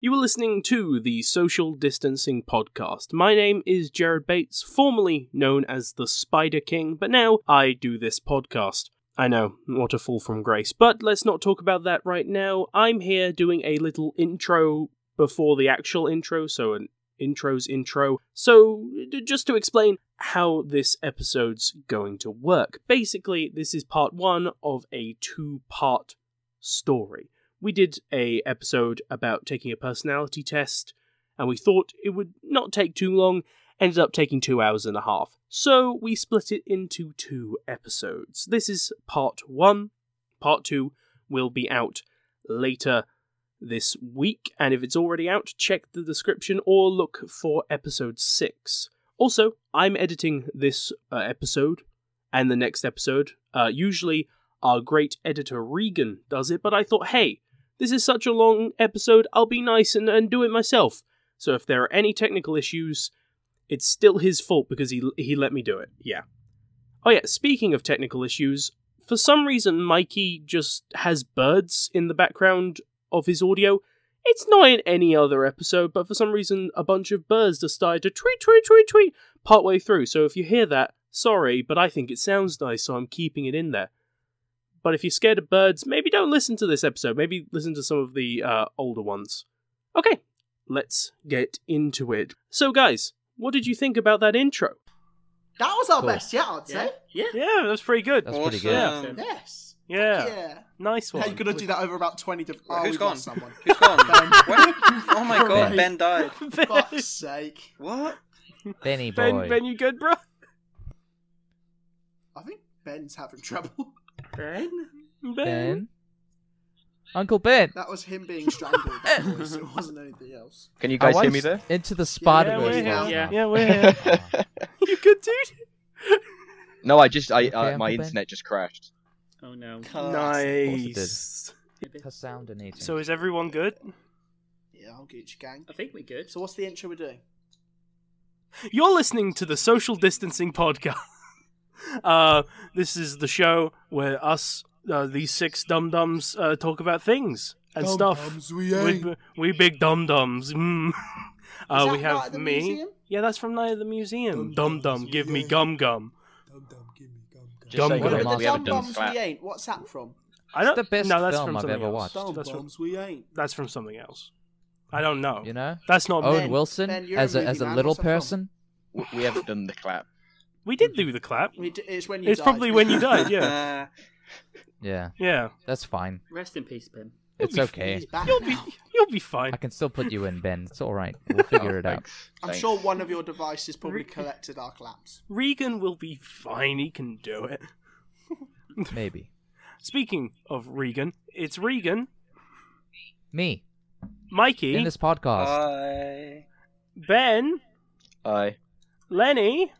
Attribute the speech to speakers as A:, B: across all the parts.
A: You are listening to the Social Distancing Podcast. My name is Jared Bates, formerly known as the Spider King, but now I do this podcast. I know, what a fall from grace, but let's not talk about that right now. I'm here doing a little intro before the actual intro, so an intro's intro. So, d- just to explain how this episode's going to work. Basically, this is part one of a two part story we did a episode about taking a personality test and we thought it would not take too long ended up taking two hours and a half so we split it into two episodes this is part one part two will be out later this week and if it's already out check the description or look for episode six also i'm editing this uh, episode and the next episode uh, usually our great editor regan does it but i thought hey this is such a long episode, I'll be nice and, and do it myself. So if there are any technical issues, it's still his fault because he he let me do it. Yeah. Oh yeah, speaking of technical issues, for some reason Mikey just has birds in the background of his audio. It's not in any other episode, but for some reason a bunch of birds decided to tweet tweet tweet tweet partway through. So if you hear that, sorry, but I think it sounds nice, so I'm keeping it in there. But if you're scared of birds, maybe don't listen to this episode. Maybe listen to some of the uh, older ones. Okay, let's get into it. So, guys, what did you think about that intro?
B: That was our
C: Cool.
B: best eh? yet, I'd say.
D: Yeah.
A: Yeah, that's pretty good.
C: That's pretty good.
E: Um,
D: Awesome.
B: Yes.
A: yeah,
B: Yeah.
A: nice one.
B: How you gonna do that over about twenty different?
D: Wait,
B: Oh,
D: who's
B: we've
D: gone?
B: lost someone.
D: Who's gone?
B: Ben.
D: When- Oh my god,
B: Ben.
D: Ben died.
B: Fuck's sake!
D: What?
C: Benny boy.
A: ben, ben, you good, bro?
B: I think Ben's having trouble.
D: Ben?
A: Ben?
C: Ben? Uncle Ben.
B: That was him being strangled. That voice. It wasn't anything else.
F: Can you
C: I
F: guys hear me
C: watched
F: there?
C: Into the
A: Yeah,
C: Spider
A: we're
C: Verse.
A: here.
B: now.
A: Yeah, yeah, we're here. you good, dude?
F: no, I just I
C: Okay,
F: uh,
C: Uncle
F: my
C: Ben.
F: internet just crashed.
D: Oh no.
A: Nice.
C: Her sound and eating.
A: So, is everyone good?
B: Yeah, I'll get you, gang.
D: I think we're good.
B: So what's the intro we're doing?
A: You're listening to the Social Distancing Podcast. Uh, this is the show where us, uh, these six dum dums, uh, talk about things and stuff.
B: We
A: We, we big dum dums. Mm. Uh, we have me.
B: Museum?
A: Yeah, that's from Night of the Museum. Dum dum,
B: Dum-dums,
A: give me
B: yeah.
A: gum gum. Dumb
F: Just so
A: Dumb
F: you
A: Dumb
F: know,
B: Wait,
A: Dumb
B: but
F: we
B: the
F: haven't
B: dumb
F: done
B: bums
F: clap.
B: we ain't. What's that from?
A: I don't.
C: the best
A: no, that's
C: film
A: from
C: I've
A: something
C: ever
A: else.
C: watched.
B: Dumb
A: Oh, That's from,
B: bums we ain't.
A: that's from something else. I don't know.
C: You know? Oh,
A: That's not.
C: Owen
B: Ben,
C: Wilson
B: Ben, you're
C: as
B: a
C: a, as
B: movie
C: a
B: man,
C: little
B: what's that from?
C: person.
F: W- We haven't done the clap.
A: We did do the clap.
B: We d- it's when you.
A: It's
B: died.
A: probably when you died. Yeah,
C: Yeah,
A: yeah.
C: that's fine.
D: Rest in peace, Ben.
C: It's
A: be
C: okay.
B: He's back
A: You'll be
B: now.
A: you'll be fine.
C: I can still put you in, Ben. It's all right. We'll figure
F: Oh,
C: it out.
B: I'm sure one of your devices probably collected our claps.
A: Regan will be fine. He can do it.
C: Maybe.
A: Speaking of Regan, it's Regan,
C: Me
A: Mikey,
C: in this
F: Uh,
C: podcast.
D: Hi.
A: Ben,
F: I
A: Lenny,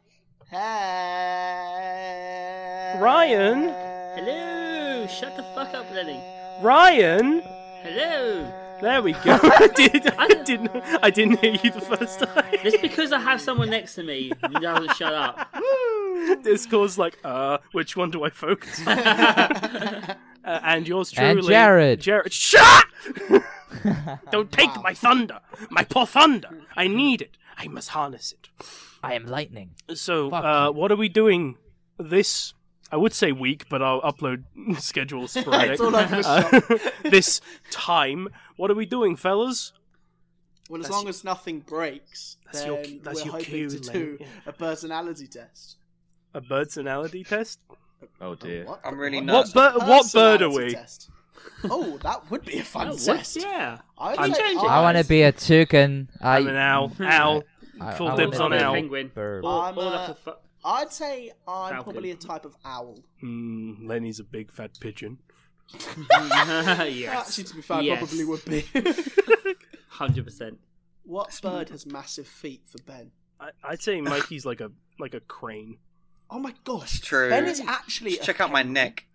B: Hey.
A: Ryan?
D: Hello, shut the fuck up, Lenny.
A: Ryan.
D: Hello.
A: There we go. I did. I didn't. I didn't hear you the first time.
G: Just because I have someone next to me doesn't shut up.
A: Discord's like, uh, which one do I focus on? Uh, and yours truly.
C: And Jared.
A: Jared. Shut! Don't take my thunder. My poor thunder. I need it. I must harness it.
C: I am lightning.
A: So,
C: Fuck
A: uh,
C: you.
A: what are we doing this? I would say week, but I'll upload schedule sporadic.
B: It's all over the
A: Uh,
B: shop.
A: this time, what are we doing, fellas?
B: Well, as
A: That's-
B: long as nothing breaks,
A: that's
B: then
A: your cu- that's
B: we're
A: your
B: hoping
A: cue,
B: to
A: Len,
B: do
A: yeah.
B: a personality test.
A: A personality test?
F: oh dear.
B: What?
D: I'm really
B: What?
D: No,
A: what
D: it's
A: bird? What bird are
B: Personality
A: we?
B: test. Oh, that would be a fun
G: Oh, what?
B: test.
G: Yeah.
B: I'd
A: I'm
B: say
A: changing
B: ours.
C: I want to be a toucan. I,
A: I'm an owl. Owl.
C: I-
A: Full
C: I
A: dibs
C: wanna
A: on
C: be a
A: owl.
G: Penguin.
C: bird.
G: Or,
B: I'm,
G: or
B: uh,
G: like a fu-
B: I'd say I'm
G: Falcon.
B: probably a type of owl.
A: Mm, Lenny's a big fat pigeon.
G: yes.
B: Actually, to be fair, I
G: Yes.
B: probably would be.
G: Hundred percent.
B: what bird has massive feet for Ben?
A: I, I'd say Mikey's like a like a crane.
B: Oh my gosh,
D: That's true.
B: Ben is actually.
D: Just
B: a
D: check out my neck.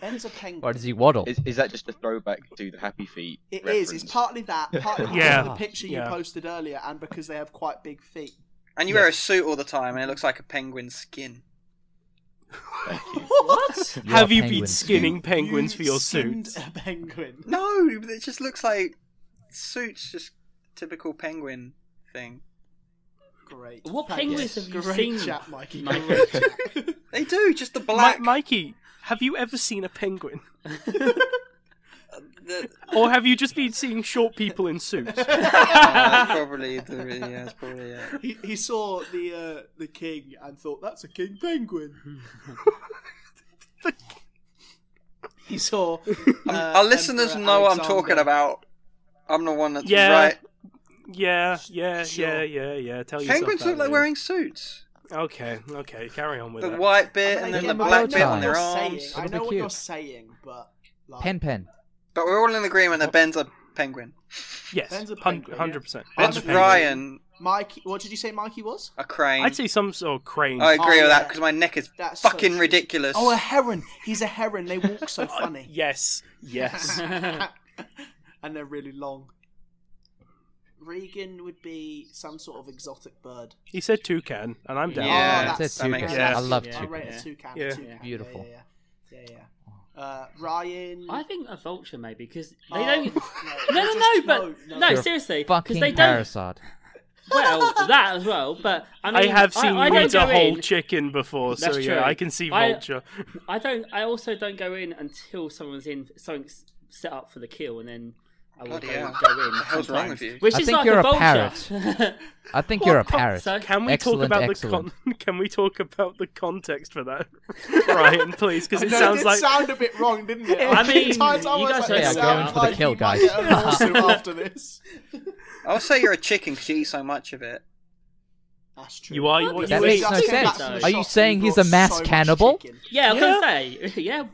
B: Ben's a penguin.
C: Or does he waddle?
F: Is, is that just a throwback to the Happy Feet?
B: It is. It's
F: reference?
B: partly that, partly because
A: Yeah.
B: of the picture you
A: Yeah.
B: posted earlier, and because they have quite big feet.
D: And you wear a suit all the time and it looks like a penguin's skin.
F: Thank you.
B: What?
C: are
A: Have you been
C: penguins.
A: skinning penguins
B: You
A: for your
B: skinned
A: suits?
B: A penguin.
E: No, it just looks like suits, just typical penguin thing.
B: Great.
G: What
B: Thank
G: penguins have you
B: Great
G: seen,
B: chat, Mikey.
G: Mike?
B: Great chat.
E: They do just the
A: Mi-
E: black.
A: Mikey, have you ever seen a penguin?
E: the-
A: Or have you just been seeing short people in suits?
E: Oh, that's probably the yeah, that's probably Uh, yeah.
A: Um,
B: he, he saw the uh, the king and thought that's a king penguin. he saw. uh,
E: Our listeners
B: Emperor
E: know what I'm
B: Alexander.
E: talking about. I'm the one that's
A: Yeah,
E: right.
A: Yeah, yeah, yeah,
B: Sure.
A: yeah, yeah. Tell yourself
E: Penguins
A: that
E: look like
A: later.
E: wearing suits.
A: Okay, okay. Carry on with
E: The
A: that.
E: white bit
B: I
E: and
B: know
E: then
C: get
E: the
C: them a
E: black
C: bow
E: bit
C: tie.
E: on their
B: what you're
E: arms.
B: Saying. I
C: It'll be
B: know what you're
C: cute.
B: saying, but like,
C: Pen pen.
E: But we're all in agreement that Ben's a penguin.
A: yes,
B: Ben's a
A: hun-
B: penguin, yeah.
A: 100%.
E: Ben's
A: a
B: penguin.
E: Ryan,
B: Mikey, what did you say? Mikey was?
E: a crane.
A: I'd say some sort of crane.
E: I agree
B: Oh,
E: with that
B: yeah.
E: because my neck is
B: That's so
E: fucking
B: true.
E: ridiculous.
B: Oh, a heron. He's a heron. They walk so funny.
A: yes, yes.
B: and they're really long. Regan would be some sort of exotic bird.
A: he said toucan, and I'm down.
E: Yeah,
B: oh, that's,
E: that makes
B: yeah,
E: sense.
B: that's-
C: I love
B: yeah, I rate
C: toucans.
B: a toucan.
A: Yeah.
B: a toucan. Yeah,
C: Beautiful.
B: Yeah, yeah, yeah. yeah. Uh, Ryan.
G: I think a vulture maybe because they
B: Oh,
G: don't.
B: no,
G: No, no,
B: just-
G: no, but
B: no,
G: no,
B: no.
C: You're
G: seriously, because
C: Fucking
G: they don't.
C: parasite.
G: Well, that as well, but I
A: I
G: mean,
A: have seen
G: I,
A: you
G: don't
A: eat a
G: go
A: whole
G: in-
A: chicken before, so
G: That's
A: yeah,
G: true.
A: I can see
G: I-
A: vulture.
G: I don't. I also don't go in until someone's in. Something's set up for the kill, and then I will
E: Bloody
G: go,
E: hell.
G: go in.
E: What the hell's wrong with
G: sometimes.
E: you?
G: Which
C: I
G: is
C: think
G: like
C: you're a
G: vulture.
C: I think you're a parrot.
G: so
A: Can we
C: Excellent,
A: talk about
C: excellent.
A: the con- Can we talk about the context for that, Ryan? Please, because it
B: No,
A: sounds
B: did
A: like
B: sound a bit wrong, didn't it?
G: I
B: The
G: mean,
B: entire time I
G: you
B: was
G: guys
B: like,
G: are
B: it
G: Yeah,
B: sounds
G: going for the
B: like
C: kill,
B: you might
C: guys.
B: get a lawsuit after this.
E: I'll say you're a chicken because you eat so much of it.
B: That's true.
A: you are. You,
C: That
A: you
C: makes
A: ate-
C: no
B: Just came
C: sense.
B: back from the
C: Are you
B: shop and
C: saying he's a
B: brought
C: mass
B: so much
C: cannibal?
B: chicken.
G: yeah, I was
A: Yeah.
G: gonna say. Yeah,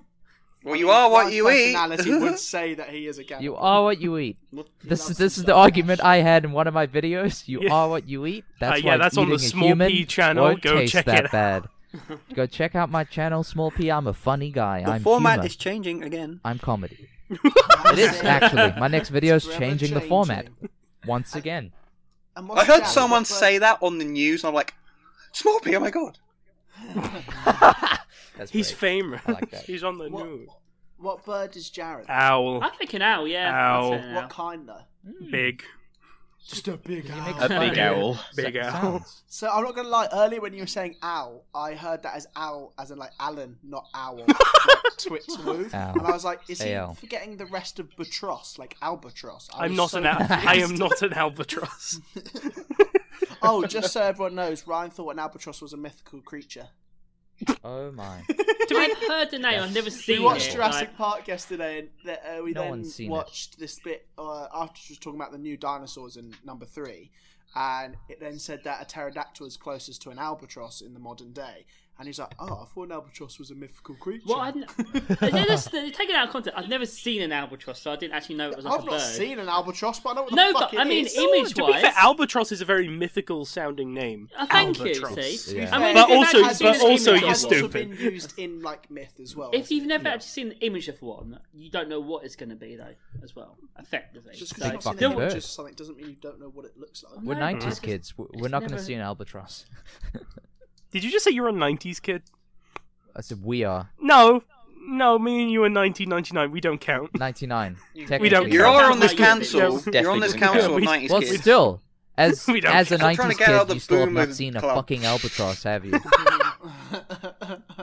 E: Well, you are what
B: His
E: you eat.
B: Personality would say that he is a cannibal.
C: You are what you eat. This is
B: loves
C: this
B: his
C: is the
B: mustache.
C: argument I had in one of my videos. You
A: Yeah. Uh,
C: are what you eat. That's
A: yeah,
C: why
A: that's on
C: eating
A: the
C: a
A: Small
C: human
A: P channel.
C: won't
A: Go
C: taste
A: check
C: that
A: it
C: bad. Go check out my channel, Small P. I'm a funny guy.
E: The
C: I'm
E: format
C: humor.
E: is changing again.
C: I'm comedy.
B: That's
C: It is actually. My next video is
B: It's forever
C: changing the format
B: changing.
C: once again.
B: And
E: I
B: what's
E: heard
B: that?
E: someone
B: What the-
E: say that on the news, and I'm like, Smoopy, oh my god.
C: That's
A: He's
C: great.
A: famous.
C: I like that.
A: He's on the
B: What,
A: news.
B: what bird is Jared?
E: Ah.
A: Owl,
G: I think an owl. Yeah,
A: Ow.
G: I'd say an
B: What kind though?
A: big,
B: Just a big
C: He makes
F: A big
C: fun.
F: owl.
A: big
C: Sa-
A: owl.
C: sounds.
B: So I'm not gonna lie. Earlier when you were saying owl, I heard that as owl, as in like Alan, not owl. like Twit woo.
C: Ow.
B: And I was like, is he
C: Owl.
B: forgetting the rest of Batross, like albatross? I
A: I'm
B: was
A: not
B: so
A: an. Al-
B: confused.
A: I am not an albatross.
B: Oh, just so everyone knows, Ryan thought an albatross was a mythical creature.
C: Oh my.
G: I've heard the name. I've never seen
B: We watched
G: it.
B: Jurassic
G: like-
B: Park yesterday, and th- uh, we
C: No
B: then
C: one's seen it.
B: watched this bit uh, after she was talking about the new dinosaurs in number three, and it then said that a pterodactyl is closest to an albatross in the modern day. And he's like, "Oh, I thought an albatross was a mythical creature."
G: Well, I'd, they're just- they're taking it out of context. I've never seen an albatross, so I didn't actually know it was like
B: I've
G: a
B: not
G: bird.
B: seen an albatross, but I know what
G: No,
B: the fuck
G: but I
B: it
G: mean,
B: is.
G: image
A: To be fair,
G: wise.
A: albatross is a very mythical sounding name.
G: Oh, thank
A: albatross.
G: you. See,
C: Yeah.
G: I mean,
A: But
G: if you've
A: also-
G: actually seen
A: but
G: an
A: also
G: image
A: you're
G: of
B: it's
G: one-
B: also
A: stupid.
B: been used in like myth as well.
G: If you've never
A: Yeah.
G: actually seen an image of one, you don't know what it's going to be though, as well, effectively.
B: just
G: So-
B: because you've not
C: fucking
B: seen
C: bird.
B: images, of something doesn't mean you don't know what it looks like.
C: We're
G: No,
C: nineties
G: it's-
C: kids. We're we're
G: it's
C: not gonna
G: never-
C: see an albatross.
A: Did you just say you're a '90s kid?
C: I said we are.
A: No, no. Me and you are 1999. We don't count.
C: Ninety nine.
A: We don't
E: You're
A: Yeah.
E: all
A: Yeah.
E: on this
G: Yeah.
E: council.
F: Yeah.
E: You're on this
F: Definitely
E: council of
A: doesn't
E: 90s
C: Well,
E: kids.
C: still, as
A: We don't
C: as a
A: care.
E: I'm trying to
C: nineties
E: get out
C: kid,
E: of the
C: you still have not
E: boomers
C: seen a
E: club.
C: fucking albatross, have you?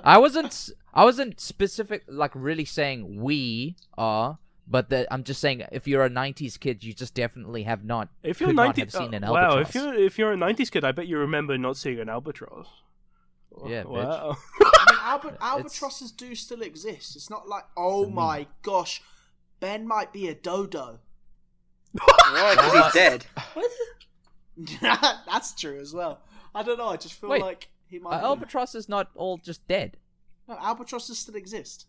C: I wasn't. I wasn't specific, like really saying we are, but that I'm just saying if you're a '90s kid, you just definitely have not.
A: If you're
C: could not
A: 90,
C: have seen an
A: uh, wow. If
C: albatross.
A: you're if you're a 90s kid, I bet you remember not seeing an albatross.
C: Yeah, bitch.
A: Wow.
B: I mean, alba- albatrosses do still exist. It's not like, oh my gosh, Ben might be a dodo.
E: Why? Because he's dead.
B: That's true as well. I don't know. I just feel
C: Wait,
B: like he
C: Uh,
B: might. be-
C: albatross is not all just dead.
B: No, albatrosses still exist.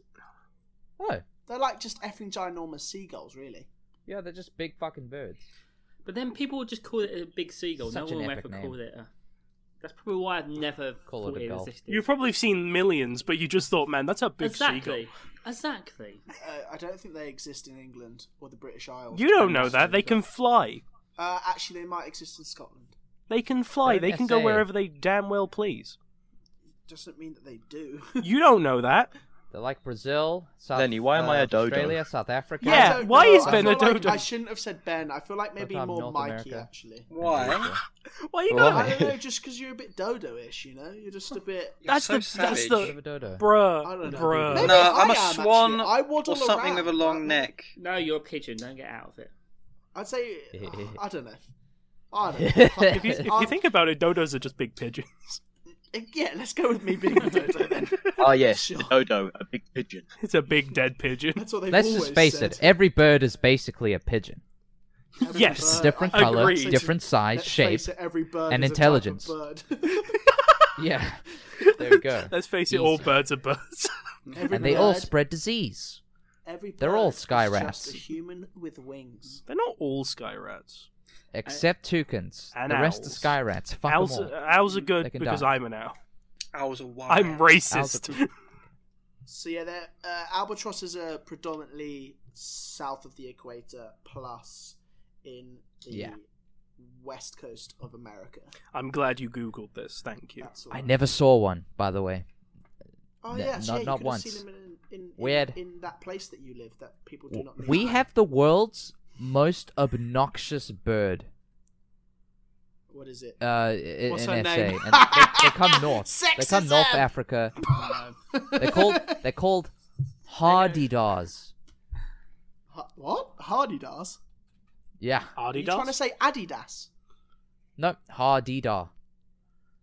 C: Oh,
B: They're like just effing ginormous seagulls, really.
C: yeah, they're just big fucking birds.
G: But then people would just call it a big seagull.
C: Such
G: no
C: an
G: one
C: epic
G: ever
C: name.
G: called it. A... That's probably why I've never
C: Call
G: thought
C: it a
G: it,
C: gull.
G: existed.
A: You've probably seen millions, but you just thought, man, that's a big
G: exactly, exactly.
B: Uh, I don't think they exist in England or the British Isles.
A: seagull. You don't know that. They can fly.
B: Uh, actually, they might exist in Scotland.
A: They can fly.
C: Don't
A: They can go
C: say.
A: wherever they damn well please.
B: doesn't mean that they do.
A: You don't know that.
C: They're like Brazil, South
F: Lenny, why am I
C: uh,
F: a dodo?
C: Australia, South Africa.
A: Yeah,
B: I don't
A: why
B: know.
A: is
B: I
A: Ben
B: feel
A: a
B: like
A: dodo?
B: I shouldn't have said Ben. I feel like maybe
C: Sometime
B: more
C: North
B: Mikey
C: America.
B: actually.
E: Why?
A: Why you
C: Why?
A: got
B: I don't know, just because you're a bit dodo-ish, you know? You're just a bit.
E: You're
A: That's
E: so
A: the- that's
E: savage.
A: the-
C: Bit of a dodo.
A: bruh,
B: I don't know.
A: bruh.
B: Maybe
E: No,
B: I
E: I'm a
B: am, actually.
E: swan
B: I waddle
E: or something with a
B: around,
E: long
B: but-
E: neck.
G: No, you're a pigeon. Don't get out of it.
B: I'd say I don't know. I don't know. Like,
A: If you, if you
B: I'm-
A: think about it, dodos are just big pigeons.
B: yeah, let's go with me being a dodo then.
F: Ah, yes,
B: Sure.
F: the dodo, a big pigeon.
A: It's a big dead pigeon.
B: That's what they've
C: Let's
B: always
C: just face
B: said.
C: it. Every bird is basically a pigeon.
B: Every
A: Yes.
B: bird-
C: different
B: I-
C: color,
A: Uh, Agreed.
C: different size,
B: Let's
C: shape.
B: face it, every bird
C: and
B: is a type of
C: intelligence.
B: bird.
C: Yeah. There we go.
A: Let's face it, all
C: Easy.
A: birds are birds.
B: Every
C: And they all
B: bird-
C: spread disease.
B: every bird
C: they're all sky
B: is
C: rats.
B: Just a human with wings.
A: They're not all sky rats.
C: Except toucans.
A: And
C: the rest are
A: owls.
C: sky rats. Fuck 'em
A: Owls,
C: all.
B: uh,
A: owls are
C: They
A: good
C: can
A: because
C: die.
A: I'm an owl.
E: Owls are wild.
A: I'm racist.
C: Owls are-
B: So yeah, they're, uh, albatrosses are predominantly south of the equator, plus in the
C: Yeah.
B: west coast of America.
A: I'm glad you googled this. Thank you.
B: That's all
C: I
B: right.
C: never saw one, by the way.
B: Oh
C: No,
B: yeah,
C: not-
B: so yeah, you
C: not
B: could have seen
C: once.
B: them in- in- in-
C: Weird.
B: in that place that you live that people do not. know
C: We
B: about.
C: have the world's most obnoxious bird
B: What is it?
C: uh, i- in,
B: What's her
C: SA.
B: name?
C: And they, they come north. They come North
B: Sexism!
C: Africa.
B: Uh,
C: They're called, they're called hardidas.
B: Ha- what? Hardy does.
C: Yeah.
B: Are you trying to
A: Adidas?
B: say Adidas?
C: No, hardida.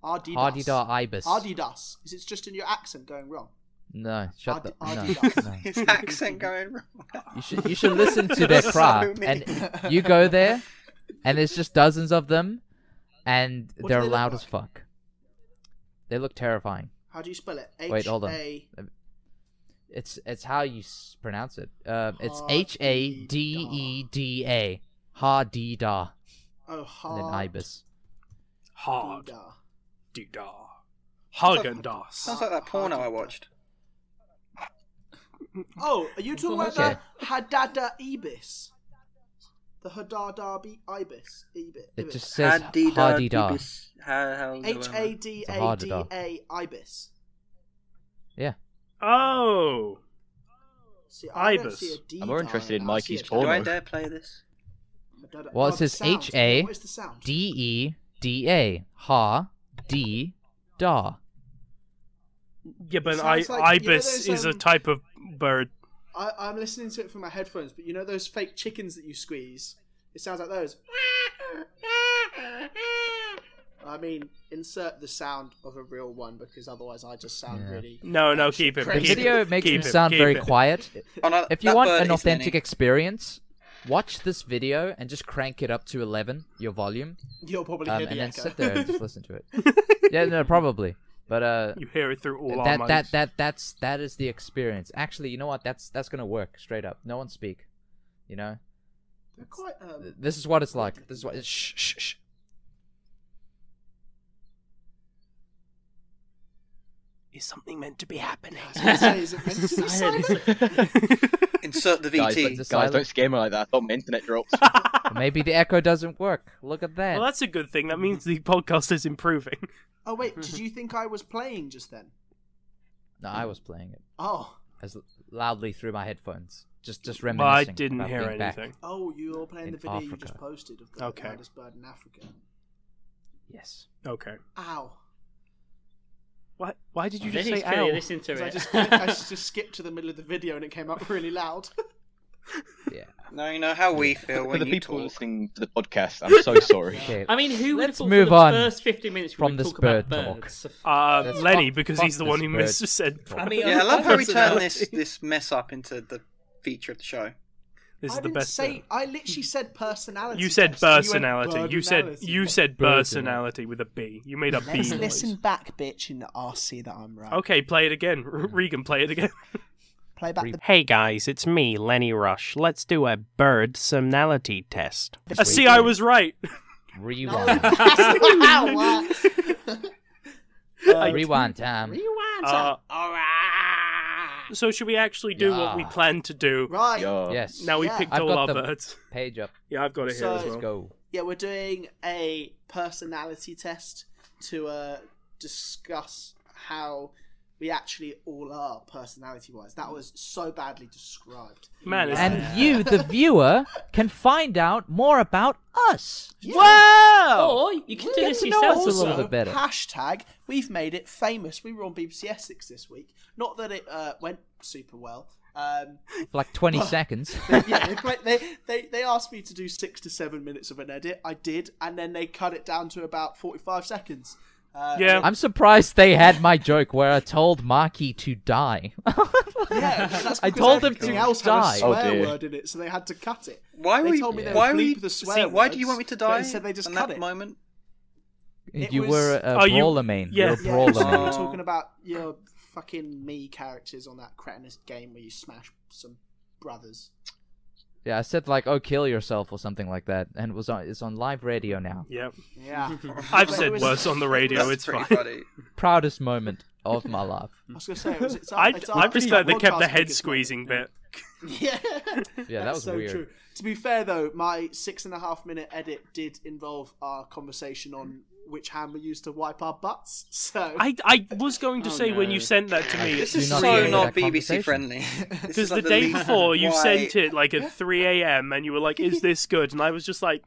B: Adidas.
C: Hardida ibis.
B: Adidas. Is it just in your accent going wrong?
C: No, shut
B: Adi-
C: the... No,
B: Adidas.
C: no.
E: His accent going wrong.
C: You should you should listen to their
E: So
C: cry.
E: many.
C: and you go there, and there's just dozens of them, and
B: What do
C: they're
B: they look
C: loud
B: like?
C: as fuck. They look terrifying.
B: How do you spell it? H
C: Wait, hold on.
B: A-
C: It's it's how you s- pronounce it. Um, it's
B: Hardida.
C: H A D E D A, hardida,
B: Oh,
C: and then
B: hard.
C: ibis.
A: Hard.
B: Dida.
A: Dida.
E: like-
A: Hagen das.
E: Sounds like that porno I watched.
B: Oh, are you talking about
C: Okay.
B: the Hadada ibis? The Hadada B- ibis. Ibis.
C: It just says
E: Hadida
C: hardida.
E: dibis. How, how
B: H A D A D A ibis.
C: Yeah,
A: Oh.
B: See, I don't
A: Ibis.
B: see a D
F: I'm more
B: die,
F: interested in
B: I see
F: Mikey's
B: a
F: porn.
E: Do I
F: Porno.
E: dare play this?
B: Hadada-
C: Well, it
B: Oh,
C: says
B: the sound.
C: H.A.
B: What is the sound?
C: D E D A, ha d da.
A: Yeah, but I,
B: Sounds like- you know
A: ibis
B: those,
A: is a
B: um,
A: type of bird.
B: I, I'm listening to it from my headphones, but you know those fake chickens that you squeeze? It sounds like those. I mean, insert the sound of a real one because otherwise I just sound
C: Yeah.
B: really.
A: No, no, keep it.
C: The
A: keep
C: video
A: it,
C: makes
A: keep
C: them
A: it,
C: sound
A: keep
C: very
A: it.
C: quiet.
E: Oh, no,
C: If you
E: that
C: want
E: bird
C: an
E: is
C: authentic
E: Lenny.
C: experience, watch this video and just crank it up to 11, your volume,
B: You'll probably
C: um,
B: hear the
C: and then
B: echo.
C: sit there and just listen to it. yeah, no, probably. But uh,
A: You hear it through all our
C: that that
A: mics.
C: that that's that is the experience. Actually, you know what? That's that's gonna work straight up. No one speak. You know,
B: They're quite. Um,
C: Th- this is what it's like. This is what. Shh, shh, shh.
A: Is something meant to be happening?
B: I was gonna say, is it meant to be silent?
E: Insert the
F: Guys,
E: VT.
C: It's a
F: Guys,
C: silent-
F: don't scare me like that. I thought my internet dropped.
C: Maybe the echo doesn't work. Look at that.
A: well, that's a good thing. That means the podcast is improving.
B: Oh wait, did you think I was playing just then?
C: No, I was playing it
B: Oh,
C: as l- loudly through my headphones. Just just
A: Well, I
C: reminiscing.
A: didn't
C: about
A: hear
C: being back.
A: anything.
B: oh, you were playing
C: In
B: the video you
C: Africa.
B: just posted of the
A: Okay.
B: loudest bird in Africa.
C: Yes.
A: Okay.
B: Ow!
A: Why? Why did you just
G: Lenny's
A: say
G: clearly
A: owl?
G: listening to
B: 'Cause I
G: it.
B: just I just skipped to the middle of the video and it came up really loud.
C: Yeah.
E: No, you know how we feel
F: For
E: when
F: the
E: you
F: people
E: talk.
F: listening to the podcast, I'm so sorry.
C: Okay.
G: I mean, who would
C: Let's
G: have thought
C: move
G: for the
C: on
G: first 50 minutes we
C: from
G: would
C: this
G: talk about
C: bird talk.
G: birds?
A: Uh,
C: Let's
A: Lenny,
C: fuck-
A: because
C: fuck
A: he's the one
C: this
A: who
C: bird.
A: mis- said.
C: I
G: mean,
E: Yeah, I love how we
G: That's
E: turn
G: enough.
E: this this mess up into the feature of the show.
A: This is
B: I
A: the
B: didn't
A: best.
B: say.
A: bit.
B: I literally said personality.
A: You said
B: test, and you went
A: personality. You said
B: birdonality.
A: you said
C: Birdonality.
A: personality with a B. You made a B
B: Let's
A: noise.
B: listen back, bitch, and I'll see that I'm right.
A: Okay, play it again. R- Regan, play it again.
B: Play back the.
A: Hey guys, it's me, Lenny Rush. Let's do a bird somnality test.
B: This
A: Uh,
B: week.
A: see, I was right.
C: Rewind.
B: Ow, what?
C: Uh,
A: I-
C: Rewind time.
A: Uh, so should we actually do what we
C: Yeah.
A: planned to do?
B: right.
F: Yeah.
C: Yes.
A: Now we
B: Yeah.
A: picked
C: I've
A: all
C: got
A: our
C: them.
A: birds.
C: Page up.
A: Yeah, I've got it here
B: So-
A: as
C: Let's
A: well.
C: go.
B: Yeah, we're doing a personality test to uh, discuss how we actually all are personality wise. That was so badly described.
A: Man, it's-
C: And you, the viewer, can find out more about us.
B: oh.
A: wow!
G: Or Oh, you can
B: We
G: do
B: get
G: this
B: to know
G: yourself.
C: us a little
B: also,
C: bit better.
B: Hashtag, we've made it famous. We were on BBC Essex this week. Not that it uh, went super well. Um,
C: For like 20 seconds.
B: yeah, they, play, they, they they asked me to do six to seven minutes of an edit. I did, and then they cut it down to about forty-five seconds. Uh,
A: Yeah.
C: I'm surprised they had my joke where I told Marky to die.
B: yeah. That's
C: I
B: because
C: told them
B: everything
C: to
B: else
C: die.
B: Had a
F: Oh,
B: swear
F: dear.
B: word in it, so they had to cut it.
E: Why
B: They
E: were
B: told me
E: you,
B: they
E: why
B: would
E: were you,
B: bleep the swear
E: see, why do you
B: words,
E: want me to
B: but
E: die?
B: instead they just
E: in
B: cut
E: that
B: it.
E: moment,
B: It
C: you
B: was-
C: were a
A: Oh, you-
C: brawler main.
A: yeah.
C: You're a
B: Yeah,
C: brawler
B: so
C: main.
B: you were
E: Oh.
B: talking about your fucking me characters on that cretinous game where you smash some brothers.
C: Yeah, I said like, "Oh, kill yourself" or something like that, and it was on. It's on live radio now.
A: Yeah.
B: Yeah,
A: I've
B: But it
A: said
B: was-
A: worse on the radio,
E: that's
A: it's
E: pretty
A: fine.
E: funny.
C: Proudest moment of my life.
B: I was gonna say it was. It's, our-
A: I,
B: it's our
A: I'm just glad they kept the
B: podcast
A: head
B: biggest moment.
A: squeezing bit.
B: Yeah,
C: Yeah, that
B: That's
C: was
B: so
C: weird.
B: True. To be fair though, my six and a half minute edit did involve our conversation on which hand we used to wipe our butts. So
A: I, I was going to
G: Oh,
A: say when
G: no.
A: you sent that to me,
E: This
C: Do
E: is
C: not
E: so
C: hear
E: not
C: that conversation.
E: BBC friendly. This
A: because
E: is
A: the
E: like
A: day
E: least-
A: before you
E: why-
A: sent it like at 3 a.m. and you were like, "Is this good?" and I was just like,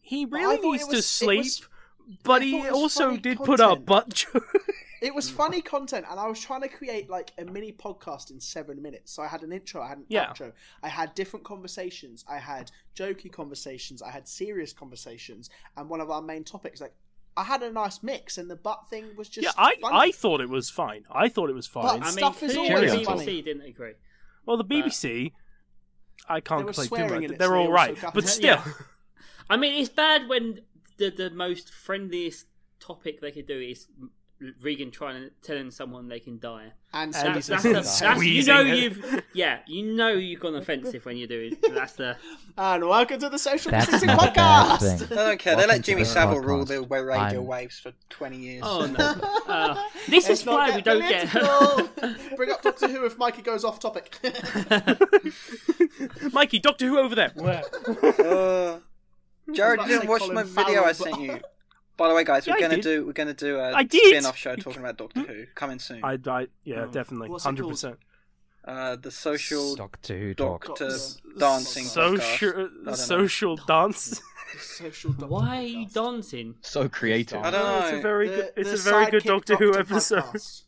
A: "He
B: But I
A: really
B: thought
A: needs
B: it
A: to
B: was- it
A: sleep."
B: was-
A: but
B: I thought
A: he
B: it was
A: also
B: funny
A: did put up
B: content.
A: butt jokes.
B: It was funny content, and I was trying to create like a mini podcast in seven minutes. So I had an intro, I had an
A: Yeah.
B: outro, I had different conversations, I had jokey conversations, I had serious conversations, and one of our main topics. Like, I had a nice mix, and the butt thing was just.
A: yeah, I,
B: funny.
A: I thought it was fine. I thought it was fine.
B: But-
G: I mean,
B: Stuff is
G: clearly
F: always
G: the BBC
B: funny.
G: didn't agree.
A: well, the BBC, I
B: There
A: can't
B: was
A: complain
B: swearing
A: too much.
B: in it, so
A: They're
B: they
A: all right,
B: also got
A: but
B: it.
A: still,
G: Yeah. I mean, it's bad when the the most friendliest topic they could do is Regan trying to telling someone they can die.
A: And
B: and Sandy
G: That's, that's,
B: said-
G: the- that's you
A: Squeezing
G: know
A: it.
G: you've yeah you know you've gone offensive when you're doing that's the
B: and welcome to the social
C: That's
B: distancing
C: not a bad
B: podcast.
E: I
C: thing.
E: don't care. They
C: Welcome
E: let
C: to
E: Jimmy
C: the
E: Savile
C: podcast.
E: rule the way radio
C: I'm-
E: waves for 20 years.
G: oh no uh, this
B: Let's
G: is
B: not
G: why
B: get
G: we don't get
B: political. Bring up Doctor Who if Mikey goes off topic.
A: Mikey, Doctor Who over there. Where?
E: Uh, Jared,
B: I was about
E: you
B: to
E: didn't
B: say
E: watch
B: Colin
E: my video I
B: Farrell, but-
E: sent you. By the way, guys,
A: Yeah, I
E: we're gonna
A: did.
E: do we're gonna do a
A: I did. Hmm?
E: spin-off show
A: You-
E: talking about Doctor Who coming soon.
A: I, I yeah,
G: Oh.
A: definitely,
B: What's it
A: hundred
B: called?
A: percent.
E: Uh, the social
C: Doctor Who talk.
E: Doctor
B: S-
E: dancing podcast.
A: Social
E: I don't know.
A: social dance.
B: social Doctor
G: why are you
B: podcast.
G: dancing
F: So creative.
E: I don't know.
A: It's a very
B: The-
A: good. It's
B: the
A: a very good
B: Sidekick
A: Doctor Who
B: Doctor
A: episode.
B: podcast.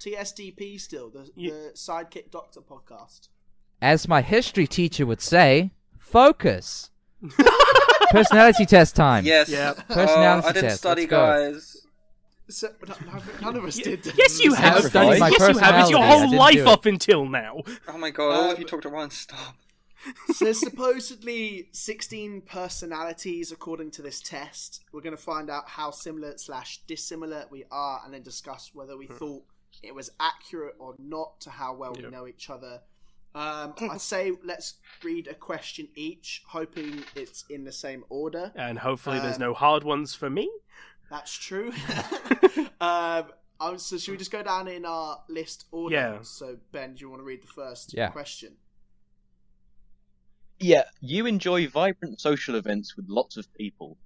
B: TSDP still the,
A: Ye-
B: the sidekick doctor podcast.
C: As my history teacher would say, focus. Personality test time.
E: Yes.
A: Yeah.
C: Personality
E: oh, I didn't
C: test,
E: study,
C: let's go.
E: guys.
B: So, no, no, none of us did. this.
A: Yes, you have.
F: I've studied my
A: Yes, you have. It's
C: personality.
A: your
C: I
A: whole
C: didn't do
A: life
C: it.
A: up until now.
E: Oh my god, all
B: Um,
A: Uh,
E: of you talked at once. Stop.
B: So there's supposedly 16 personalities according to this test. We're going to find out how similar slash dissimilar we are, and then discuss whether we thought it was accurate or not to how well we
A: Hmm. Yeah.
B: know each other. Um, I'd say let's read a question each, hoping it's in the same order.
A: And hopefully, there's
B: Um,
A: no hard ones for me.
B: That's true. um, um, so should we just go down in our list order?
A: Yeah.
B: So Ben, do you want to read the first
C: Yeah.
B: question?
F: Yeah, you enjoy vibrant social events with lots of people.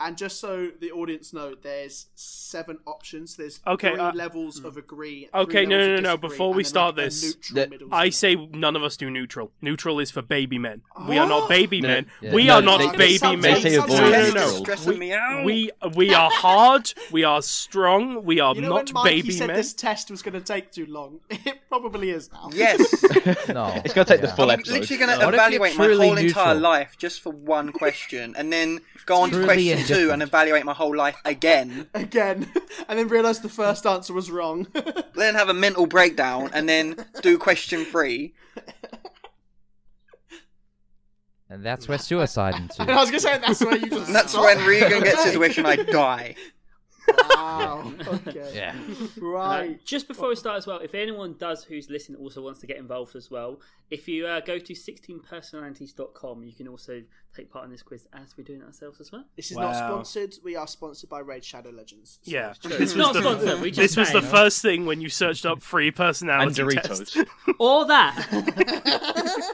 B: And just so the audience know, there's seven options. There's
A: Okay,
B: three
A: uh,
B: levels of agree.
A: Okay,
B: three
A: no,
B: levels
A: no,
B: of
A: no, no,
B: disagree,
A: before
B: and
A: we
B: then,
A: start
B: like, a
A: this,
B: neutral
F: that-
B: middle
A: I
B: zone.
A: say none of us do neutral. Neutral is for baby men. We are not baby
F: No,
A: men.
C: yeah.
A: We
F: no,
A: are not
F: they-
A: baby
B: they
A: men.
B: say
A: no,
B: avoid
A: no,
B: neutral.
A: no.
E: Stressing
A: We,
E: me out.
A: we we are hard. We are strong. We are
B: you know
A: not
B: when Mikey
A: baby
B: said
A: men.
B: this test was going to take too long. It probably is now.
E: Yes.
C: No.
F: It's gonna take the
C: Yeah.
F: full
E: I'm
F: episode.
E: literally going to
C: What if you're
E: evaluate my
C: truly
E: whole entire
C: neutral?
E: life just for one question, and then go on to
C: Truly
E: question two
C: indifferent.
E: and evaluate my whole life again.
B: Again, and then realised the first answer was wrong.
E: Then have a mental breakdown, and then do question three.
C: And that's where suicide
B: and I
C: ensues.
B: was going to say that's where you just.
E: And that's
B: stop.
E: when Regan gets his
B: Okay.
E: wish, and I die.
B: Wow. Okay.
C: Yeah.
B: Right.
G: Uh, just before we start as well, if anyone does who's listening also wants to get involved as well, if you uh, go to 16personalities.com, you can also take part in this quiz as we're doing it ourselves as well.
B: This is
A: Wow.
B: not sponsored. We are sponsored by Raid Shadow Legends. So
A: Yeah,
G: True.
A: this
G: It's
A: was
G: not
A: the
G: sponsored, we
A: this
G: just
A: was the
G: saying.
A: first thing when you searched up free
F: and
A: personality test.
F: Doritos.
G: Or that.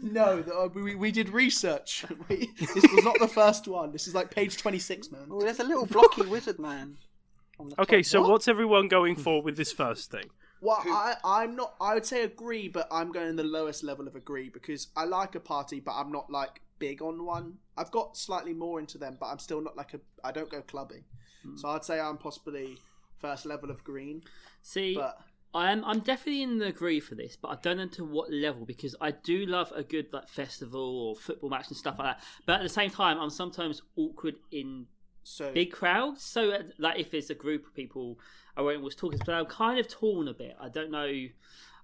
B: no, the- uh, we, we did research. We, this was not the first one. This is like page 26, man.
E: Oh, there's a little blocky wizard man. on the
A: Okay,
E: top.
A: so
B: What?
A: what's everyone going for with this first thing?
B: Well, I, I'm not. I would say agree, but I'm going the lowest level of agree because I like a party, but I'm not like big on one. I've got slightly more into them, but I'm still not like a. I don't go clubbing, so I'd say I'm possibly first level of green.
G: See,
B: But
G: I'm I'm definitely in the agree for this, but I don't know to what level because I do love a good like festival or football match and stuff like that. But at the same time, I'm sometimes awkward in
B: so
G: big crowds. So uh, like if it's a group of people, I won't was talking, but I'm kind of torn a bit. I don't know.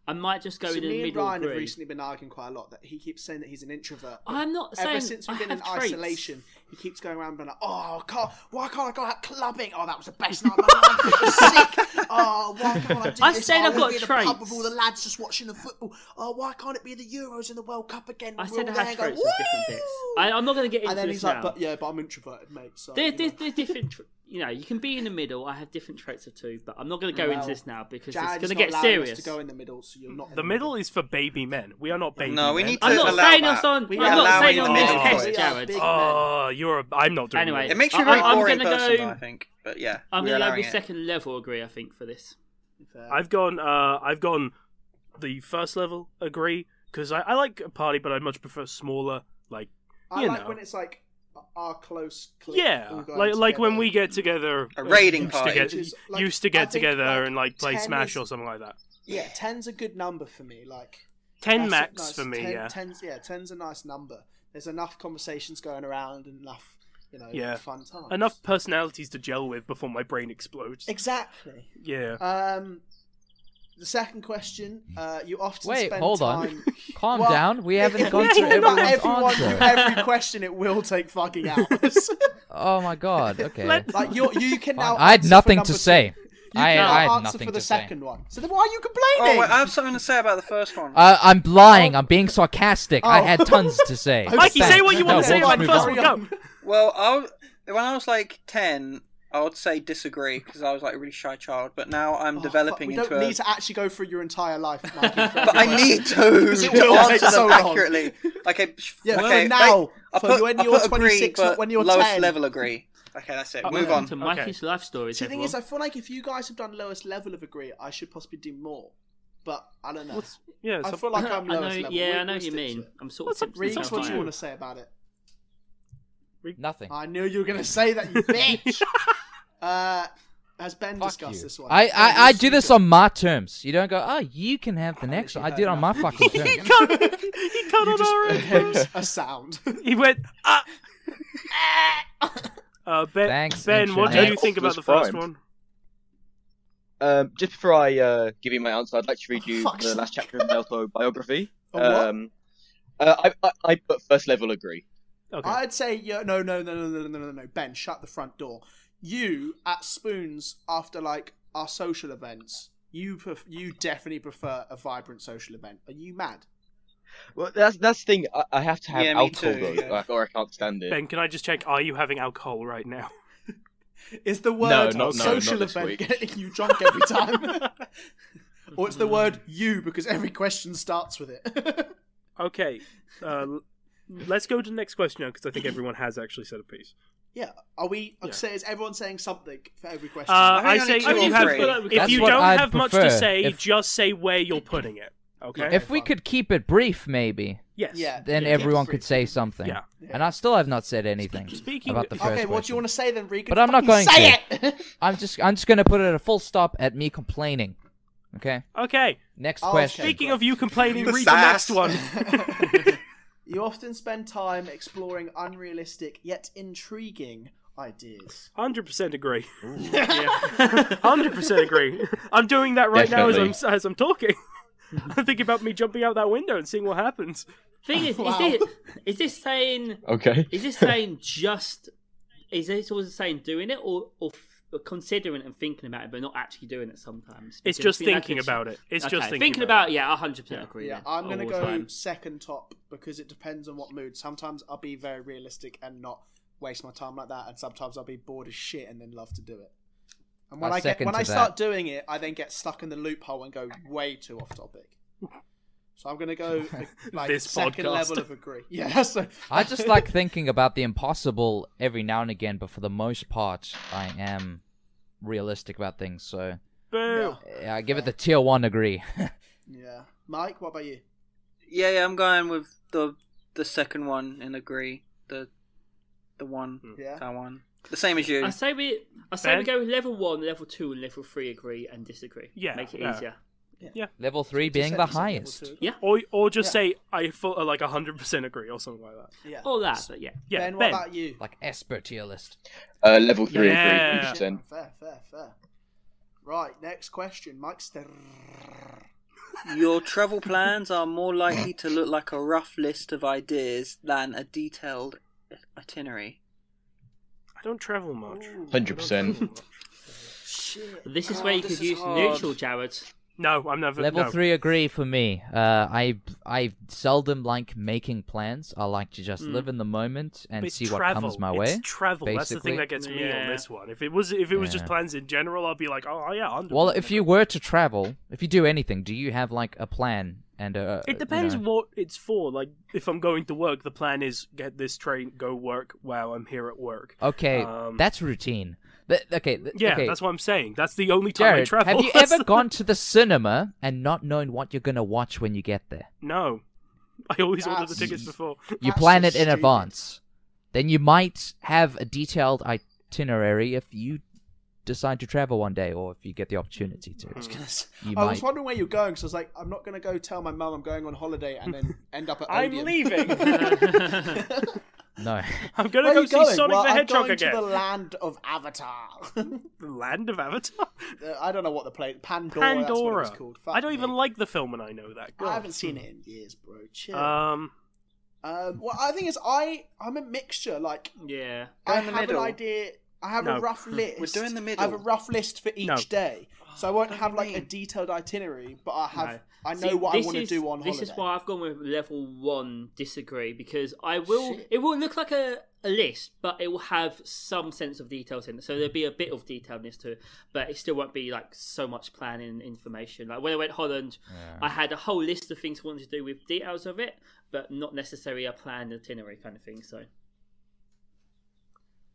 G: I might just go
B: so
G: in the
B: me and
G: middle.
B: Ryan have
G: agree.
B: recently been arguing quite a lot that he keeps saying that he's an introvert. but
G: I'm not saying
B: Ever since we've
G: I
B: been in
G: have traits.
B: isolation, he keeps going around being like, "Oh, I can't, why can't I go out clubbing? Oh, that was the best night of my life. It was sick. Oh, why can't I do
G: I've
B: this?
G: said
B: oh,
G: I've
B: I wanna
G: got
B: be in the pub
G: traits.
B: with all the lads just watching the football. Oh, why can't it be the Euros and the World Cup again?
G: I
B: We're
G: said I
B: all
G: had
B: there
G: traits
B: going,
G: of different bits.
B: "Woo!"
G: I, I'm not going to get into
B: and then
G: this
B: he's
G: now.
B: like, "But yeah, but I'm introverted, mate." So
G: There,
B: you
G: there's,
B: know.
G: there's different, tr- you know, you can be in the middle. I have different traits of two, but I'm not going to go into
B: Well,
G: this now because
B: Jared's
G: it's going to
B: not
G: get
B: allowing us
G: serious.
B: To go in the middle, so you're not in
A: The middle is for baby men. We are not baby
E: No, we
A: men.
E: need to
G: I'm not
E: allow
G: saying
E: that.
G: I'm on.
B: We
G: I'm
E: allow
G: not saying
E: in
A: the
G: I'm on this
A: middle.
G: test,
B: We are
G: Jared.
B: big
A: Oh, you're a. I'm not doing
G: Anyway,
A: it.
E: It makes you a
G: I-
E: very
G: I- I'm
E: boring
G: gonna go-
E: person, I think. But yeah,
G: I'm
E: we're
G: going to go
E: allowing
G: with
E: it.
G: second level agree. I think for this,
A: I've gone. Uh, I've gone. The first level agree because I, I like a party, but I much prefer smaller. Like
B: I
A: you
B: like
A: know.
B: when it's like our close. clique all
A: yeah,
B: going
A: like like when
B: together.
A: we get together.
E: A
A: uh,
E: raiding
A: used
E: party.
A: To
B: Which
A: get,
B: is, like,
A: used to
B: I
A: get
B: think,
A: together
B: like,
A: and like play
B: 10
A: Smash
B: is-
A: or something like that.
B: Yeah, ten's a good number for me. Like
A: Ten
B: That's a
A: max
B: nice-
A: for me.
B: 10
A: yeah.
B: ten's yeah, ten's a nice number. There's enough conversations going around and enough, you know,
A: Yeah.
B: fun times.
A: Enough personalities to gel with before my brain explodes.
B: Exactly.
A: yeah.
B: Um, the second question, uh, you often
C: Wait,
B: spend
C: hold on.
B: time.
C: Calm
B: Well,
C: down. We haven't
B: if
C: gone
B: we
C: through
B: think about everyone
C: everyone's answer.
B: through every question. It will take fucking hours.
C: Oh my god. Okay.
B: like you, you can now.
C: Fine. I had
B: answer for
C: nothing
B: number
C: to
B: two.
C: say.
B: You
C: I,
B: can now
C: I had
B: answer
C: nothing
B: for the
C: to say.
B: second one. So then why are you complaining?
E: Oh, wait, I have something to say about the first one.
C: Uh, I'm lying. I'm being sarcastic. I
B: Oh.
C: had tons to say.
A: Mikey, say
C: Thanks.
A: what you
C: No,
A: want to say
C: we'll
A: about the
C: move
A: first
C: on.
A: one. Go.
E: well, I was, when I was like ten, I would say disagree because I was like a really shy child. But now I'm
B: Oh, fuck,
E: developing
B: we
E: into
B: don't
E: a.
B: need to actually go through your entire life, Mikey.
E: But I need to,
B: Because it
E: to
B: will take
E: answer
B: so
E: them
B: long.
E: accurately. Okay, sh-
B: Yeah, for
E: okay.
B: now,
E: wait, I
B: for
E: put,
B: when
E: I
B: you're
E: put
B: 26,
E: agree,
B: not
E: but
B: when you're
E: lowest
B: 10.
E: level agree. Okay, that's it. Move
G: Welcome
E: on.
G: to Mikey's life stories.
B: See, the thing
G: everyone.
B: is, I feel like if you guys have done lowest level of agree, I should possibly do more. But I don't know.
A: Yeah.
B: I
A: so-
B: feel like I'm
G: I
B: lowest
G: know,
B: level.
G: yeah,
B: We-
G: I know
B: we'll
G: what you
B: stick to
G: mean.
B: it.
G: I'm sort of
A: What's up,
G: tempted to
B: Reeks,
A: Reeks,
G: go
B: what do you
G: higher.
B: want to say about it?
C: Nothing.
B: I knew you were going to say that, you bitch. uh, has Ben
C: Fuck
B: discussed
C: you.
B: this one?
C: I, I, I do this
B: on.
C: on my terms. You don't go, oh, you can have the next one. I
B: literally
C: do it on my
B: heard
C: fucking
A: he
C: terms.
A: cut. He cut
B: You
A: on our
B: just
A: own.
B: produce a sound.
A: He went. Ah. Uh, ben,
C: Thanks,
A: ben, what do
C: Internet.
A: you think about the
F: Optimus
A: first
F: Prime.
A: one?
F: Um, just before I uh, give you my answer, I'd like to read
B: Oh,
F: you
B: fuck's
F: the last chapter of my autobiography.
B: A what?
F: Um, uh, I, I, I put first level agree.
A: Okay.
B: I'd say yeah, no, no, no, no, no, no, no, no. Ben, shut the front door. You at Spoons after like our social events. You pref- you definitely prefer a vibrant social event. Are you mad?
F: Well, that's that's the thing. I, I have to have
E: Yeah, me
F: alcohol
E: too,
F: though,
E: yeah.
F: like, or I can't stand it.
A: Ben, can I just check? Are you having alcohol right now?
B: Is the word
F: No, not- no,
B: social
F: not this
B: event
F: week.
B: getting you drunk every time? or it's the word you because every question starts with it.
A: Okay. Uh, l- let's go to the next question now because I think everyone has actually said a piece.
B: yeah. Are we?
A: Yeah.
B: Say, is everyone saying something for every question?
A: Uh,
E: think
A: I
E: only
A: say
E: two
A: if
E: or
A: you have
E: three.
A: if
C: That's
A: you
C: what
A: don't
C: I'd
A: have much to
C: prefer.
A: say,
C: If-
A: just say where you're putting it. Okay.
B: Yeah.
C: If we could keep it brief, maybe,
A: yes.
B: yeah.
C: then
B: yeah,
C: everyone
B: yeah.
C: could say something.
A: Yeah.
C: And I still have not said anything
A: speaking-
C: about the first
B: Okay, what do you
C: question.
B: want to say then, Regan?
C: But I'm not
B: Fucking
C: going
B: say it.
C: I'm just I'm just gonna put it at a full stop at me complaining. Okay.
A: Okay.
C: Next
B: Okay.
C: question.
A: Oh, Speaking of you complaining,
E: You
A: read the next
E: sass.
A: one.
B: You often spend time exploring unrealistic yet intriguing ideas.
A: Hundred percent agree. Hundred percent agree. I'm doing that right now as
F: Definitely.
A: I'm as I'm talking. I'm thinking about me jumping out that window and seeing what happens.
G: Thing is,
B: Wow.
G: is, this, is this saying?
F: Okay.
G: Is this saying just? Is this also saying doing it or or f- considering it and thinking about it, but not actually doing it sometimes?
A: It's
G: Because
A: just
G: I think that
A: thinking
G: could-
A: about it. It's just
G: Okay,
A: thinking,
G: about, it. Yeah, hundred percent agree.
B: Yeah,
G: then,
B: I'm gonna
G: all
B: go
G: the time.
B: second top because it depends on what mood. Sometimes I'll be very realistic and not waste my time like that, and sometimes I'll be bored as shit and then love to do it. And when
C: I
B: I, get
C: second
B: when
C: to
B: I
C: that.
B: start doing it, I then get stuck in the loophole and go way too off topic. So I'm gonna go uh, like
A: This
B: second
A: podcast.
B: level of agree. Yeah, so
C: I just like thinking about the impossible every now and again, but for the most part I am realistic about things. So
A: Boo!
C: yeah, I give it the tier one agree.
B: Yeah. Mike, what about you?
E: Yeah, yeah, I'm going with the the second one and agree the the one
B: Yeah.
E: that one the same as you.
G: I say we, I say we
A: Ben?
G: go with level one, level two, and level three. Agree and disagree.
A: Yeah,
G: make it
A: yeah.
G: easier.
C: level three being the highest.
G: Yeah.
A: Or, or just
B: Yeah.
A: say I full, uh, like 100% agree or something like that.
B: Yeah.
G: All that, but yeah.
A: Yeah,
B: ben,
A: Ben.
B: what about you?
C: Like Esper tier list.
F: Uh, level three,
A: Yeah.
F: agree, 100%.
B: Fair, fair, fair. Right, next question. Mike Ster.
E: Your travel plans are more likely to look like a rough list of ideas than a detailed itinerary.
A: I don't travel much.
F: 100%.
B: Shit.
G: This is
E: Oh,
G: where you
E: this
G: could
E: is
G: use
E: hard.
G: neutral, Jared.
A: No, I'm never.
C: Level
A: no.
C: three agree for me. Uh, I I seldom like making plans. I like to just live in the moment and
A: It's
C: see what
A: Hmm. travel.
C: comes my
A: it's
C: way.
A: travel. That's the thing
C: basically.
A: that gets me on
G: Yeah.
A: this one. If it was, if it was just
C: Yeah.
A: plans in general, I'd be like, oh yeah. 100%.
C: Well, if you were to travel, if you do anything, do you have like a plan and a?
A: It depends
C: You know,
A: what it's for. Like, if I'm going to work, the plan is get this train, go work. Wow, I'm here at work.
C: okay,
A: um,
C: that's routine. Th- okay, th-
A: Yeah,
C: okay.
A: that's what I'm saying. That's the only time I
C: Jared,
A: travel.
C: have you
A: That's
C: ever
A: the-
C: gone to the cinema and not known what you're gonna watch when you get there?
A: No, I always order the
B: That's-
A: tickets before.
C: You
B: That's
C: plan it
B: just
C: in
B: stupid.
C: advance. Then you might have a detailed itinerary if you decide to travel one day or if you get the opportunity to.
B: I
A: Hmm.
B: was, gonna say,
C: You
B: I was
C: might-
B: wondering where you're going, so I was like, I'm not going to go tell my mum I'm going on holiday and then end up at
A: I'm
B: Odeon.
A: leaving.
C: No.
A: I'm gonna
B: Where
A: go
B: are you
A: see
B: going?
A: Sonic
B: well,
A: the Hedgehog
B: I'm going
A: again.
B: to the land of Avatar.
A: The land of Avatar.
B: Uh, I don't know what the place Pandora. that's what
A: Pandora.
B: it's called. Fuck
A: I don't even
B: me.
A: like the film, and I know that. God.
B: I haven't seen it in years, bro. Chill.
A: Um,
B: um, well, I think is I I'm a mixture. Like
G: Yeah.
B: I
E: in the
B: have
E: middle.
B: an idea. I have
A: No.
B: a rough list.
E: We're doing the middle.
B: I have a rough list for each
A: No.
B: day, so I won't
E: What do
B: have
E: you
B: like a
E: mean?
B: detailed itinerary. But I have.
G: No.
B: I know
G: See,
B: what I
G: this
B: want to
G: is-
B: do on
G: This
B: holiday.
G: is why I've gone with level one disagree because I will.
B: Shit.
G: It will look like a, a list, but it will have some sense of details in it. So there'll be a bit of detailedness to it, but it still won't be like so much planning and information. Like when I went Holland, I had a whole list of things I wanted to do with details of it, but not necessarily a planned itinerary kind of thing. So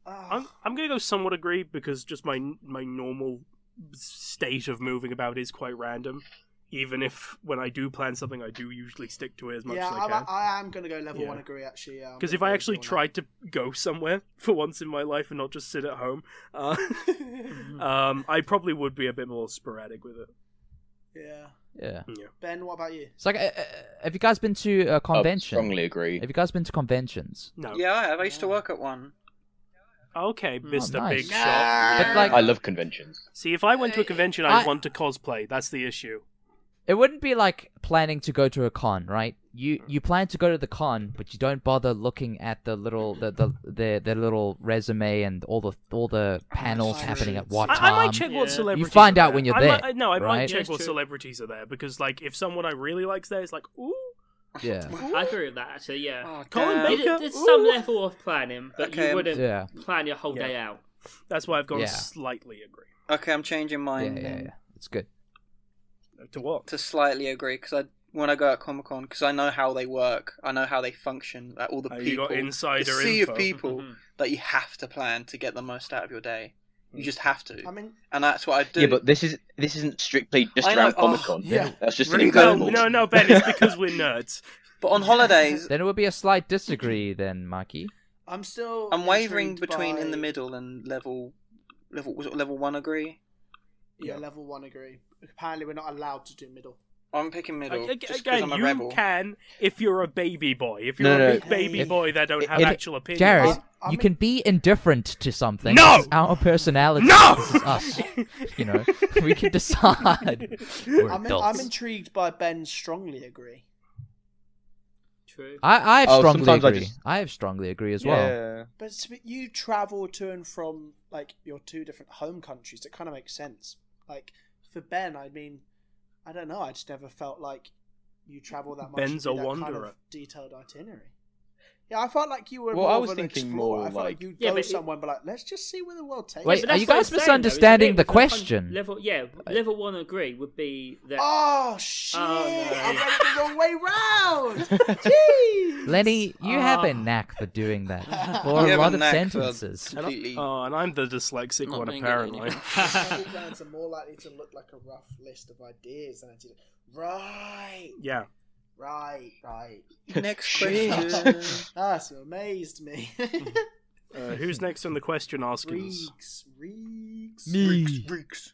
B: Ah,
A: I'm I'm gonna go somewhat agree because just my my normal state of moving about is quite random. Even if when I do plan something, I do usually stick to it as much
B: yeah,
A: as I
B: I'm,
A: can.
B: I am going to go level
A: Yeah.
B: one agree actually. yeah, I'm
A: Because
B: gonna
A: if I
B: go
A: actually
B: with you on
A: tried to go somewhere for once in my life and not just sit at home, uh, um, I probably would be a bit more sporadic with it.
B: that. yeah,
C: Yeah.
B: Ben, what about you?
C: It's like, uh, uh, have you guys been to a
F: I
C: convention?
F: Uh, strongly agree.
C: Have you guys been to conventions?
A: No.
B: Oh.
E: Yeah, I have. I used to work at one.
A: Okay, Mister
B: Oh,
C: nice.
A: Big Shot.
B: Uh,
C: But like,
F: I love conventions.
A: See, if I went to a convention, I'd
C: I-
A: want to cosplay. That's the issue.
C: it wouldn't be like planning to go to a con, right? You
A: Hmm.
C: you plan to go to the con, but you don't bother looking at the little the the the, the little resume and all the all the panels happening at what time.
A: I, I might check what
G: Yeah.
A: celebrities.
C: You find
A: are there.
C: out when you're
A: I
C: there,
A: Might, no, I might
C: right?
A: check
G: That's
A: what
G: true.
A: celebrities are there because, like, if someone I really like's there, it's like, ooh,
C: Yeah.
G: I agree with that actually. Yeah,
E: Oh,
A: Colin
G: It-
A: Baker.
G: there's some
A: ooh.
G: level of planning, but
E: Okay,
G: you
E: I'm-
G: wouldn't
C: Yeah.
G: plan your whole
A: Yeah.
G: day out.
A: That's why I've gone
C: Yeah.
A: slightly agree
E: Okay, I'm changing
C: Yeah,
E: mine
C: yeah, yeah. It's good.
A: Uh, to what.
E: to slightly agree because I when I go at Comic Con because I know how they work. I know how they function. Like all the
A: Oh,
E: people,
A: you got insider
E: the sea
A: info.
E: of people
G: Mhm.
E: that you have to plan to get the most out of your day. You
A: Hmm.
E: just have to,
B: I mean,
E: and that's what I do.
F: Yeah, but this is this isn't strictly just
E: I know-
F: around
E: oh,
F: Comic Con.
B: yeah.
F: That's just an
E: Really?
A: No,
F: example.
A: no, no, Ben. It's because we're nerds.
E: But on holidays,
C: Then it would be a slight disagree then, Mikey.
B: I'm still.
E: I'm wavering
B: intrigued
E: between in the
B: by-
E: middle and level level was it level one agree.
B: Yeah, level one agree. Apparently, we're not allowed to do middle.
E: I'm picking middle
A: Ag- ag-
E: just because
A: Again,
E: I'm a
A: you
E: rebel.
A: can if you're a baby boy. If you're
F: No,
A: a
F: no.
A: big baby
C: If-
A: boy, they don't
F: if-
A: have
C: if-
A: actual opinions.
C: Jared,
B: I- I
C: you
B: mean-
C: can be indifferent to something.
A: No!
C: This is our personality.
A: No!
C: This is us. You know, we can decide. We're
B: I'm, in-
C: adults.
B: I'm intrigued by Ben's strongly agree.
G: True.
C: I, I
F: Oh,
C: strongly
F: sometimes I
C: agree. I,
F: just-
C: have strongly agree as well.
F: Yeah.
B: But it's- but you travel to and from like your two different home countries. It kind of makes sense. Like for Ben, I mean, I don't know. I just never felt like you travel that much.
A: Ben's
B: to do
A: a
B: that kind of
A: wanderer.
B: detailed itinerary. Yeah, I felt like you were
F: Well,
B: more
F: I
B: of
F: was
B: an
F: thinking
B: explorer. I
F: more
B: felt
F: like-
B: like you'd
G: Yeah,
B: go
G: but it-
B: somewhere and be like, let's just see where the world takes
C: Wait,
B: us.
G: But
C: are
G: that's
C: you
G: what
C: guys
G: I'm saying, though,
C: misunderstanding
G: isn't it?
C: the
G: With
C: question?
G: Level, yeah, level one agree would be that.
B: Oh, shit!
G: no.
B: I read it the wrong way round! Jeez!
C: Lenny, you have
G: Ah.
C: a knack for doing that for
E: You
C: a
E: have a
C: lot of
E: knack for-
C: sentences.
A: And I-
E: Completely.
A: oh, and I'm the dyslexic
E: Not
A: one
E: doing it
A: apparently.
E: anymore.
B: Travel plans are more likely to look like a rough list of ideas than a did. Right,
A: yeah.
B: right, right.
E: Next
F: Shit.
E: question.
B: That's amazed me.
A: Uh, who's next on the question askers?
B: Reeks, reeks.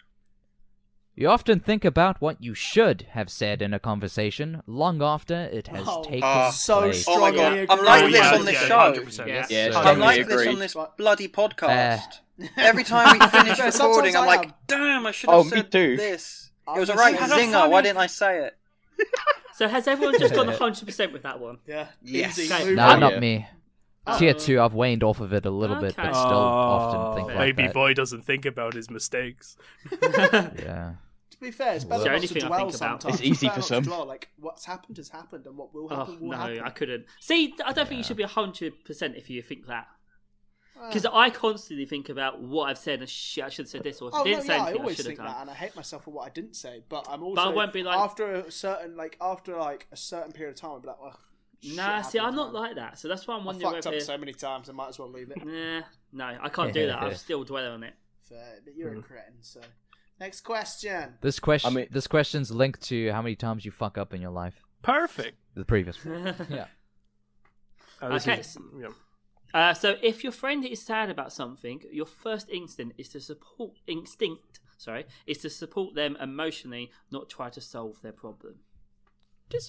C: You often think about what you should have said in a conversation long after it has
B: Oh,
C: taken
F: ah,
B: so
C: place.
B: strong.
E: Oh my
B: Strongly
E: god,
B: agree.
E: I'm like
B: Oh,
E: this
B: yeah,
E: on this
A: yeah,
E: show.
A: 100%.
G: Yeah.
F: Yeah,
A: Totally
E: I'm like
F: agree.
E: this on this bloody podcast.
C: Uh,
E: Every time we finish
B: Sometimes
E: recording,
B: I
E: I'm like,
B: am.
E: damn, I should have
F: Oh, me
E: said
F: too.
E: this.
B: I'm
E: It was a
B: the
E: right
B: same.
E: zinger. Why didn't I say it?
G: So has everyone just gone 100 percent with that one?
B: Yeah.
F: Yes.
B: easy,
G: Okay.
B: move
C: nah,
F: Oh,
B: on.
C: not
F: yeah.
C: me.
G: Oh.
C: Tier two, I've waned off of it a little bit,
G: Okay.
C: but still often think
A: Oh,
C: like
A: Baby
C: that.
A: boy doesn't think about his mistakes.
C: Yeah.
B: To be fair, it's better
C: Is there
B: not to
G: anything I
B: dwell
G: think about?
B: sometimes.
F: It's easy
B: better
F: for
B: not to
F: some.
B: dwell, Like what's happened has happened, and what will happen
G: Oh
B: will
G: no,
B: happen.
G: I couldn't. See, I don't think you should be 100 percent if you think that.
B: Ah.
G: Because I constantly think about what I've said and shit, I should have said this or if I
B: Oh
G: didn't
B: no,
G: say
B: yeah, I
G: anything I,
B: always
G: should have
B: think
G: done.
B: that, and I hate myself for what I didn't say. But I'm also
G: I won't be like-
B: after a certain like after like a certain period of time, I'd be like, well, shit
G: Nah, see, I'm
B: happened,
G: not
B: man.
G: like that. So that's why I'm
B: I
G: wondering
B: fucked
G: whether.
B: up so many times. I might as well leave it.
G: Nah, no, I can't do that. I'm still dwelling on it.
B: Fair, but you're a cretin, so. Next question.
C: This question,
F: I mean-
C: this question's linked to how many times you fuck up in your life.
A: Perfect.
C: The previous one. Yeah.
A: Uh, this
G: Okay.
A: is- yeah.
G: Uh, so if your friend is sad about something, your first instinct is to support instinct. Sorry, is to support them emotionally, not try to solve their problem.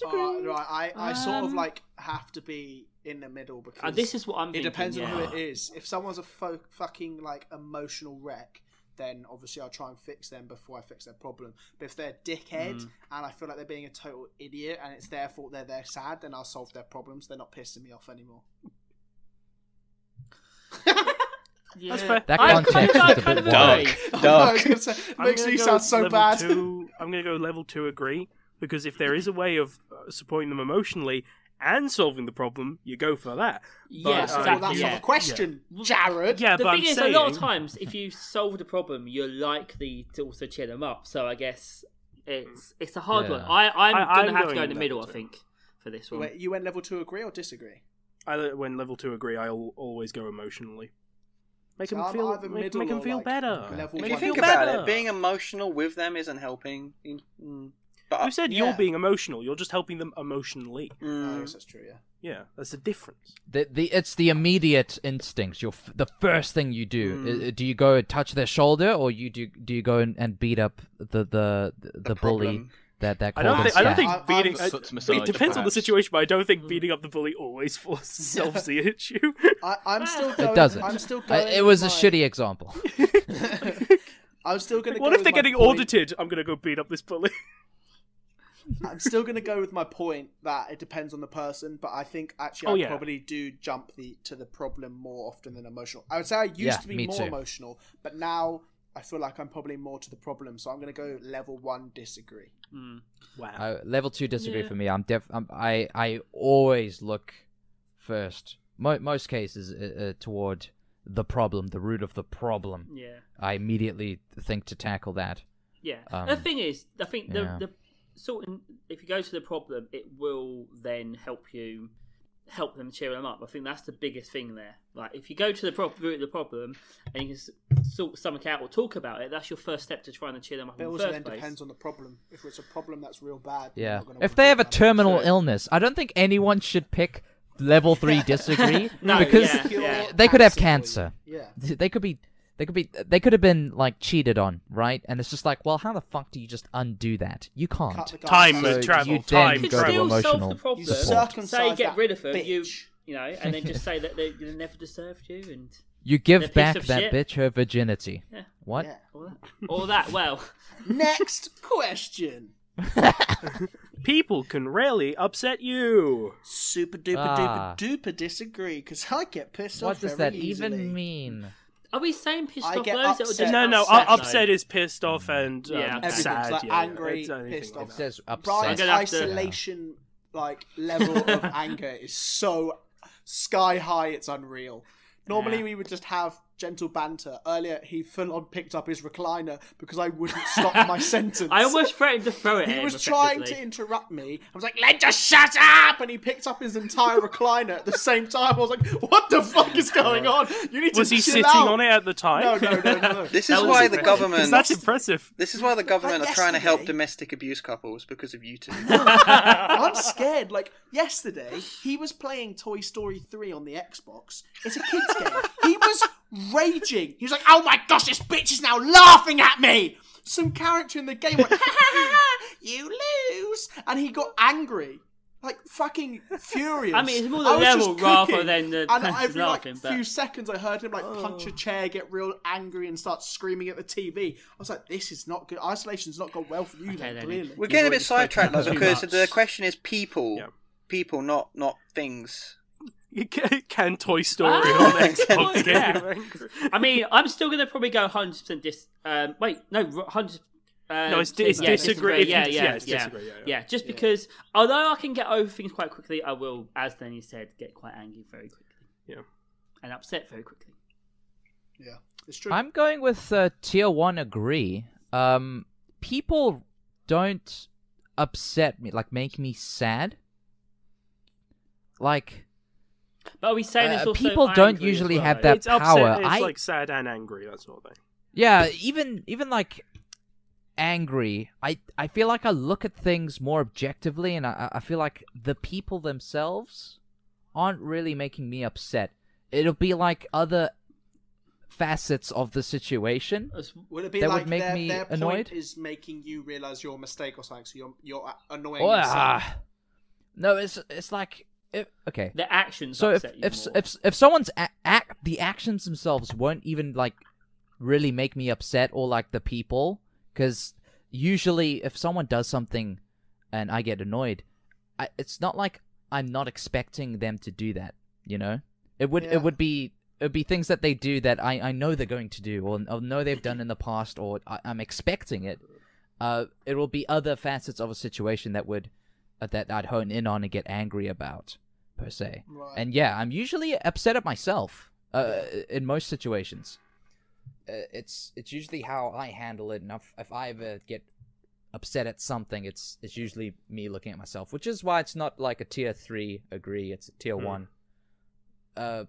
B: Oh, right, I, I sort of
G: Um,
B: like have to be in the middle because
G: And this is what I'm.
B: it depends
G: thinking,
B: on
G: yeah.
B: who it is. If someone's a fo- fucking like emotional wreck, then obviously I'll try and fix them before I fix their problem. But if they're a dickhead and I feel like they're being a total idiot and it's their fault they're they're sad, then I'll solve their problems. They're not pissing me off anymore.
A: That's
G: Yeah.
A: fair.
C: That
G: I kind
C: context
G: of, I
C: is a
G: kind
C: bit
G: of
F: dark.
G: agree.
B: I
F: Dark.
B: was gonna say, it
A: I'm
B: makes
A: gonna
B: me
A: go
B: sound so
A: level
B: bad.
A: Two, I'm going to go level two agree because if there is a way of uh, supporting them emotionally and solving the problem, you go for that.
G: Yeah,
A: But, uh,
B: well, that's
G: exactly.
B: not
G: Yeah.
B: a question, Jared.
A: Yeah,
G: the
A: but
G: thing
A: I'm
G: is,
A: saying,
G: a lot of times, if you solve the problem, you're likely to also cheer them up. So I guess it's it's a hard
C: Yeah.
G: one. I I'm
A: I-
G: gonna
A: I'm
G: have
A: going
G: to go in the
A: with
G: middle,
A: that
G: I
A: too.
G: think, for this one.
B: Wait, you went level two agree or disagree?
A: I, when level two agree, I'll always go emotionally. Make
B: So
A: them
B: I'm
A: feel,
B: either
A: make,
B: middle
A: make 'em
B: or,
A: feel
B: like,
A: better.
B: level
A: Make
E: If
B: one.
E: you
A: them feel
E: think about
A: better.
E: it, being emotional with them isn't helping. Mm. But
A: Who said
B: Yeah.
A: you're being emotional? You're just helping them emotionally.
B: Oh, I
E: Mm.
B: guess that's true. Yeah.
A: Yeah, that's the difference.
C: The, the it's the immediate instinct. Your f- the first thing you do.
A: Hmm.
C: I- do you go and touch their shoulder, or you do do you go and, and beat up the the the, bully
E: problem.
C: that that
A: I
C: called
A: don't
C: him
A: think. I don't
C: fat?
A: think
B: I- I'm
A: beating. I-
F: such
A: it
F: massage,
A: depends on the
F: perhaps.
A: situation, but I don't think beating up the bully always solves the issue.
B: I,
A: Ah.
B: I'm still. Going,
C: it doesn't.
B: I'm still.
C: I-
B: Going
C: it was a
B: with my-
C: shitty example.
B: I'm still going to.
A: what
B: go
A: if they're
B: with my
A: getting
B: point-
A: audited? I'm gonna go beat up this bully.
B: I'm still going to go with my point that it depends on the person, but I think actually
A: Oh,
B: I
A: yeah.
B: probably do jump the to the problem more often than emotional. I would say I used
C: Yeah,
B: to be
C: me
B: more
C: too.
B: emotional, but now I feel like I'm probably more to the problem. So I'm going to go level one disagree.
A: Wow.
C: Uh, level two disagree
G: Yeah.
C: for me. I'm def. I'm, I I always look first. Mo- most cases uh, uh, toward the problem, the root of the problem.
G: Yeah.
C: I immediately think to tackle that.
G: Yeah. the
C: Um,
G: thing is, I think
C: yeah.
G: the the sort of, if you go to the problem, it will then help you help them cheer them up. I think that's the biggest thing there. Like if you go to the prob- root of the problem and you can s- sort something out or talk about it, that's your first step to trying to cheer them up
B: But it
G: in the
B: also
G: first
B: then
G: place.
B: depends on the problem. If it's a problem that's real bad, then
C: Yeah.
B: I'm not gonna
C: If
B: wanna
C: they have a
B: talk about it.
C: terminal illness, I don't think anyone should pick level three disagree
G: No,
C: because
G: yeah, yeah.
C: they could have
B: Cancer.
C: cancer.
B: Yeah.
C: They could be. They could be. They could have been like cheated on, right? And it's just like, well, how the fuck do you just undo that? You can't.
B: Cut the guy
A: Time
B: off.
C: So
A: travel,
C: you
A: time
C: then
G: You
C: go
A: travel.
C: to
G: still solve
C: emotional
G: the problem.
B: You
C: support.
B: circumcise
G: say get
B: that
G: rid of them, you
B: bitch.
G: you know, and then just say that they, they never deserved you and
C: You
G: They're a
C: give
G: piece
C: back
G: of
C: that
G: shit.
C: bitch her virginity.
G: Yeah.
C: What?
B: Yeah.
G: all that. all that. Well,
B: Next question.
A: People can rarely upset you.
B: Super duper
C: Ah.
B: duper duper disagree because I get pissed
C: What
B: off.
C: does
B: very
C: that
B: easily.
C: even mean?
G: are we saying pissed
B: I
G: off
B: get
G: loads? or
B: upset.
G: just
A: No, no,
B: upset,
A: upset,
G: though?
A: upset is pissed off and um,
G: Yeah, okay.
B: Everything's
A: sad.
B: like
A: yeah, yeah.
B: angry,
A: It's anything
B: pissed
A: like
B: off.
A: that.
C: says
B: Brian's
G: I'm gonna have to-
B: isolation like level of anger is so sky high. It's unreal. Normally we would just have gentle banter. Earlier he full on picked up his recliner because I wouldn't stop my sentence.
G: I almost threatened to throw it. at
B: He
G: him,
B: was trying to
G: effectively.
B: interrupt me. I was like, "Len, just shut up!" And he picked up his entire recliner at the same time. I was like, "What the fuck is going on? You need to
A: Was he
B: chill
A: sitting
B: out."
A: on it at the time?
B: No, no, no, no. no.
E: This
G: That
E: is
G: was
E: why the
G: impressive.
E: government.
A: 'Cause that's impressive.
E: This is why the government
B: Like
E: are trying to help
B: yesterday.
E: domestic abuse couples because of you two.
B: I'm scared. Like yesterday, he was playing Toy Story 3 on the Xbox. It's a kids game. He was raging. He was like, "Oh my gosh, this bitch is now laughing at me!" Some character in the game went, "Ha ha ha! ha, You lose!" And he got angry, like fucking furious.
G: I mean, it's more the
B: was just
G: level rather
B: cooking,
G: than the
B: And
G: person's
B: every like
G: laughing, but-
B: few seconds, I heard him like punch a chair, get real angry, and start screaming at the TV. I was like, "This is not good. Isolation's not gone well for you,
G: Okay,
B: then,
G: then.
B: clearly."
E: We're
G: You've
E: getting a
G: already
E: bit sidetracked though,
G: spoken too
E: because
G: much.
E: the question is people,
A: Yeah.
E: people, not not things.
A: You ca- Can Toy Story
G: Ah,
A: on Xbox
G: Toy-
A: get
G: yeah.
A: you angry?
G: I mean, I'm still gonna probably go 100 percent dis. Um, wait, no, 100. Uh,
A: No, it's, it's
G: yeah,
A: disagree. if you-
G: Yeah, yeah, yeah,
A: it's
G: yeah.
A: disagree, yeah, yeah.
G: Yeah, just because although I can get over things quite quickly, I will, as Danny said, get quite angry very quickly.
A: Yeah.
G: And upset very quickly.
B: Yeah, it's true.
C: I'm going with uh, tier one agree. Um, people don't upset me, like make me sad. Like
G: But are we saying it's
C: Uh,
G: also
C: people don't
G: angry as
C: usually
G: well,
C: have
G: though?
C: that
A: It's upset.
C: power,
A: It's
C: I-
A: like sad and angry. That sort of thing.
C: yeah, even even like angry. I I feel like I look at things more objectively, and I I feel like the people themselves aren't really making me upset. It'll be like other facets of the situation.
G: It's-
B: Would it be
C: That would
B: like
C: make
B: their,
C: me
B: their
C: annoyed?
B: point is making you realize your mistake or something, so you're you're a- annoying
C: Oh,
B: yourself?
C: ah. no, it's it's like if, okay.
G: The actions
C: So if
G: upset you
C: if s-
G: more.
C: if s- if someone's a- act, the actions themselves won't even like really make me upset or like the people, because usually if someone does something and I get annoyed, I, it's not like I'm not expecting them to do that. You know, it would
B: Yeah.
C: it would be. It'd be things that they do that I, I know they're going to do, or, or know they've done in the past, or I, I'm expecting it. Uh, it will be other facets of a situation that would uh, that I'd hone in on and get angry about per se.
B: Right.
C: And yeah, I'm usually upset at myself uh, in most situations. Uh, It's it's usually how I handle it, and if, if I ever get upset at something, it's it's usually me looking at myself, which is why it's not like a tier three agree. It's a tier
A: Hmm.
C: one. Uh,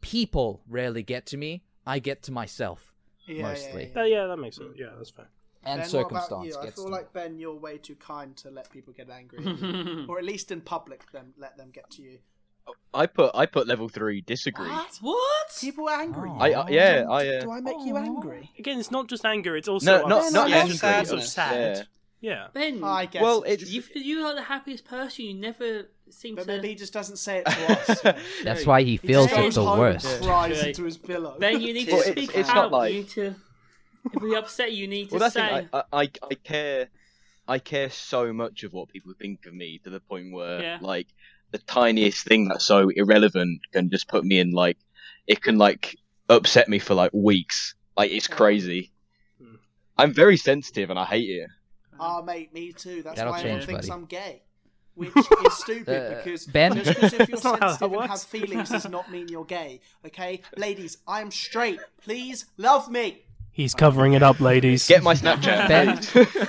C: people rarely get to me. I get to myself,
B: yeah,
C: mostly.
A: Uh, yeah, that makes sense. Yeah, that's fair.
C: and
B: Ben, What
C: circumstance
B: about you? I
C: gets
B: feel
C: to me.
B: like Ben, you're way too kind to let people get angry, at you. or at least in public, them let them get to you.
F: I put I put level three disagree.
G: what?
B: People are angry.
C: Oh.
F: I
B: Do
F: uh, yeah I uh,
B: do I make
A: Oh.
B: you angry?
A: Again, it's not just anger. It's also
F: no not
B: upset.
F: not
B: Yeah,
F: angry.
E: sadness,
F: also sad.
A: Yeah.
G: Ben,
B: I guess.
F: Well,
B: it's
F: it's
G: you you are the happiest person. You never seem
B: but
G: to.
B: maybe he just doesn't say it to us. yeah.
C: That's why he
B: He
C: feels
B: just
C: it's
B: goes
C: the
B: home and
C: worst.
B: Cries
G: Okay.
B: into his pillow.
G: Ben, you need to
E: Well,
G: speak
E: it's- it's
G: out.
F: not like-
G: You need to. If we upset you, you need to
F: Well, that's
G: say.
F: the thing, I, I I- I care I care so much of what people think of me to the point where
G: Yeah.
F: like the tiniest thing that's so irrelevant can just put me in like it can like upset me for like weeks. Like it's crazy.
A: Hmm.
F: I'm very sensitive and I hate it.
B: Ah, mate, me too. That's
C: That'll
B: why
C: change,
B: everyone thinks
C: buddy.
B: I'm gay. Which is stupid
C: Uh,
B: because
C: Ben?
B: just because if you're
A: That's not how that
B: sensitive and
A: works.
B: have feelings does not mean you're gay. Okay, ladies, I am straight. Please love me.
A: He's covering it up, ladies.
F: Get my Snapchat.
C: Ben-
F: please.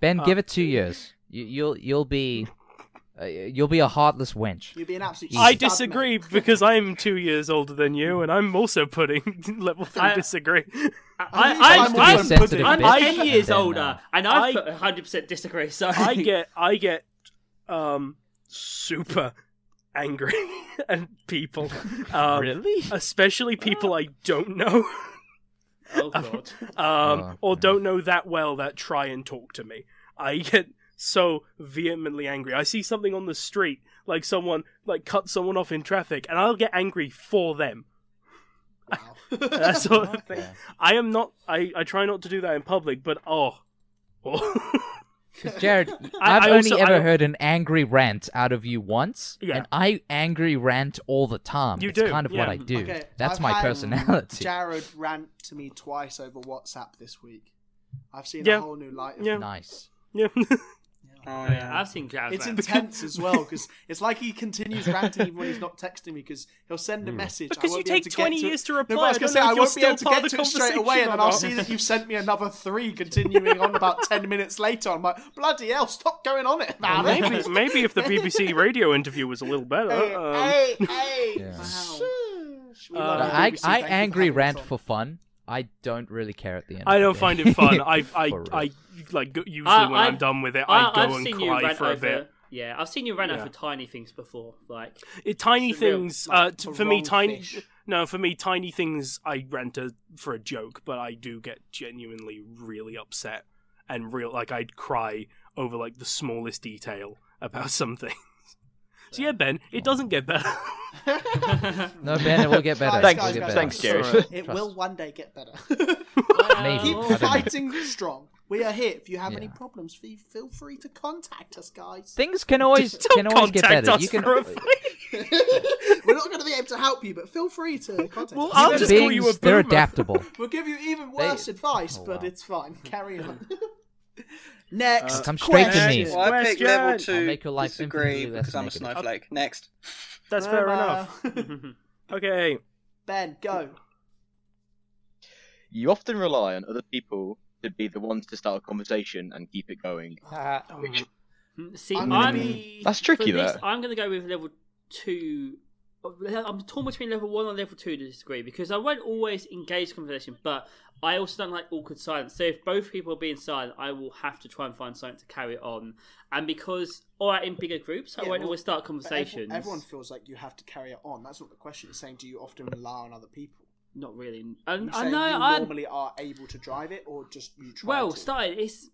C: Ben,
A: Uh,
C: give it two years. You, you'll you'll be uh, you'll be a heartless wench.
B: You'll be an
A: I
B: absolute. stud, mate.
A: disagree because I'm two years older than you, and I'm also putting level three
G: I-
A: disagree.
B: I'm
G: I,
B: just
G: I,
B: trying
G: I'm,
B: to be
G: putting-
C: sensitive,
G: I'm
C: bitch.
G: 10 years
C: Then, uh,
G: older, and I've
A: I-
G: put 100% disagree, so...
A: I get, I get, um, super angry at people. Um,
C: really?
A: Especially people I don't know,
G: Oh, God.
A: um,
C: Oh,
A: or
C: yeah.
A: don't know that well that try and talk to me. I get so vehemently angry. I see something on the street, like someone like cut someone off in traffic, and I'll get angry for them. that sort of thing. I am not. I, I try not to do that in public, but oh, Oh.
C: Because Jared,
A: I-
C: I've
A: I
C: only
A: also-
C: ever
A: I-
C: heard an angry rant out of you once,
A: Yeah.
C: and I angry rant all the time.
A: You
C: it's
A: do,
C: kind of what
A: yeah.
C: I do.
B: Okay,
C: That's
B: I've
C: my
B: had
C: personality.
B: Jared rant to me twice over WhatsApp this week. I've seen
A: Yeah.
B: a whole new light. Of
A: Yeah.
B: him.
C: Nice.
A: yeah.
E: Oh,
G: I mean,
E: yeah.
G: I've seen Graz.
B: It's
G: rant.
B: intense as well because it's like he continues ranting even when he's not texting me because he'll send a
C: Hmm.
B: message. I
A: Because you
B: won't be able
A: take
B: to get
A: 20
B: to it.
A: years to
B: No,
A: reply.
B: but I was gonna say
A: don't know
B: I
A: if you're
B: won't be
A: still
B: able to
A: part
B: get
A: of the
B: to it straight away,
A: conversation
B: and
A: or
B: then I'll
A: not.
B: see that you've sent me another three continuing on about ten minutes later. I'm like, bloody hell, stop going on it about it.
A: maybe, maybe if the BBC radio interview was a little better. um,
B: Hey, hey,
C: Yeah.
B: Shh. We
A: Uh,
B: love
C: But
B: you, BBC,
C: I, I
B: thank you for
C: angry
B: having us
C: rant
B: on.
C: for fun. I don't really care at the end.
A: I
C: of the
A: don't
C: day.
A: find it fun. I, I,
C: For real.
A: I like go- usually
G: I-
A: when I'm
G: Uh, I've-
A: done with it, I,
G: I,
A: go
G: I've
A: and
G: seen you
A: cry
G: rant
A: for a
G: over.
A: bit.
G: Yeah, I've seen you rant
A: Yeah.
G: over tiny things before. Like
A: It, tiny
G: Surreal.
A: things. Uh, t-
B: The
A: for me,
B: wrong
A: tiny.
B: fish.
A: No, for me, tiny things. I rant a, for a joke, but I do get genuinely really upset and real. Like I'd cry over like the smallest detail about something. so yeah, Ben, it doesn't get better.
C: No, Ben, it will get better.
F: Thanks,
C: it will get better.
F: thanks, Jerry.
A: Sorry.
B: It
C: Trust.
B: will one day get better.
C: Maybe.
B: Keep
C: I don't know.
B: fighting strong. We are here. If you have any
C: Yeah.
B: problems, fe- feel free to contact us, guys.
C: Things can always
A: Don't
C: can always get
A: contact
C: better.
A: us
C: You can.
A: for a
B: We're not going to be able to help you, but feel free to contact
A: Well,
B: us.
A: I'll
C: human
A: just
C: beings,
A: call you a
C: they're
A: boomer.
C: adaptable.
B: We'll give you even worse advice,
C: Oh,
B: but
C: wow.
B: it's fine. Carry on. Next,
A: Uh,
C: Come straight to
B: question.
C: me.
E: Well, I picked
A: Question.
E: level
C: I'll
E: two.
C: make your life
E: disagree
C: infinitely less
E: because I'm a
C: negative.
E: snowflake. Next.
A: That's fair enough. Okay.
B: ben, go.
F: You often rely on other people to be the ones to start a conversation and keep it going.
C: Uh,
B: Oh,
G: Mm, See,
B: I'm
G: I'm,
B: gonna be-
F: That's
G: for
F: tricky,
G: this,
F: that.
G: I'm going to go with level two. I'm torn between level one and level two to disagree because I won't always engage in conversation, but I also don't like awkward silence. So if both people are being silent, I will have to try and find something to carry it on. And because, all right, in bigger groups, I
B: Yeah,
G: won't
B: well,
G: always start
B: But every-
G: conversations.
B: Everyone feels like you have to carry it on. That's not the question. It's saying, do you often rely on other people?
G: Not really.
B: You
G: And I
B: saying
G: know.
B: you
G: I
B: normally are able to drive it, or just you try
G: well,
B: to?
G: started it's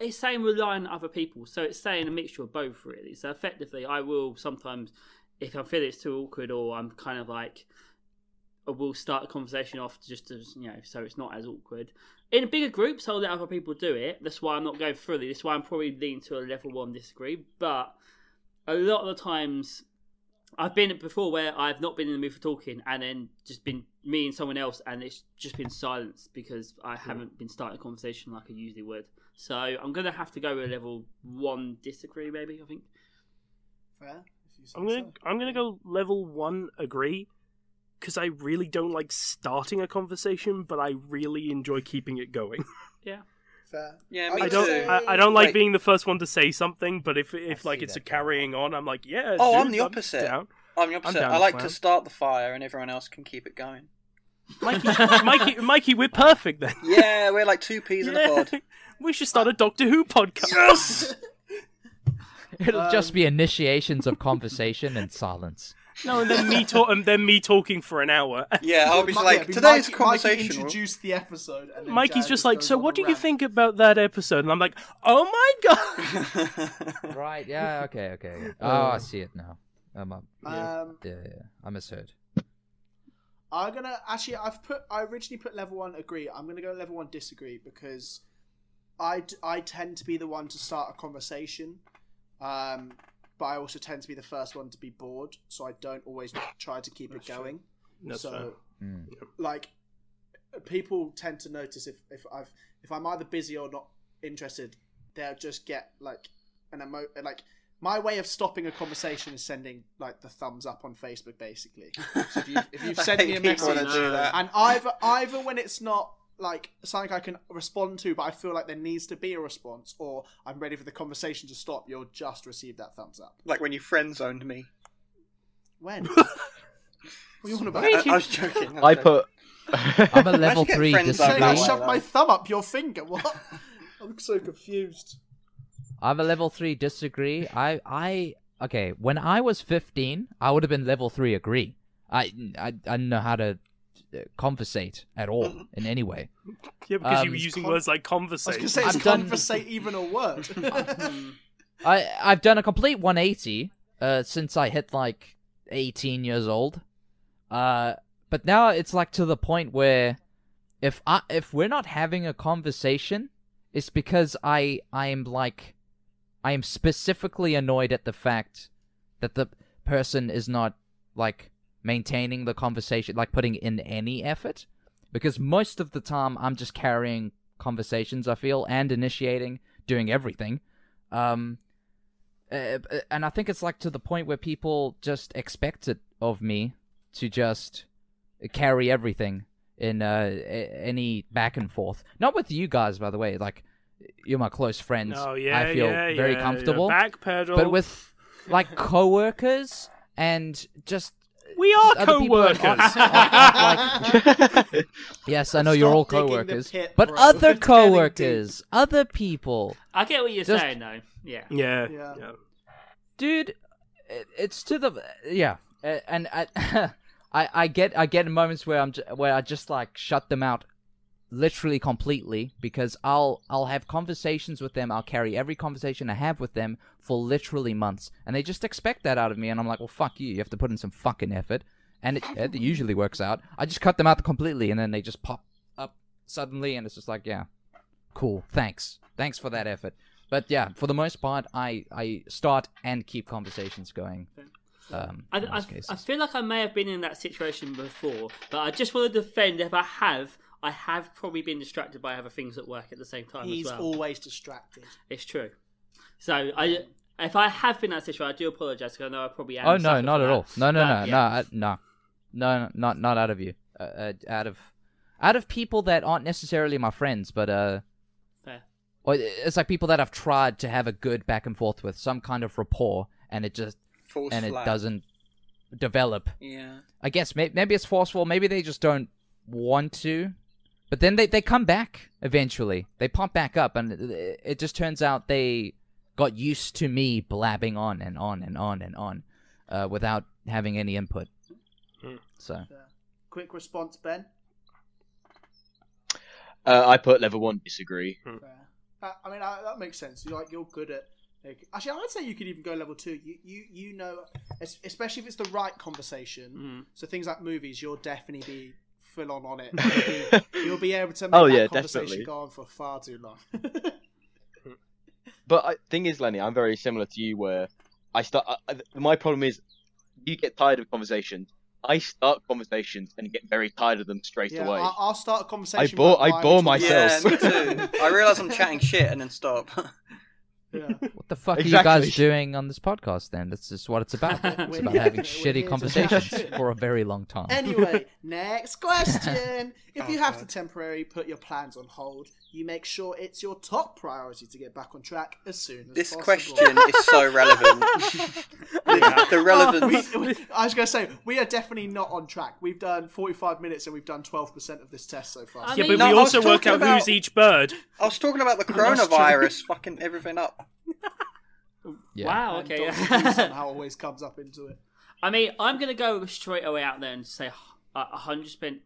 G: it's saying relying on other people, so it's saying a mixture of both really. So effectively, I will sometimes, if I feel it's too awkward or I'm kind of like, I will start a conversation off just as you know, so it's not as awkward. In bigger groups, I'll let other people do it. That's why I'm not going through it. That's why I'm probably leaning to a level one disagree. But a lot of the times, I've been at before where I've not been in the mood for talking, and then just been me and someone else, and it's just been silence because I
C: Hmm.
G: haven't been starting a conversation like I usually would. So I'm gonna have to go with a level one disagree, maybe. I think.
B: Fair, if you say
A: I'm gonna
B: so.
A: I'm gonna go level one agree because I really don't like starting a conversation, but I really enjoy keeping it going.
G: Yeah.
B: Fair.
E: Yeah, me
A: I
B: I'd
A: don't
E: too.
B: say-
A: I, I don't like
E: Wait.
A: being the first one to say something, but if if
C: I
A: like
C: see
A: it's a
C: that.
A: carrying on, I'm like yeah.
E: Oh,
A: dude,
E: I'm the opposite.
A: down.
E: I'm the opposite.
A: down
E: I
A: with
E: like
A: that.
E: to start the fire and everyone else can keep it going.
A: Mikey, Mikey, Mikey, we're perfect then.
E: Yeah, we're like two peas in a pod.
A: Yeah. We should start a Doctor Who podcast.
C: It'll
B: Um,
C: just be initiations of conversation and silence.
A: No, and then me talk and then me talking for an hour.
E: Yeah, I'll be
B: Mikey-
E: like,
B: it'd be Mikey-
E: today's
B: Mikey
E: conversation.
B: introduced the episode, and then
A: Mikey's
B: Jared
A: just like,
B: goes
A: so
B: on
A: what
B: a
A: do you
B: rant."
A: think about that episode? And I'm like, oh my god.
C: Right? Yeah. Okay. Okay. okay. Oh, I see it now. I'm up.
E: Uh,
B: Um,
C: Yeah, yeah. I misheard.
B: I'm gonna actually. I've put. I originally put level one agree. I'm gonna go level one disagree because I, d- I tend to be the one to start a conversation, um, but I also tend to be the first one to be bored, so I don't always try to keep
A: That's
B: it
A: true.
B: going.
A: That's
B: so,
A: fair.
C: Mm.
B: like, people tend to notice if if I've if I'm either busy or not interested, they'll just get like an emo like. My way of stopping a conversation is sending like the thumbs up on Facebook, basically. So if, you, if you've sent me a message, uh,
E: to do that.
B: and either either when it's not like something I can respond to, but I feel like there needs to be a response, or I'm ready for the conversation to stop. You'll just receive that thumbs up.
E: Like when you friend zoned me.
B: When? what are you on about?
E: I, I was joking. was
F: I
E: joking.
F: put.
C: I'm a level
E: get
C: three
E: friends
B: Saying I
E: Agree.
C: disagree.
E: online.
B: shoved my thumb up your finger. What? I'm so confused.
C: I'm a level three disagree. I I okay. When I was 15, I would have been level three agree. I I, I didn't know how to uh, conversate at all in any way.
A: Yeah, because you
C: Um,
A: were using
B: con-
A: words like
B: I was
A: conversation.
B: gonna say, is
C: I've done-
B: conversate even a word?
C: I I've done a complete 180 uh, since I hit like 18 years old. Uh, but now it's like to the point where if I if we're not having a conversation, it's because I I am like I am specifically annoyed at the fact that the person is not like maintaining the conversation, like putting in any effort. Because most of the time I'm just carrying conversations, I feel, and initiating, doing everything. Um, uh, and I think it's like to the point where people just expect it of me to just carry everything in uh, a- any back and forth. Not with you guys, by the way. Like you're my close friends.
A: Oh yeah,
C: I feel
A: yeah,
C: very
A: yeah,
C: comfortable.
A: Yeah. Backpedal.
C: But with like coworkers and just
A: we are
C: just other people
A: co-workers.
C: in office- like- yes, I know you're
B: Stop
C: all
B: digging the
C: coworkers,
B: pit,
C: but
B: bro.
C: other
B: It's getting deep.
C: coworkers, other people.
G: I get what you're
C: Just-
G: saying, though. Yeah.
A: yeah,
B: Yeah.
A: yeah.
C: dude it- it's to the yeah a- and I, I i get i get in moments where i'm ju- where i just like shut them out literally completely because i'll i'll have conversations with them i'll carry every conversation i have with them for literally months and they just expect that out of me and i'm like well fuck you you have to put in some fucking effort and it, it usually works out i just cut them out completely and then they just pop up suddenly and it's just like yeah cool thanks thanks for that effort but yeah for the most part i i start and keep conversations going um
G: I,
C: in
G: I,
C: most
G: I
C: cases.
G: feel like I may have been in that situation before, but I just want to defend if I have. I have probably been distracted by other things at work at the same time
B: He's
G: as well.
B: always distracted.
G: It's true. So I, if I have been in that situation, I do apologise because I know I probably am.
C: oh
G: a
C: no
G: sucker
C: not
G: for
C: at
G: that.
C: all no no no
G: But,
C: no
G: yeah.
C: I- no no no, not not out of you uh, uh, out of out of people that aren't necessarily my friends but uh
G: Fair.
C: or uh, it's like people that i've tried to have a good back and forth with some kind of rapport and it just
E: Falls
C: and it
E: flat.
C: doesn't develop
E: Yeah.
C: I guess may- maybe it's forceful. Maybe they just don't want to. But then they, they come back eventually. They pop back up, and it, it just turns out they got used to me blabbing on and on and on and on uh, without having any input. So
B: Quick response, Ben.
F: Uh, I put level one disagree.
B: Fair. Uh, I mean, I, that makes sense. You're like you're good at. Like, actually, I would say you could even go level two. You you you know, es- especially if it's the right conversation.
F: Mm.
A: Mm.
B: So things like movies, you'll definitely be full on on it. You'll be, you'll be able to make
F: Oh,
B: that
F: yeah,
B: conversation
F: definitely.
B: go on for far too long.
F: But I, thing is, Lenny, I'm very similar to you where I start. I, I- my problem is you get tired of conversations. I start conversations and get very tired of them straight
B: yeah,
F: away.
B: I, I'll start a conversation.
F: bore-
B: about
F: I
B: why
F: bore
B: we talk-
F: myself.
E: Yeah, me too. I realise I'm chatting shit and then stop.
B: Yeah.
C: what the fuck are you
F: Exactly.
C: guys doing on this podcast? Then that's just what it's about. It's about
B: We're-
C: having
B: we're here
C: shitty
B: to-
C: conversations for a very long time.
B: Anyway, next question. If you
E: Oh,
B: have
E: God.
B: to temporarily put your plans on hold, you make sure it's your top priority to get back on track as soon as
E: this
B: possible.
E: question is so relevant. the, the
B: We,
E: relevance.
B: we- I was going to say, we are definitely not on track. We've done 45 minutes and we've done 12% of this test so far.
G: I
A: Yeah,
G: mean-
A: but
G: No,
A: we
G: I
E: was
A: also work
E: talking
A: out who's
E: about-
A: each bird.
E: I was talking about the
B: That's true.
E: coronavirus fucking everything up.
C: Yeah.
G: Wow.
B: And
G: Okay.
B: Doctor Who somehow always comes up into it.
G: I mean, I'm gonna go straight away out there and say hundred percent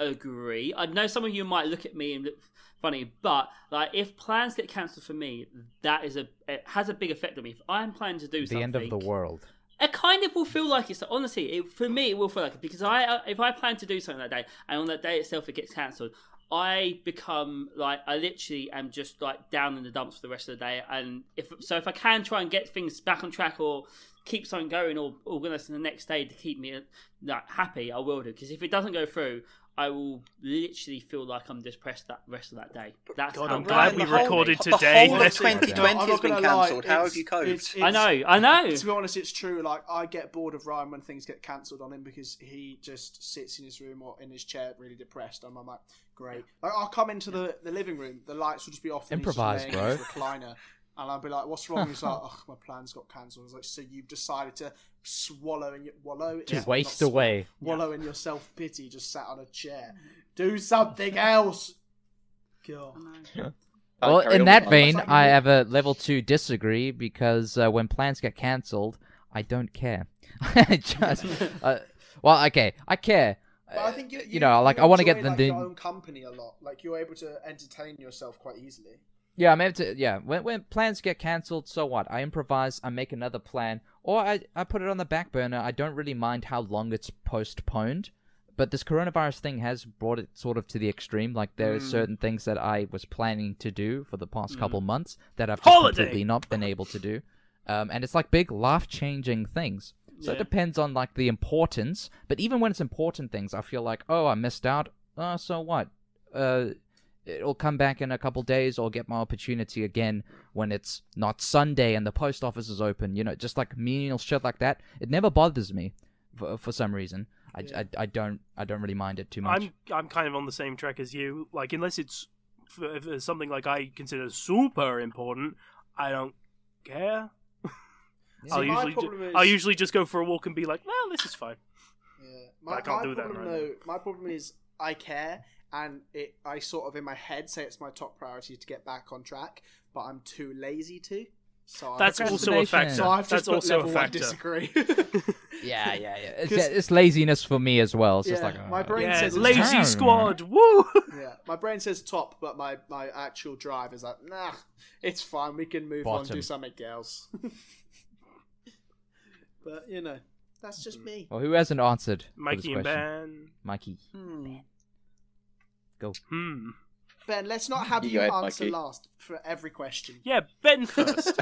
G: agree. I know some of you might look at me and look funny, but like if plans get cancelled for me, that is a it has a big effect on me. If I'm planning to do
C: the
G: something,
C: end of the world.
G: it kind of will feel like it's honestly it, for me. It will feel like it because I uh, if I plan to do something that day and on that day itself it gets cancelled, I become like I literally am just like down in the dumps for the rest of the day. And if so, if I can try and get things back on track or keep something going or organising the next day to keep me uh, like happy, I will do. Because if it doesn't go through, I will literally feel like I'm depressed that rest of that day. That's
A: God,
G: how
A: I'm
G: bad
A: glad
G: it
A: we
G: is.
E: the whole-
A: recorded
E: the
A: today.
E: whole of
A: Let's-
E: 2020
B: I'm not
E: has been
B: gonna lie,
E: cancelled. How
B: it's-
E: have you coped?
B: it's-
G: I know, I know.
B: To be honest, it's true. Like I get bored of Ryan when things get cancelled on him because he just sits in his room or in his chair, really depressed. And I'm like, great. Like I'll come into the, the living room, the lights will just be off. and he's just
C: Improvise,
B: laying in
C: bro.
B: His recliner, and I'll be like, what's wrong? He's like, oh, my plans got cancelled. I was like, so you've decided to swallow and wallow
C: To
B: yeah,
C: waste
B: not sw-
C: away.
B: wallow in your self pity. Just sat on a chair. Do something else. God.
F: Can't
C: well,
F: carry
C: in
F: on
C: that
F: with
C: vein,
B: Like-
C: I have a level two disagree because uh, when plans get cancelled, I don't care. I just, uh, well, okay, I care.
B: But I think you,
C: Uh, you know, like, I wanna get
B: enjoy,
C: the-
B: like,
C: the-
B: your own company a lot. Like you're able to entertain yourself quite easily.
C: Yeah, I'm able to. Yeah, when when plans get cancelled, so what? I improvise. I make another plan, or I I put it on the back burner. I don't really mind how long it's postponed. But this coronavirus thing has brought it sort of to the extreme. Like there are certain things that I was planning to do for the past couple months that I've just
A: Holiday!
C: completely not been able to do. Um, and it's like big life changing things. So it
G: Yeah.
C: depends on like the importance. But even when it's important things, I feel like, oh, I missed out. Oh, so what? Uh, it'll come back in a couple days. I'll get my opportunity again when it's not Sunday and the post office is open. You know, just like menial shit like that. It never bothers me for, for some reason. I, I, I don't I don't really mind it too much.
A: I'm I'm kind of on the same track as you. Like unless it's f- if it's something like I consider super important, I don't care. I'll
B: See, my
A: usually ju-
B: problem is-
A: I'll usually just go for a walk and be like, well, this is fine.
B: Yeah.
A: But I can't do that
B: problem,
A: right now.
B: though, My problem is I care, and it, I sort of in my head say it's my top priority to get back on track, but I'm too lazy to. So I've
A: That's
B: just-
A: also a factor.
C: Procrastination.
B: So I've just
A: That's
B: put
A: also
B: level
A: a
B: one
A: factor.
B: disagree.
C: yeah, yeah, yeah. It's,
B: 'Cause-
C: it's laziness for me as well. It's just
B: Yeah,
C: like uh,
B: my brain
A: Yeah,
B: says it's
A: lazy
C: terrible.
A: squad. Woo!
B: Yeah, my brain says top, but my, my actual drive is like, nah, it's fine. We can move on,
C: Bottom.
B: do something else. but you know, that's just me.
F: Oh.
C: Well, who hasn't answered? for this
A: Mikey and
C: question?
A: Ben.
C: Mikey,
E: Hmm.
C: go.
A: Hmm.
B: Ben, let's not have
F: You
B: you,
F: go ahead,
B: answer
F: Mikey.
B: last for every question.
A: Yeah, Ben first.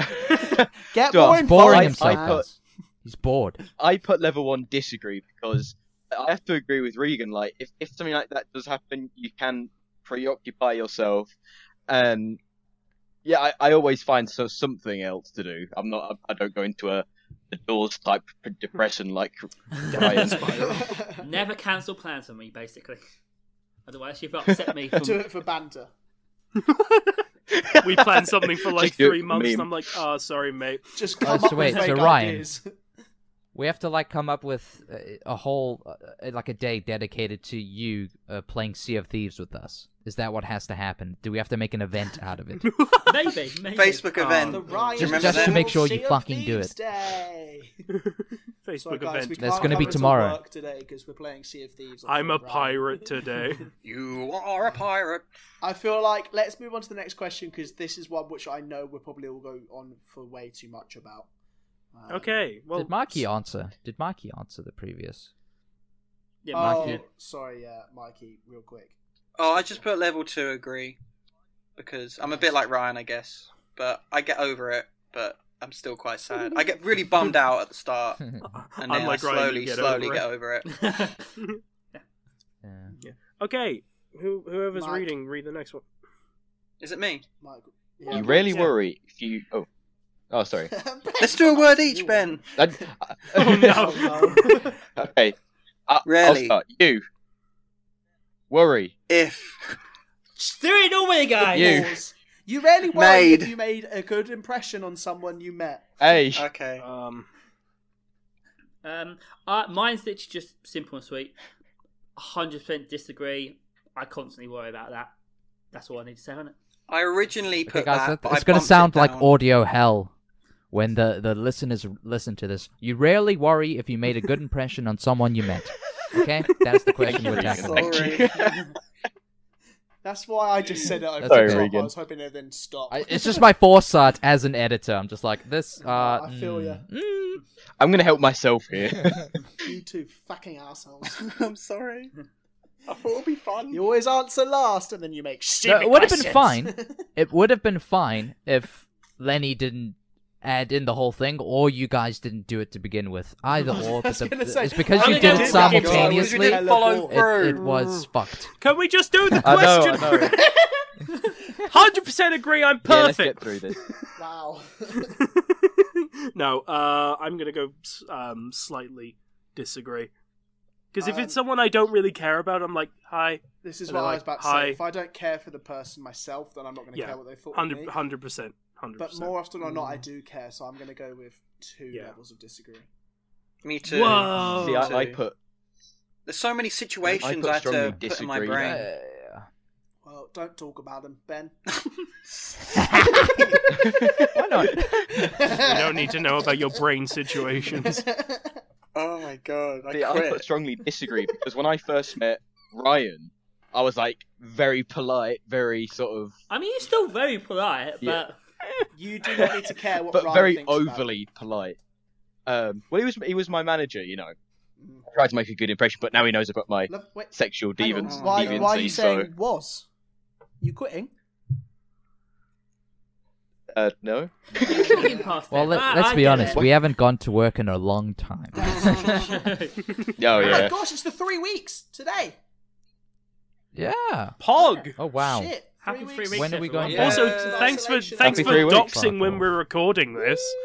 B: Get
F: Go on.
B: more
F: He's
B: involved.
C: Boring
F: I-
C: himself.
F: I
B: man.
F: put-
C: guys. He's bored.
F: I put level one disagree because I have to agree with Regan. Like, if, if something like that does happen, you can preoccupy yourself. And yeah, I, I always find so something else to do. I'm not. I, I don't go into a, a doors type depression like Ryan.
G: Never cancel plans on me, basically. Otherwise, you've upset me. From...
B: do it for banter.
A: we planned something for like
F: Just do it
A: three
F: for
A: months,
F: me.
A: and I'm like, oh, sorry, mate.
B: Just
C: Oh,
B: come
C: so
B: up
C: wait,
B: with fake
C: so Ryan-
B: ideas.
C: We have to like come up with uh, a whole uh, like a day dedicated to you uh, playing Sea of Thieves with us. Is that what has to happen? Do we have to make an event out of it?
G: maybe, maybe. Ah,
E: Facebook event.
B: The Ryan
E: remember
C: Just to
E: that?
C: make sure you
B: Sea of
C: fucking do
B: Thieves
C: it.
B: Day. Sorry,
A: Facebook
B: guys, we
A: event.
C: That's
B: can't
C: gonna be
B: come into
C: tomorrow.
B: Work today because we're playing Sea of Thieves. on
A: I'm a
B: Friday.
A: pirate today.
E: You are a pirate.
B: I feel like let's move on to the next question because this is one which I know we're probably all go on for way too much about. Um,
A: okay. Well,
C: Did Mikey answer? Did Mikey answer the previous?
G: Yeah,
B: Oh,
G: Mikey.
B: sorry, yeah, Mikey, real quick.
E: Oh, I just put level two agree because I'm a bit like Ryan, I guess, but I get over it. But I'm still quite sad. I get really bummed out at the start, and then
A: I'm like
E: I
A: Ryan, you
E: slowly,
A: get over
E: slowly get
A: it.
E: over it.
A: Ah.
C: Yeah.
A: okay. Who whoever's
B: Mike.
A: reading, read the next one.
E: Is it me?
B: Mike,
F: you really
A: Yeah.
F: worry if you. Oh, oh, sorry.
E: Let's do a word each, Ben.
F: That-
A: Oh no.
B: Oh,
F: okay. I, I'll
E: Really?
F: start. You worry.
E: If
G: They're in Norway, guys.
F: You.
B: you really worried
E: Made.
B: if you made a good impression on someone you met.
F: Hey.
E: okay,
A: Um.
G: Um, uh, mine's literally just simple and sweet. 100% disagree. I constantly worry about that. That's all I need to say on it.
E: I originally put
C: Okay, guys,
E: that.
C: that-
E: but
C: it's
E: I
C: going to
E: bumped it
C: sound like
E: down.
C: audio hell when the, the listeners listen to this. You rarely worry if you made a good impression on someone you met. Okay? That's the question
F: you,
C: we're
F: Regan.
C: tackling.
F: Thank you.
E: Sorry.
B: That's why I just said it over
C: Sorry,
B: the top.
F: Regan.
B: I was hoping it then stop.
C: I, it's just my foresight as an editor. I'm just like, this. Uh,
B: Oh, I feel ya.
C: mm, mm.
F: I'm gonna help myself here.
B: you two fucking assholes.
E: I'm sorry. I thought it'd be fun.
B: You always answer last, and then you make
C: No,
B: stupid.
C: it would have been
B: questions.
C: fine. It would have been fine if Lenny didn't add in the whole thing or you guys didn't do it to begin with. Either or.
B: I was
C: But the-
B: gonna say,
C: it's because
B: I
C: you
B: think
C: did
B: I
C: it
B: did that because you
C: simultaneously.
B: didn't
C: It,
B: follow
C: it was fucked.
A: Can we just do the
F: I
A: question?
F: know. I know.
A: Hundred percent agree. I'm
F: Yeah, let's get
A: perfect.
F: through this.
B: wow.
A: no, uh, I'm gonna go s- um, slightly disagree. Because if
B: Um,
A: it's someone I don't really care about, I'm like, hi,
B: This is
A: And
B: what
A: they're
B: I was
A: like,
B: about to
A: "Hi."
B: say. If I don't care for the person myself, then I'm not going to
A: Yeah,
B: care what they thought. of me.
A: 100 percent, hundred
B: But
A: percent.
B: more often than
C: Mm.
B: not, I do care, so I'm going to go with two
A: Yeah.
B: levels of disagree.
E: Me too.
G: Whoa.
A: Oh,
F: See, I, I
E: Two.
F: put
E: There's so many situations
F: put
E: I, have
F: strongly
E: to put in my
F: disagree.
E: brain.
B: Well, don't talk about them, Ben.
C: Why not?
A: We don't need to know about your brain situations.
E: Oh my god, I
F: See, I
E: quit.
F: put strongly disagree because when I first met Ryan, I was like very polite, very sort of,
G: I mean, you're still very polite, but
F: Yeah.
B: you do not need to care what
F: but
B: Ryan
F: very
B: thinks about it.
F: overly polite. Um, well, he was he was my manager, you know.
B: Mm.
F: I tried to make a good impression, but now he knows about my
B: Love- wait,
F: sexual
B: hang on,
F: deviance.
B: Why, why are you
F: deviancy,
B: saying was? You quitting?
F: So, uh, no.
G: you're talking past
C: Well,
G: it.
C: let,
G: Ah,
C: let's
G: I
C: be
G: get
C: honest.
G: it.
C: We haven't gone to work in a long time.
F: Oh
B: Oh my
F: yeah.
B: gosh, it's the three weeks today.
C: yeah.
A: Pog.
C: Oh wow.
B: Shit.
G: Happy three weeks.
C: When are we
G: everyone.
C: going
E: back?
A: Also,
E: Yeah.
A: thanks for
B: Isolation.
A: thanks
F: Happy
A: for
F: three weeks.
A: doxing when
C: Fuck
A: we're recording this.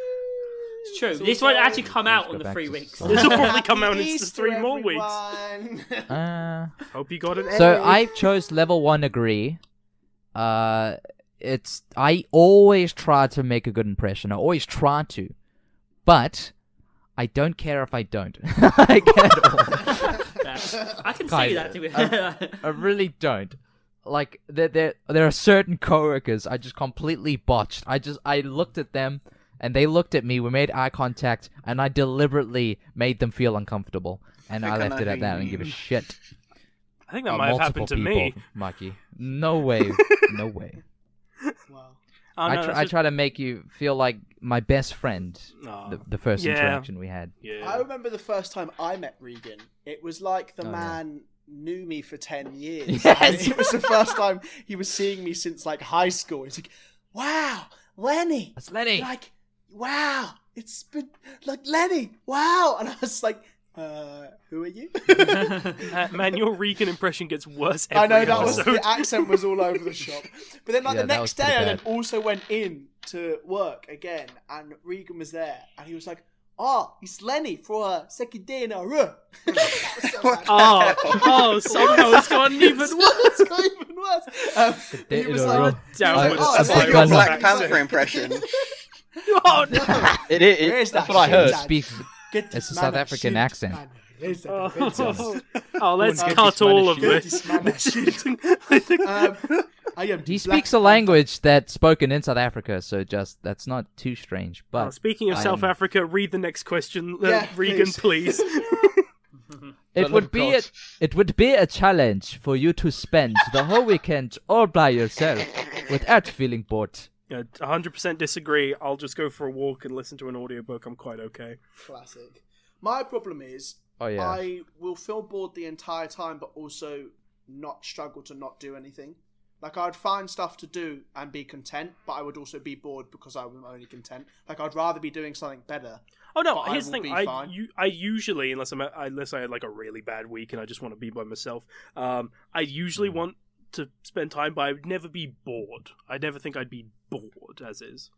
G: It's true. this won't actually come out
C: Let's go
G: on the
C: back
G: three
C: to
G: weeks.
C: song.
A: This will probably
B: Happy
A: come out in
B: Easter,
A: three more weeks.
B: everyone.
C: Uh,
A: Hope you got an.
C: so
A: egg.
C: I chose level one agree. Uh, it's I always try to make a good impression. I always try to, but I don't care if I don't. like at all.
G: Yeah. I can
C: Kind
G: see that.
C: of.
G: To be
C: I really don't. Like there, there, there are certain coworkers I just completely botched. I just I looked at them and they looked at me. We made eye contact, and I deliberately made them feel uncomfortable. And I,
E: think I
C: left
E: know
C: it at
E: who
C: that. I
E: you
C: didn't give a
E: mean.
C: shit.
A: I think that
C: Uh,
A: might have
C: multiple
A: happened to
C: people,
A: me.
C: Mikey. No way, no way.
B: Wow.
A: Oh,
C: I,
A: no,
C: tr-
A: that's
C: I
A: just-
C: try to make you feel like my best friend.
A: Aw.
C: The, the first
A: Yeah.
C: interaction we had.
B: I
A: Yeah.
B: remember the first time I met Regan. It was like the
C: Oh, yeah.
B: man knew me for 10 years.
C: Yes.
B: And it was the first time he was seeing me since like high school. He's like, wow, Lenny.
C: That's Lenny.
B: Like, wow, it's been like Lenny, wow. And I was like, uh, who are you?
A: Uh, man, your Regan impression gets worse every
B: I know that was
A: episode.
B: the accent was all over the shop. But then like
C: Yeah,
B: the
C: that was
B: next day
C: pretty
B: I then
C: bad.
B: also went in to work again and Regan was there and he was like, Oh, it's Lenny for a second day in a row. that was so bad.
A: Oh, oh, somehow it's gotten even worse.
B: it's got even worse. Um,
C: Day
B: he
C: in
B: was
C: a
B: like,
C: row.
B: he was like,
A: Downward
B: "Oh, it's
C: slope.
B: like
E: your
B: your
C: Gun
E: Black
B: back
E: Panther
B: accent."
E: impression.
A: Oh, no.
F: It is.
B: Where is
F: that's
B: that
F: what I
B: shit?
F: heard.
B: Dad.
C: Speaks
B: Get
C: It's
B: this
C: a South
B: man
C: African
B: shit,
C: accent.
B: man. Where's the defense?
A: Oh, oh, let's
B: Get
A: cut
C: this man
A: all
C: a
A: of
B: shit.
A: this.
B: Get this man a Um, I am
C: He
B: Black
C: speaks a
B: Panther.
C: language that's spoken in South Africa, so just that's not too strange. But
A: Oh, speaking of
C: I
A: South
C: am-
A: Africa, read the next question, uh,
B: Yeah,
A: Regan, please.
C: it
F: Son
C: would
F: of
C: be a,
F: God.
C: it would be a challenge for you to spend the whole weekend all by yourself without feeling bored.
A: Yeah, 100% disagree. I'll just go for a walk and listen to an audiobook. I'm quite okay.
B: Classic. My problem is
C: Oh yeah,
B: I will feel bored the entire time, but also not struggle to not do anything. Like I'd find stuff to do and be content, but I would also be bored because I'm only content. Like I'd rather be doing something better.
A: Oh no!
B: But I
A: here's the
B: will
A: thing:
B: be
A: I
B: fine.
A: you, I usually, unless I'm unless I had like a really bad week and I just want to be by myself, um, I usually
B: Hmm.
A: want to spend time, but I would never be bored. I never think I'd be bored as is.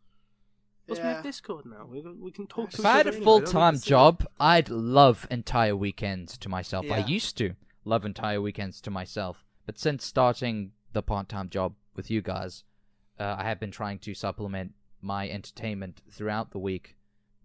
A: Plus, we
B: Yeah.
A: have Discord now. We, we can talk to.
C: if
A: each
C: I had
A: other
C: a
A: anyway.
C: full
A: don't need
C: time
A: to sit-
C: job, I'd love entire weekends to myself. I
B: Yeah.
C: used to love entire weekends to myself, but since starting the part time job with you guys, uh, I have been trying to supplement my entertainment throughout the week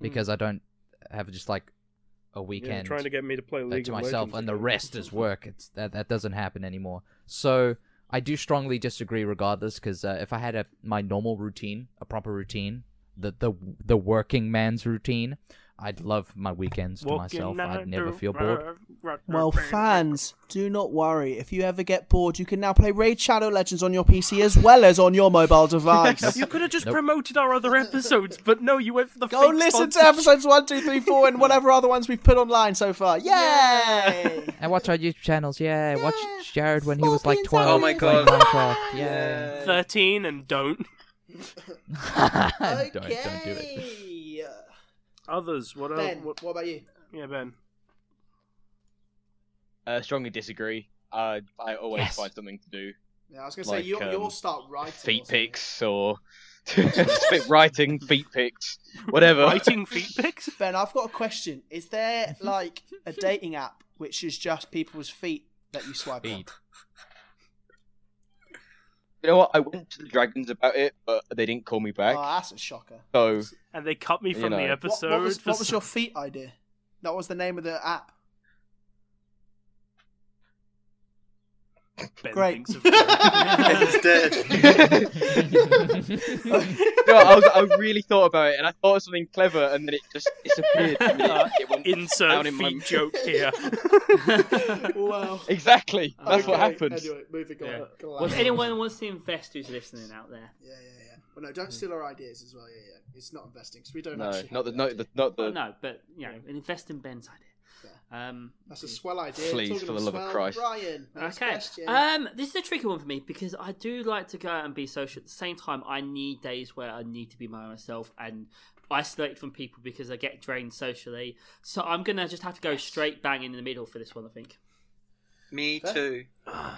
C: because I don't have just like a
A: Hmm. Yeah, they're
C: weekend.
A: trying to get me to play
C: uh,
A: League
C: to
A: of
C: myself,
A: Legends
C: and the
A: again.
C: rest is work. It's that that doesn't happen anymore. So I do strongly disagree, regardless, because uh, if I had a my normal routine, a proper routine, the the the working man's routine, I'd love my weekends to
A: Walking uh,
C: myself. I'd
A: down
C: never
A: the
C: feel bored.
A: road, road,
B: Well,
A: road,
B: fans, do not worry. If you ever get bored, you can now play Raid Shadow Legends on your PC as well as on your mobile device.
A: You could have just
C: Nope.
A: promoted our other episodes, but no, you went for the.
B: Go
A: fake
B: listen to
A: sponsorship.
B: episodes one, two, three, four, and whatever other ones we've put online so far. Yay!
C: And watch our YouTube channels. Yeah, watch Jared when he was like
B: Scorpions
C: twelve.
E: Oh my
C: playing
E: God.
C: Minecraft. Yeah.
E: Uh,
A: Thirteen and don't.
C: don't don't do it.
B: Okay.
A: Others. What else?
B: Ben,
A: What,
B: what about you?
A: yeah, Ben.
F: Uh, strongly disagree. Uh, I always
C: Yes.
F: find something to do.
B: Yeah, I was gonna
F: Like,
B: say you
F: um,
B: you'll start writing. or
F: Feet
B: something.
F: pics or Feet- writing, feet pics, whatever.
A: Writing feet pics.
B: Ben, I've got a question. Is there like a dating app which is just people's feet that you swipe
C: Feet.
F: You know what? I went to the dragons about it, but they didn't call me
B: on?
F: back.
B: Oh, that's a shocker.
F: so
A: and they cut me
F: You
A: from the
F: know.
B: What,
A: episode.
B: what was,
A: for
B: what was
A: some-
B: your feet idea? That was the name of the app.
A: Ben
B: Great.
A: thinks of that.
E: It's dead.
F: no, I, was, I really thought about it, and I thought of something clever, and then it just disappeared. and it, it went
A: Insert
F: down in
A: feet
F: my-
A: joke here.
B: wow.
F: exactly. That's what
B: Oh, Okay,
F: happens.
B: Anyway, moving on.
G: Yeah.
B: Go on.
G: well, if anyone wants to invest, who's listening out there?
B: Yeah, yeah, yeah. Well, no, don't steal our ideas as well. Yeah, yeah. It's not investing because we don't
F: No,
B: actually. have
F: not the, no,
B: idea.
F: the, not the.
G: Well, Oh, no, but you know, invest in Ben's idea. Um,
B: That's a swell idea.
F: Please,
B: Talking
F: for the
B: of
F: love of
B: swell,
F: Christ.
B: Ryan. Next
G: okay.
B: Question.
G: Um, this is a tricky one for me because I do like to go out and be social. At the same time, I need days where I need to be by myself and isolate from people because I get drained socially. So I'm gonna just have to go straight bang in the middle for this one. I think.
E: Me too.
A: Uh,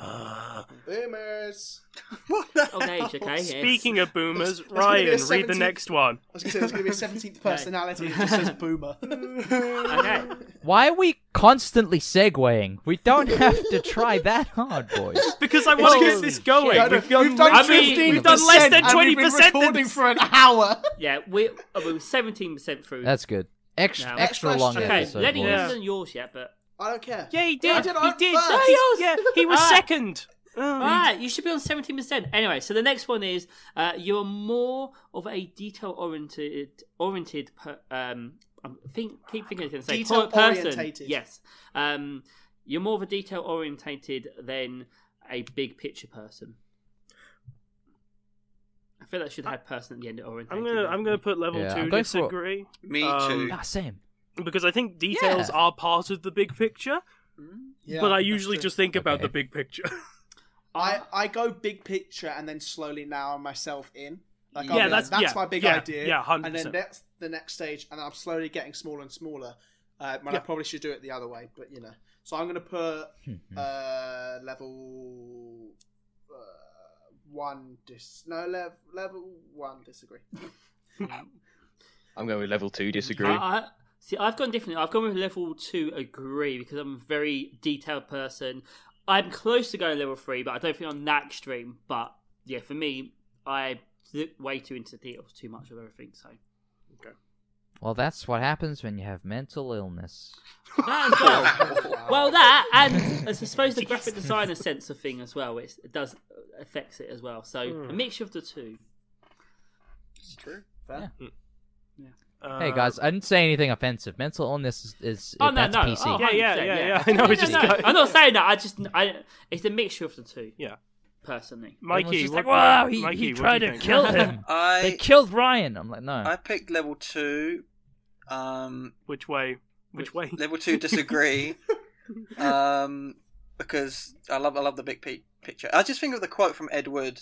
B: Boomers. Oh,
E: What the
G: Old age,
E: hell?
G: okay. yes.
A: Speaking of boomers,
B: Let's- let's give
A: Ryan,
B: it a
A: read the
B: 17th.
A: next one.
B: I was gonna say there's gonna be a seventeenth personality that just says boomer.
G: Okay.
C: Why are we constantly segueing? We don't have to try that hard, boys.
A: Because I want to
G: Oh,
A: get this going.
B: No, no,
A: We've gone, I mean, we've
B: 15%,
A: done less than
B: and we've
A: twenty
B: been recording
A: percent.
B: for an hour.
G: Yeah, we uh, we we're seventeen percent through.
C: That's good. Extra,
G: No.
C: extra
B: Next
C: long
B: question.
G: okay.
C: episode.
G: Lenny,
C: boys.
G: you
A: Yeah.
G: haven't done yours yet, but
B: I don't care.
A: Yeah, he did.
B: I did,
A: he
B: I'm
A: did.
B: first. Ah.
A: No, he- yeah, he was
G: Ah.
A: second. Oh,
G: Right, you should be on seventeen percent. Anyway, so the next one is uh, you are more of a detail oriented oriented. Per, um, I think keep thinking it's going to say per- person.
B: Detail-orientated.
G: Yes, um, you're more of a detail orientated than a big picture person. I feel that should have person at the end of orientated.
A: I'm gonna I'm gonna put level
C: Yeah, I'm
A: two
C: going for-
A: disagree
E: Me
A: Um,
E: too.
C: Ah, same.
A: because I think details
C: Yeah.
A: are part of the big picture,
B: Yeah,
A: but I
B: that's
A: usually
B: true.
A: just think about
C: Okay.
A: the big picture.
B: I, I go big picture and then slowly narrow myself in. Like,
A: Yeah,
B: I'll be like,
A: that's-
B: that's
A: yeah,
B: my big
A: yeah,
B: idea.
A: yeah, 100%.
B: And then that's the next stage, and I'm slowly getting smaller and smaller. Uh, when I probably should do it the other way, but you know. So I'm gonna put
A: Hmm.
B: uh, level uh, one dis. No, lev- level one disagree.
F: I'm going with level two. Disagree.
G: I, I, see, I've gone differently. I've gone with level two agree because I'm a very detailed person. I'm close to going level three, but I don't think I'm that extreme. But yeah, for me, I look way too into details, too much of everything. So
C: Well, that's what happens when you have mental illness.
G: that as well. well, that and I suppose the graphic designer sense of thing as well, which does uh, affects it as well. So
A: Hmm.
G: a mixture of the two.
A: Uh,
C: hey guys, I didn't say anything offensive. Mental illness is, is
G: Oh no,
C: that's
G: no,
C: PC.
G: oh,
A: Yeah, yeah,
G: 100%,
A: yeah, yeah. I know, we just got-
G: I'm not saying that. I just, I, it's a mixture of the two.
A: Yeah.
G: personally.
A: Mikey,
C: just
A: what,
C: like, "Wow, he- he
A: Mikey, what do
C: tried
A: you
C: to
A: think?
C: kill him." They
E: I
C: killed Ryan. I'm like, no.
E: I picked level two. Um,
A: Which way? Which way?
E: level two disagree. um, because I love I love the big pe- picture. I just think of the quote from Ed Wood.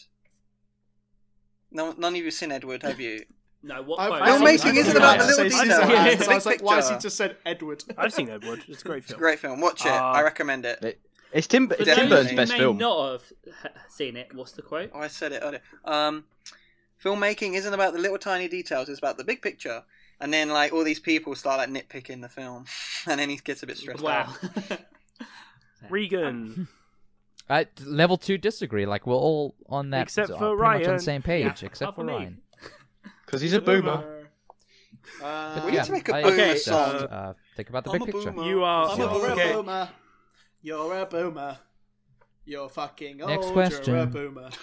E: No, none of you have seen Ed Wood, have you?
G: No, what?
B: I-
G: quote?
B: I-
E: Filmmaking
B: I-
E: isn't
B: I-
E: about
B: I-
E: the little
B: I- I-
A: details,
B: I-
A: it's
E: the
B: I
E: big
B: was like, why has he
E: picture.
B: just said Edward?
A: I've seen Edward. It's a great
E: It's a
A: film.
E: great film. Watch it.
A: Uh,
E: I recommend it.
F: It's Tim.
G: For
F: It's
E: those
F: Tim Burns'
G: who
F: best
G: may
F: film.
G: not have h- seen it. What's the quote?
E: Oh, I said it earlier. Um, filmmaking isn't about the little tiny details; it's about the big picture. And then, like, all these people start like nitpicking the film, and then he gets a bit stressed
G: Wow.
E: out.
A: Regan.
C: I level two disagree. Like we're all on that,
A: Except
C: uh,
A: for
C: pretty much on
A: Ryan.
C: the same page,
G: Yeah,
C: except
G: apart
C: for
G: from me.
C: Ryan.
F: Because he's a boomer.
B: Uh,
C: But
E: we need
C: yeah,
E: to make a
C: I-
E: boomer
C: okay,
A: song.
C: just, uh, think about the
E: I'm
C: big
E: a
C: picture.
E: boomer.
A: You are-
B: I'm
A: Yeah.
B: a boomer.
A: Okay.
B: boomer. You're a boomer. You're fucking
C: Next
B: old. You're a
C: question.
B: boomer.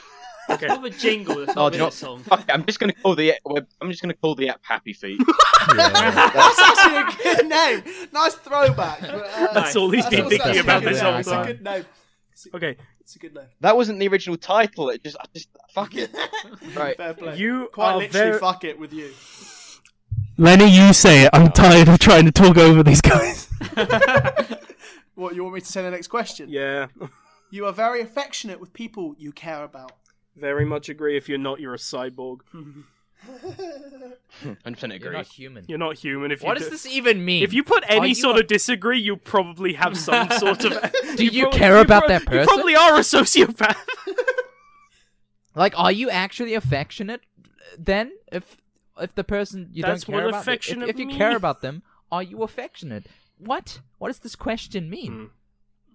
A: Okay.
G: Have a jingle. That's
F: Oh,
G: not
F: do
G: been
F: you
G: a
F: not-
G: song.
F: Fuck it, I'm just gonna call the app- web. I'm just gonna call the app Happy Feet.
C: Yeah.
B: That's actually a good name. Nice throwback. But, uh,
A: That's all he's been
B: also
A: thinking
B: actually
A: about
B: a good
A: this
B: name.
A: whole
B: It's
A: time.
B: a good name.
A: Okay,
B: It's a good name.
F: that wasn't the original title. It just, I just fuck it. Hmm, right.
B: Fair play.
A: You
B: quite
A: are
B: literally
A: very-
B: fuck it with you.
A: Lenny, you say it. I'm tired of trying to talk over these guys.
B: What you want me to say? The next question.
A: Yeah,
B: You are very affectionate with people you care about.
A: very much agree. If you're not, you're a cyborg.
F: 100 percent
C: You're
F: agree.
C: not human.
A: You're not human. If
C: What
A: you
C: does
A: do-
C: this even mean?
A: If you put any
C: you
A: sort
C: a-
A: of disagree, you probably have some sort of.
C: do you
A: prob-
C: care
A: you
C: about
A: prob-
C: that
A: You
C: person?
A: probably are a sociopath.
C: Like, are you actually affectionate? Then, if if the person you
A: That's
C: don't
A: what
C: care about, if,
A: affectionate
C: if you
A: mean.
C: care about them, are you affectionate? What? What does this question mean?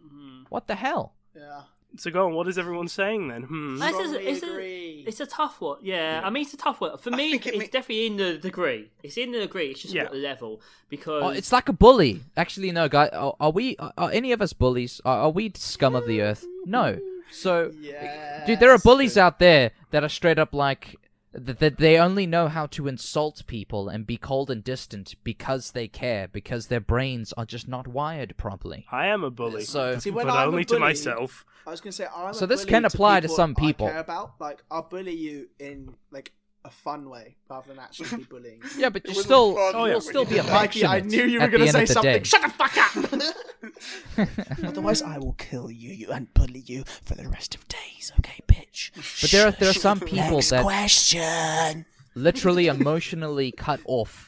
A: Hmm.
C: What the hell?
B: Yeah.
A: so go on. What is everyone saying then? Hmm.
G: This is-
B: Strongly
G: it's,
B: agree.
G: a, it's a tough one. Yeah, I mean, it's a tough one. For me,
E: think it
G: it's
E: ma-
G: definitely in the degree. It's in the degree. It's just
A: Yeah.
G: what level. Because
C: Oh, it's like a bully. Actually, no, guy. Are, are we? Are, are any of us bullies? Are, are we scum of the earth? No. So,
B: Yeah.
C: dude, there are bullies out there that are straight up like that. that They only know how to insult people and be cold and distant because they care, because their brains are just not wired properly.
A: I am a bully.
C: So,
B: See, when
A: but
B: I'm a
A: only to
B: bully-
A: myself.
B: I was gonna say I'm.
C: So
B: a
C: this
B: bully
C: can apply to
B: people
C: some
B: I
C: people.
B: care about like I'll bully you in like a fun way rather than actually be bullying.
C: yeah, but you
E: wasn't
C: still,
E: fun
C: you'll
A: when you
C: still
A: did
C: be
A: that.
B: Mikey,
C: affectionate.
B: I knew you were
C: at the
B: gonna
C: end
B: say
C: of the
B: something.
C: day.
B: Shut the fuck up. Otherwise, I will kill you, you and bully you for the rest of days. Okay, bitch.
C: But there are there are some people that
B: question.
C: literally emotionally cut off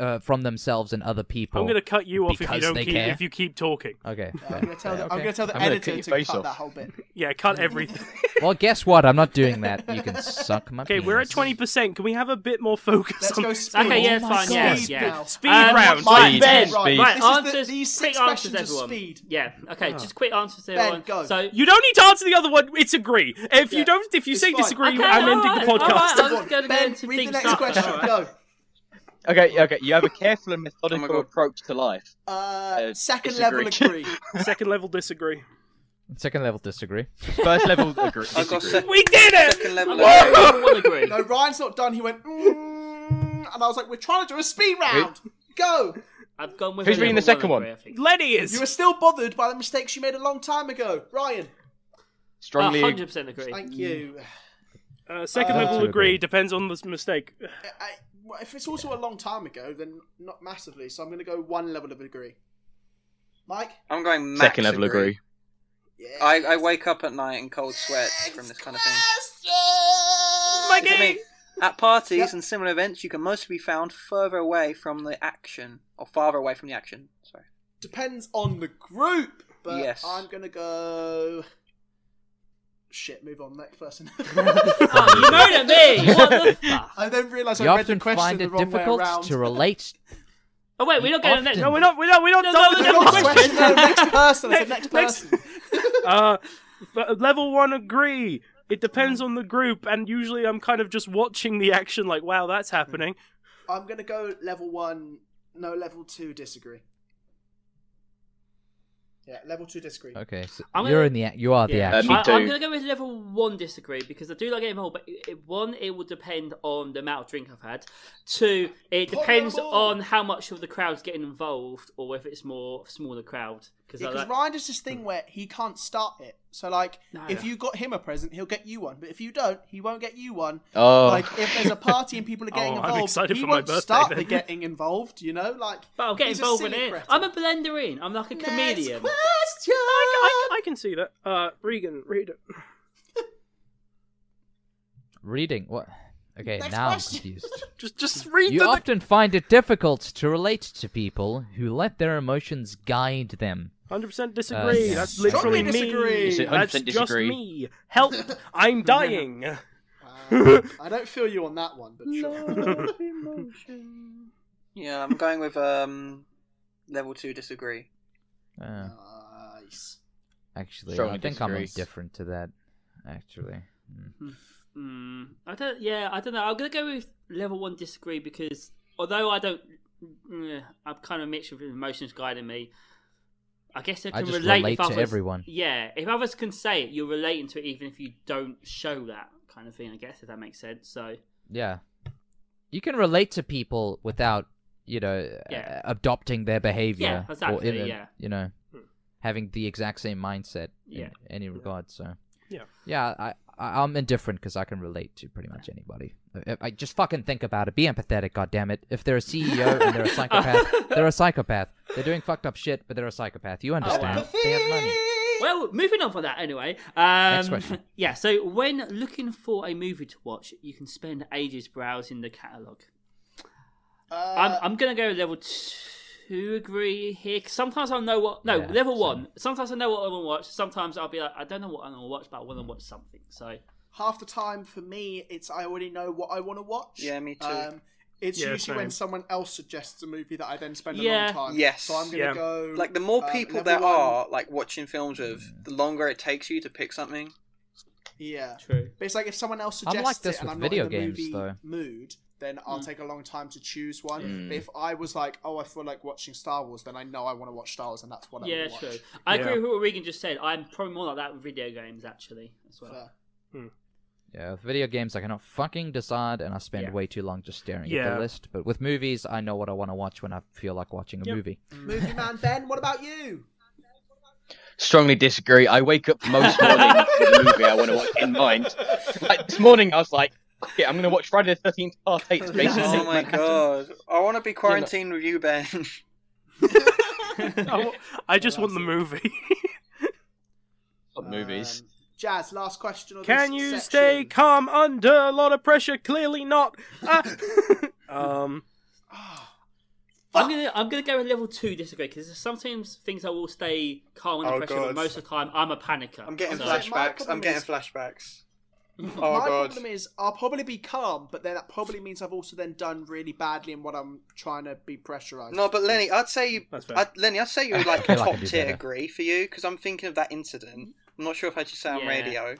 C: uh, from themselves and other people.
A: I'm going to cut you off if you
C: Because
A: don't
C: they
A: keep
C: care.
A: if you keep talking.
C: Okay.
B: Yeah, I'm gonna tell the, I'm
C: okay.
B: gonna tell the
F: I'm gonna cut
B: editor
F: your
B: to
F: face
B: cut
F: off.
B: that whole bit.
A: Yeah, cut everything.
C: Well, guess what? I'm not doing that. You can suck my.
A: Okay, we're at
C: penis.
A: 20%. Can we have a bit more focus
B: Let's
A: on
B: go speed.
G: Okay, yeah,
B: Oh my
G: fine,
B: God.
G: yeah,
B: Speed
G: yeah.
B: now.
A: speed
G: Um,
A: round?
G: my
A: please.
F: Speed,
G: Ben,
F: speed.
B: Right,
G: Right,
B: this is the-
G: answers.
B: these
G: quick
B: six
G: answers,
B: questions are
G: everyone.
B: speed.
G: Yeah.
C: Ah.
G: Okay, just quick answers to
B: Ben,
G: everyone.
B: go.
G: So
A: You don't need to answer the other one. It's agree. If you
B: Yeah.
A: don't, if you
B: It's
A: say
B: fine.
A: disagree,
G: Okay,
A: I'm ending
G: alright,
A: the podcast.
G: alright. I'm
B: Come
G: just
B: on,
G: gonna go
B: ben,
G: into
B: read
G: things
B: the next
G: up.
B: question.
G: Alright.
B: Go.
F: Okay, okay. You have a careful and methodical
E: God.
F: approach to life.
B: Uh, second
F: disagree.
B: level agree.
A: Second level disagree.
C: Second level disagree.
F: First level agree.
E: I've got
F: disagree.
E: se-
A: We did
E: second
A: it.
E: level.
A: Whoa!
E: of-
G: everyone agree.
B: no, Ryan's not done. He went, mm, and I was like, we're trying to do a speed round. Go.
G: I've gone with.
F: Who's
G: everyone
F: reading the second
G: agree,
F: one?
G: I think.
A: Lenny
B: You
A: is.
B: were still bothered by the mistakes you made a long time ago, Ryan.
F: Strongly.
G: hundred percent agree.
B: Thank you.
A: Uh, second
B: Uh,
A: level
C: to
A: agree
C: agree.
A: depends on the s- mistake.
B: I- I- well, if it's also a long time ago, then not massively. So I'm going to go one level of agree. Mike.
E: I'm going max
F: Second level
E: agree.
F: agree.
B: Yeah.
E: I, I wake up at night in cold sweats from this kind of thing.
A: Mikey!
E: I mean, at parties
B: Yep.
E: and similar events, you can mostly be found further away from the action, or farther away from the action. Sorry.
B: Depends on the group, but
E: Yes.
B: I'm going to go. Shit, move on. Next person.
G: Oh, you moan at me. What the fuck?
B: I then realised
C: You
B: I read the
C: often
B: question
C: find
B: the
C: it
B: wrong way around.
C: difficult to relate.
G: Oh wait, we're not going to next.
C: Often.
A: No, we're not. We're not. We're not
G: No,
A: done
G: no,
A: with
G: no,
A: the
G: no,
A: question.
B: question. No, next person. I said
A: Next-
B: next
A: next-
B: person.
A: Uh, f- level one agree. It
B: Mm.
A: depends on the group, and usually I'm kind of just watching the action, like, wow, that's happening.
B: Mm. I'm gonna go level one. No, level two. Disagree. Yeah, level two. Disagree.
C: Okay, so
G: I'm gonna-
C: you're in the ac- you are the
A: Uh,
G: Yeah.
C: action.
F: Uh, me
G: I, I'm
F: too.
G: gonna go with level one disagree because I do like getting old, but it, it- one, it will depend on the amount of drink I've had. Two, it
B: Point
G: depends
B: number
G: on how much of the crowd's getting involved, or if it's more smaller crowd. Because
B: Because
G: I like,
B: Ryan does this thing where he can't start it. So like,
G: No.
B: if you got him a present, he'll get you one. But if you don't, he won't get you one.
F: Oh.
B: Like if there's a party and people are getting
A: Oh, I'm
B: involved,
A: excited
B: he
A: for my
B: won't
A: birthday
B: start
A: then.
B: the getting involved. You know, like.
G: but I'll get
B: he's a
G: involved in
B: silly
G: it.
B: cretin.
G: I'm a blender in. I'm like a
B: Next
G: comedian.
B: question.
A: I, I can see that. Uh, Regan, read it.
C: Reading what? Okay,
B: Next
C: now
B: question.
C: I'm confused.
A: Just, just read
C: You
A: the.
C: often find it difficult to relate to people who let their emotions guide them.
A: Hundred percent disagree.
C: yeah.
A: That's
B: Uh,
A: literally
B: Strongly
A: me.
B: disagree. Is
F: it
A: That's
F: 100%
A: just
F: disagree?
A: me. Help! I'm dying.
B: Uh, I don't feel you on that one, but sure.
E: Yeah, I'm going with um, level two disagree.
C: Uh,
B: nice.
C: actually,
F: Strongly
C: I think I'm
F: disagree.
C: indifferent to that. Actually, Mm.
G: Mm, I don't. Yeah, I don't know. I'm gonna go with level one disagree because although I don't, mm, I'm kind of mixed with emotions guiding me. I guess I
C: I
G: can
C: just
G: relate,
C: relate
G: if
C: to
G: others,
C: everyone.
G: Yeah, if others can say it, you're relating to it, even if you don't show that kind of thing. I guess if that makes sense. So
C: yeah, you can relate to people without you know
G: Yeah.
C: uh, adopting their behavior or
G: exactly,
C: in a-
G: yeah.
C: you know having the exact same mindset
G: Yeah.
C: in any regard. So
A: Yeah.
C: yeah, I. I- I'm indifferent because I can relate to pretty much anybody. I, I just fucking think about it. Be empathetic, goddammit. If they're a CEO and they're a psychopath, they're a psychopath. They're doing fucked up shit, but they're a psychopath.
G: Oh,
C: You understand? They have money.
G: Well, moving on from that anyway. Um,
C: Next question.
G: Yeah, so when looking for a movie to watch, you can spend ages browsing the catalogue.
B: Uh,
G: I'm, I'm going to go level two agree here. 'cause sometimes I'll know what. No,
C: Yeah,
G: level
C: same.
G: one. Sometimes I know what I want to watch. Sometimes I'll be like, I don't know what I want to watch, but I want to watch something. So,
B: half the time for me, it's I already know what I want to watch.
E: Yeah, me too.
B: Um, it's
A: Yeah,
B: usually
A: same.
B: when someone else suggests a movie that I then spend
G: Yeah.
B: a long time.
E: Yes.
B: So I'm gonna
A: Yeah.
B: go
E: Like the more
B: uh,
E: people
B: level
E: there
B: one.
E: are, like watching films with, the longer it takes you to pick something.
B: Yeah.
G: true.
B: But it's like if someone else
C: I'm
B: suggests
C: like this
B: it and
C: with
B: I'm
C: video
B: not in the
C: games,
B: movie
C: though.
B: mood, then I'll
G: Mm.
B: take a long time to choose one.
F: Mm.
B: But if I was like, oh, I feel like watching Star Wars, then I know I want to watch Star Wars, and that's what I
G: Yeah,
B: want to
G: true.
B: watch.
G: I
A: Yeah.
G: agree with what Regan just said. I'm probably more like that with video games, actually, as well.
B: Fair.
C: Yeah, with video games I cannot fucking decide, and I spend
G: Yeah.
C: way too long just staring at
A: Yeah.
C: the list. But with movies, I know what I want to watch when I feel like watching a
A: Yep.
C: movie.
B: Movie man Ben, what about you?
F: Strongly disagree. I wake up most mornings with a movie I want to watch in mind. Like this morning, I was like, "Okay, I'm going to watch Friday the Thirteenth Part 8, basically.
E: Oh my god, I want to be quarantined with you, Ben.
A: I wa- I just want the movie.
F: What movies.
B: Um, Jazz, last question. Of
A: Can
B: this
A: you
B: section.
A: stay calm under a lot of pressure? Clearly not. Ah. Uh, um,
B: Ah,
G: I'm gonna I'm gonna go with level two disagree because sometimes things I will stay calm under
E: Oh,
G: pressure, but
E: God.
G: most of the time I'm a panicker.
E: I'm getting
G: so-
B: flash- my
E: flashbacks.
B: problem
E: I'm getting
B: is-
E: flashbacks. Oh
B: My
E: god.
B: problem is I'll probably be calm, but then that probably means I've also then done really badly in what I'm trying to be pressurized.
E: No, but Lenny, I'd say you,
A: That's fair.
E: I'd, Lenny, I'd say you're
C: I
E: like
C: feel like I
E: top
C: do
E: tier
C: better.
E: agree for you because I'm thinking of that incident. I'm not sure if I should say on
G: Yeah.
E: radio,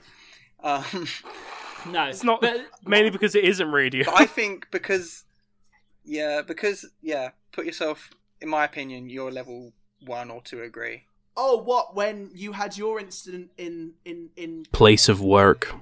E: um,
G: no,
A: It's not
G: But
A: mainly because it isn't radio.
E: but I think because yeah, because yeah, put yourself in my opinion, you're level one or two agree.
B: Oh, what when you had your incident in in in
A: Place of work.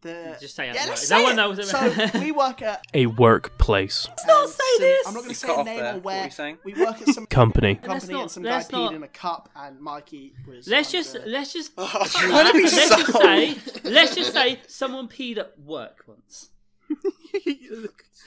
B: the
G: Just say it.
B: yeah,
G: Right.
B: let's
G: No
B: say
G: one
B: it.
G: knows.
B: So we work at.
A: A workplace.
B: Let's not
G: say this.
B: I'm not going to
E: You
B: say
E: cut
B: a
E: off
B: name
E: there.
B: or
E: What
B: where.
E: were you saying?
B: We work at some
A: Company.
B: company
G: not-
B: and some guy
G: let's
B: peed
G: not-
B: in a cup, and Mikey was.
G: let's
B: under-
G: just let's just
E: I'm trying to be
G: let's just
E: subtle.
G: say let's just say someone peed at work once.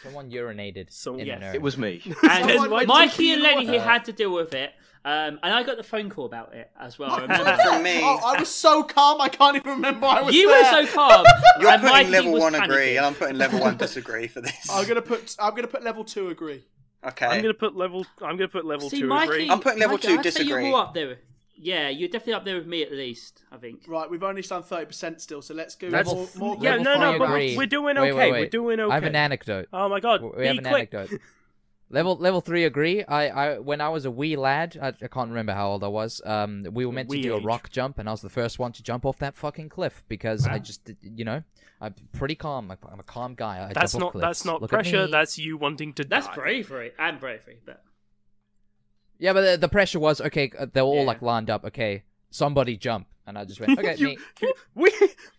C: Someone urinated.
A: So-
C: in
A: Yes.
C: an urn.
F: It was me.
A: Someone
G: And
A: went to
G: Mikey
A: pee
G: and
A: in the
G: Lenny here
C: water.
G: had to deal with it, um, and I got the phone call about it as well. I remember.
E: From me,
B: Oh, I was so calm, I can't even remember. I was
G: you were
B: there.
G: so calm.
E: you're
G: and
E: putting
G: Mikey
E: level
G: was
E: one
G: panicking.
E: agree, and I'm putting level one disagree for this.
B: I'm gonna put. I'm gonna put level two. Agree.
E: Okay.
A: I'm gonna put level. I'm gonna put level
G: See,
A: two.
G: Mikey,
A: Agree.
C: Um,
E: I'm putting level
G: Mikey,
E: two
G: I'd say You're
E: disagree.
G: more up there. Yeah, you're definitely up there with me at least. I think.
B: Right, we've only done thirty percent still, so let's go
A: That's-
B: more. more
A: yeah,
C: level
A: no, no,
C: three
A: but
C: agree.
A: we're doing okay.
C: Wait, wait, wait.
A: We're doing okay.
C: I have an anecdote.
A: Oh my god!
C: We-
A: be
C: We have an
A: quick.
C: anecdote. Level level three agree. I, I when I was a wee lad, I, I can't remember how old I was. Um, we were meant
A: Wee
C: to do
A: age.
C: a rock jump, and I was the first one to jump off that fucking cliff because I just, did- you know, I'm pretty calm. I'm I'm a calm guy. I
A: That's
C: jump off
A: not. That's
C: cliffs.
A: not
C: Look at
A: pressure.
C: me.
A: That's you wanting to.
G: That's
A: die.
G: bravery and bravery, but
C: yeah, but the, the pressure was okay. uh, They were all
G: Yeah.
C: like lined up. Okay, somebody jump, and I just went okay.
A: You-
C: me.
A: you- we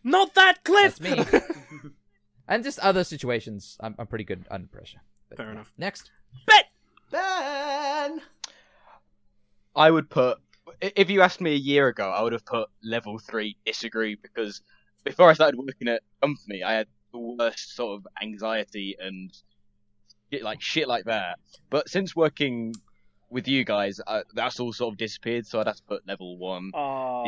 A: not that cliff.
C: That's me. and just other situations, I'm, I'm pretty good under pressure. But
A: Fair
C: yeah.
A: enough.
C: Next,
B: Ben.
F: I would put. i- If you asked me a year ago, I would have put level three disagree because before I started working at company, I had the worst sort of anxiety and shit like shit like that. But since working with you guys, I, that's all sort of disappeared. So I'd have to put level one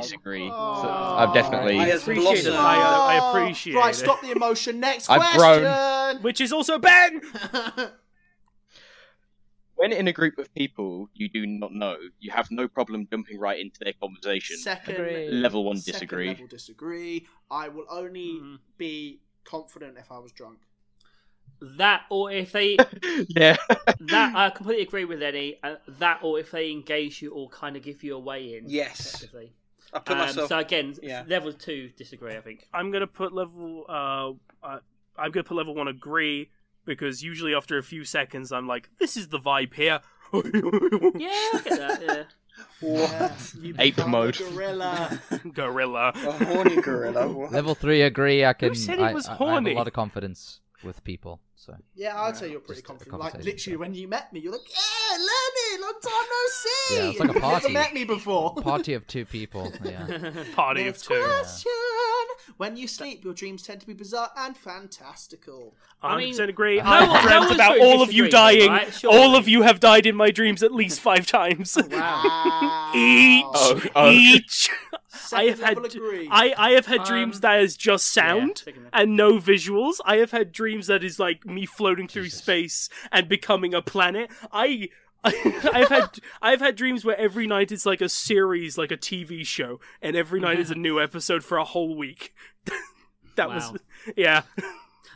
F: disagree. So I've definitely.
E: I
A: appreciate it.
E: blossomed.
A: Ah. I, uh, I
B: Oh,
A: appreciate
B: Right,
A: it.
B: stop the emotion. Next
F: I've
B: question.
F: grown.
A: Which is also Ben.
F: When in a group of people you do not know, you have no problem jumping right into their conversation.
B: second
C: Agree.
F: level one
B: second
F: disagree.
B: Level disagree. I will only
G: Mm.
A: Mm-hmm.
B: be confident if I was drunk.
G: that or if they
F: yeah.
G: that I completely agree with Lenny. Uh, that or if they engage you or kind of give you a way in.
E: Yes.
G: effectively.
E: I put
G: Um,
E: myself.
G: so again,
E: yeah.
G: level two disagree. I think.
A: I'm gonna put level. Uh, uh, I'm gonna put level one agree because usually after a few seconds, I'm like, this is the vibe here.
G: Yeah, I get that. Yeah.
B: What? You
F: Ape
B: become a
F: mode.
B: Gorilla.
A: Gorilla.
E: a horny gorilla. what?
C: level three agree. I can.
A: said it
C: I,
A: was
C: I- I have
A: horny?
C: a lot of confidence with people. So
B: Yeah, I'd say you're pretty
C: Just a
B: confident. Like
C: conversation.
B: literally, when you met me, you're like, "Yeah, Lenny, long time no see."
C: Yeah, it's like a
B: You've
C: party.
B: Never met me before.
C: party of two people. Yeah.
A: Party of
B: Next
A: two.
B: question. When you sleep, your dreams tend to be bizarre and fantastical.
A: I
G: I
A: 100%
G: mean,
A: agree.
C: no
A: I
C: one- no
A: dreamt
G: one's
A: about
G: gonna
A: all of you
G: disagree,
A: dying.
G: right? Surely.
A: All of you have died in my dreams at least five times.
B: Wow.
A: Each,
F: Oh, oh.
A: each. I have
B: Second
A: had,
B: level agree.
A: I, I have had dreams
G: Um,
A: that is just
G: Yeah,
A: sound
G: second level.
A: and no visuals. I have had dreams that is like me floating through space and becoming a planet. I. I've had I've had dreams where every night is like a series, like a TV show, and every night is a new episode for a whole week. that
G: Wow.
A: was yeah.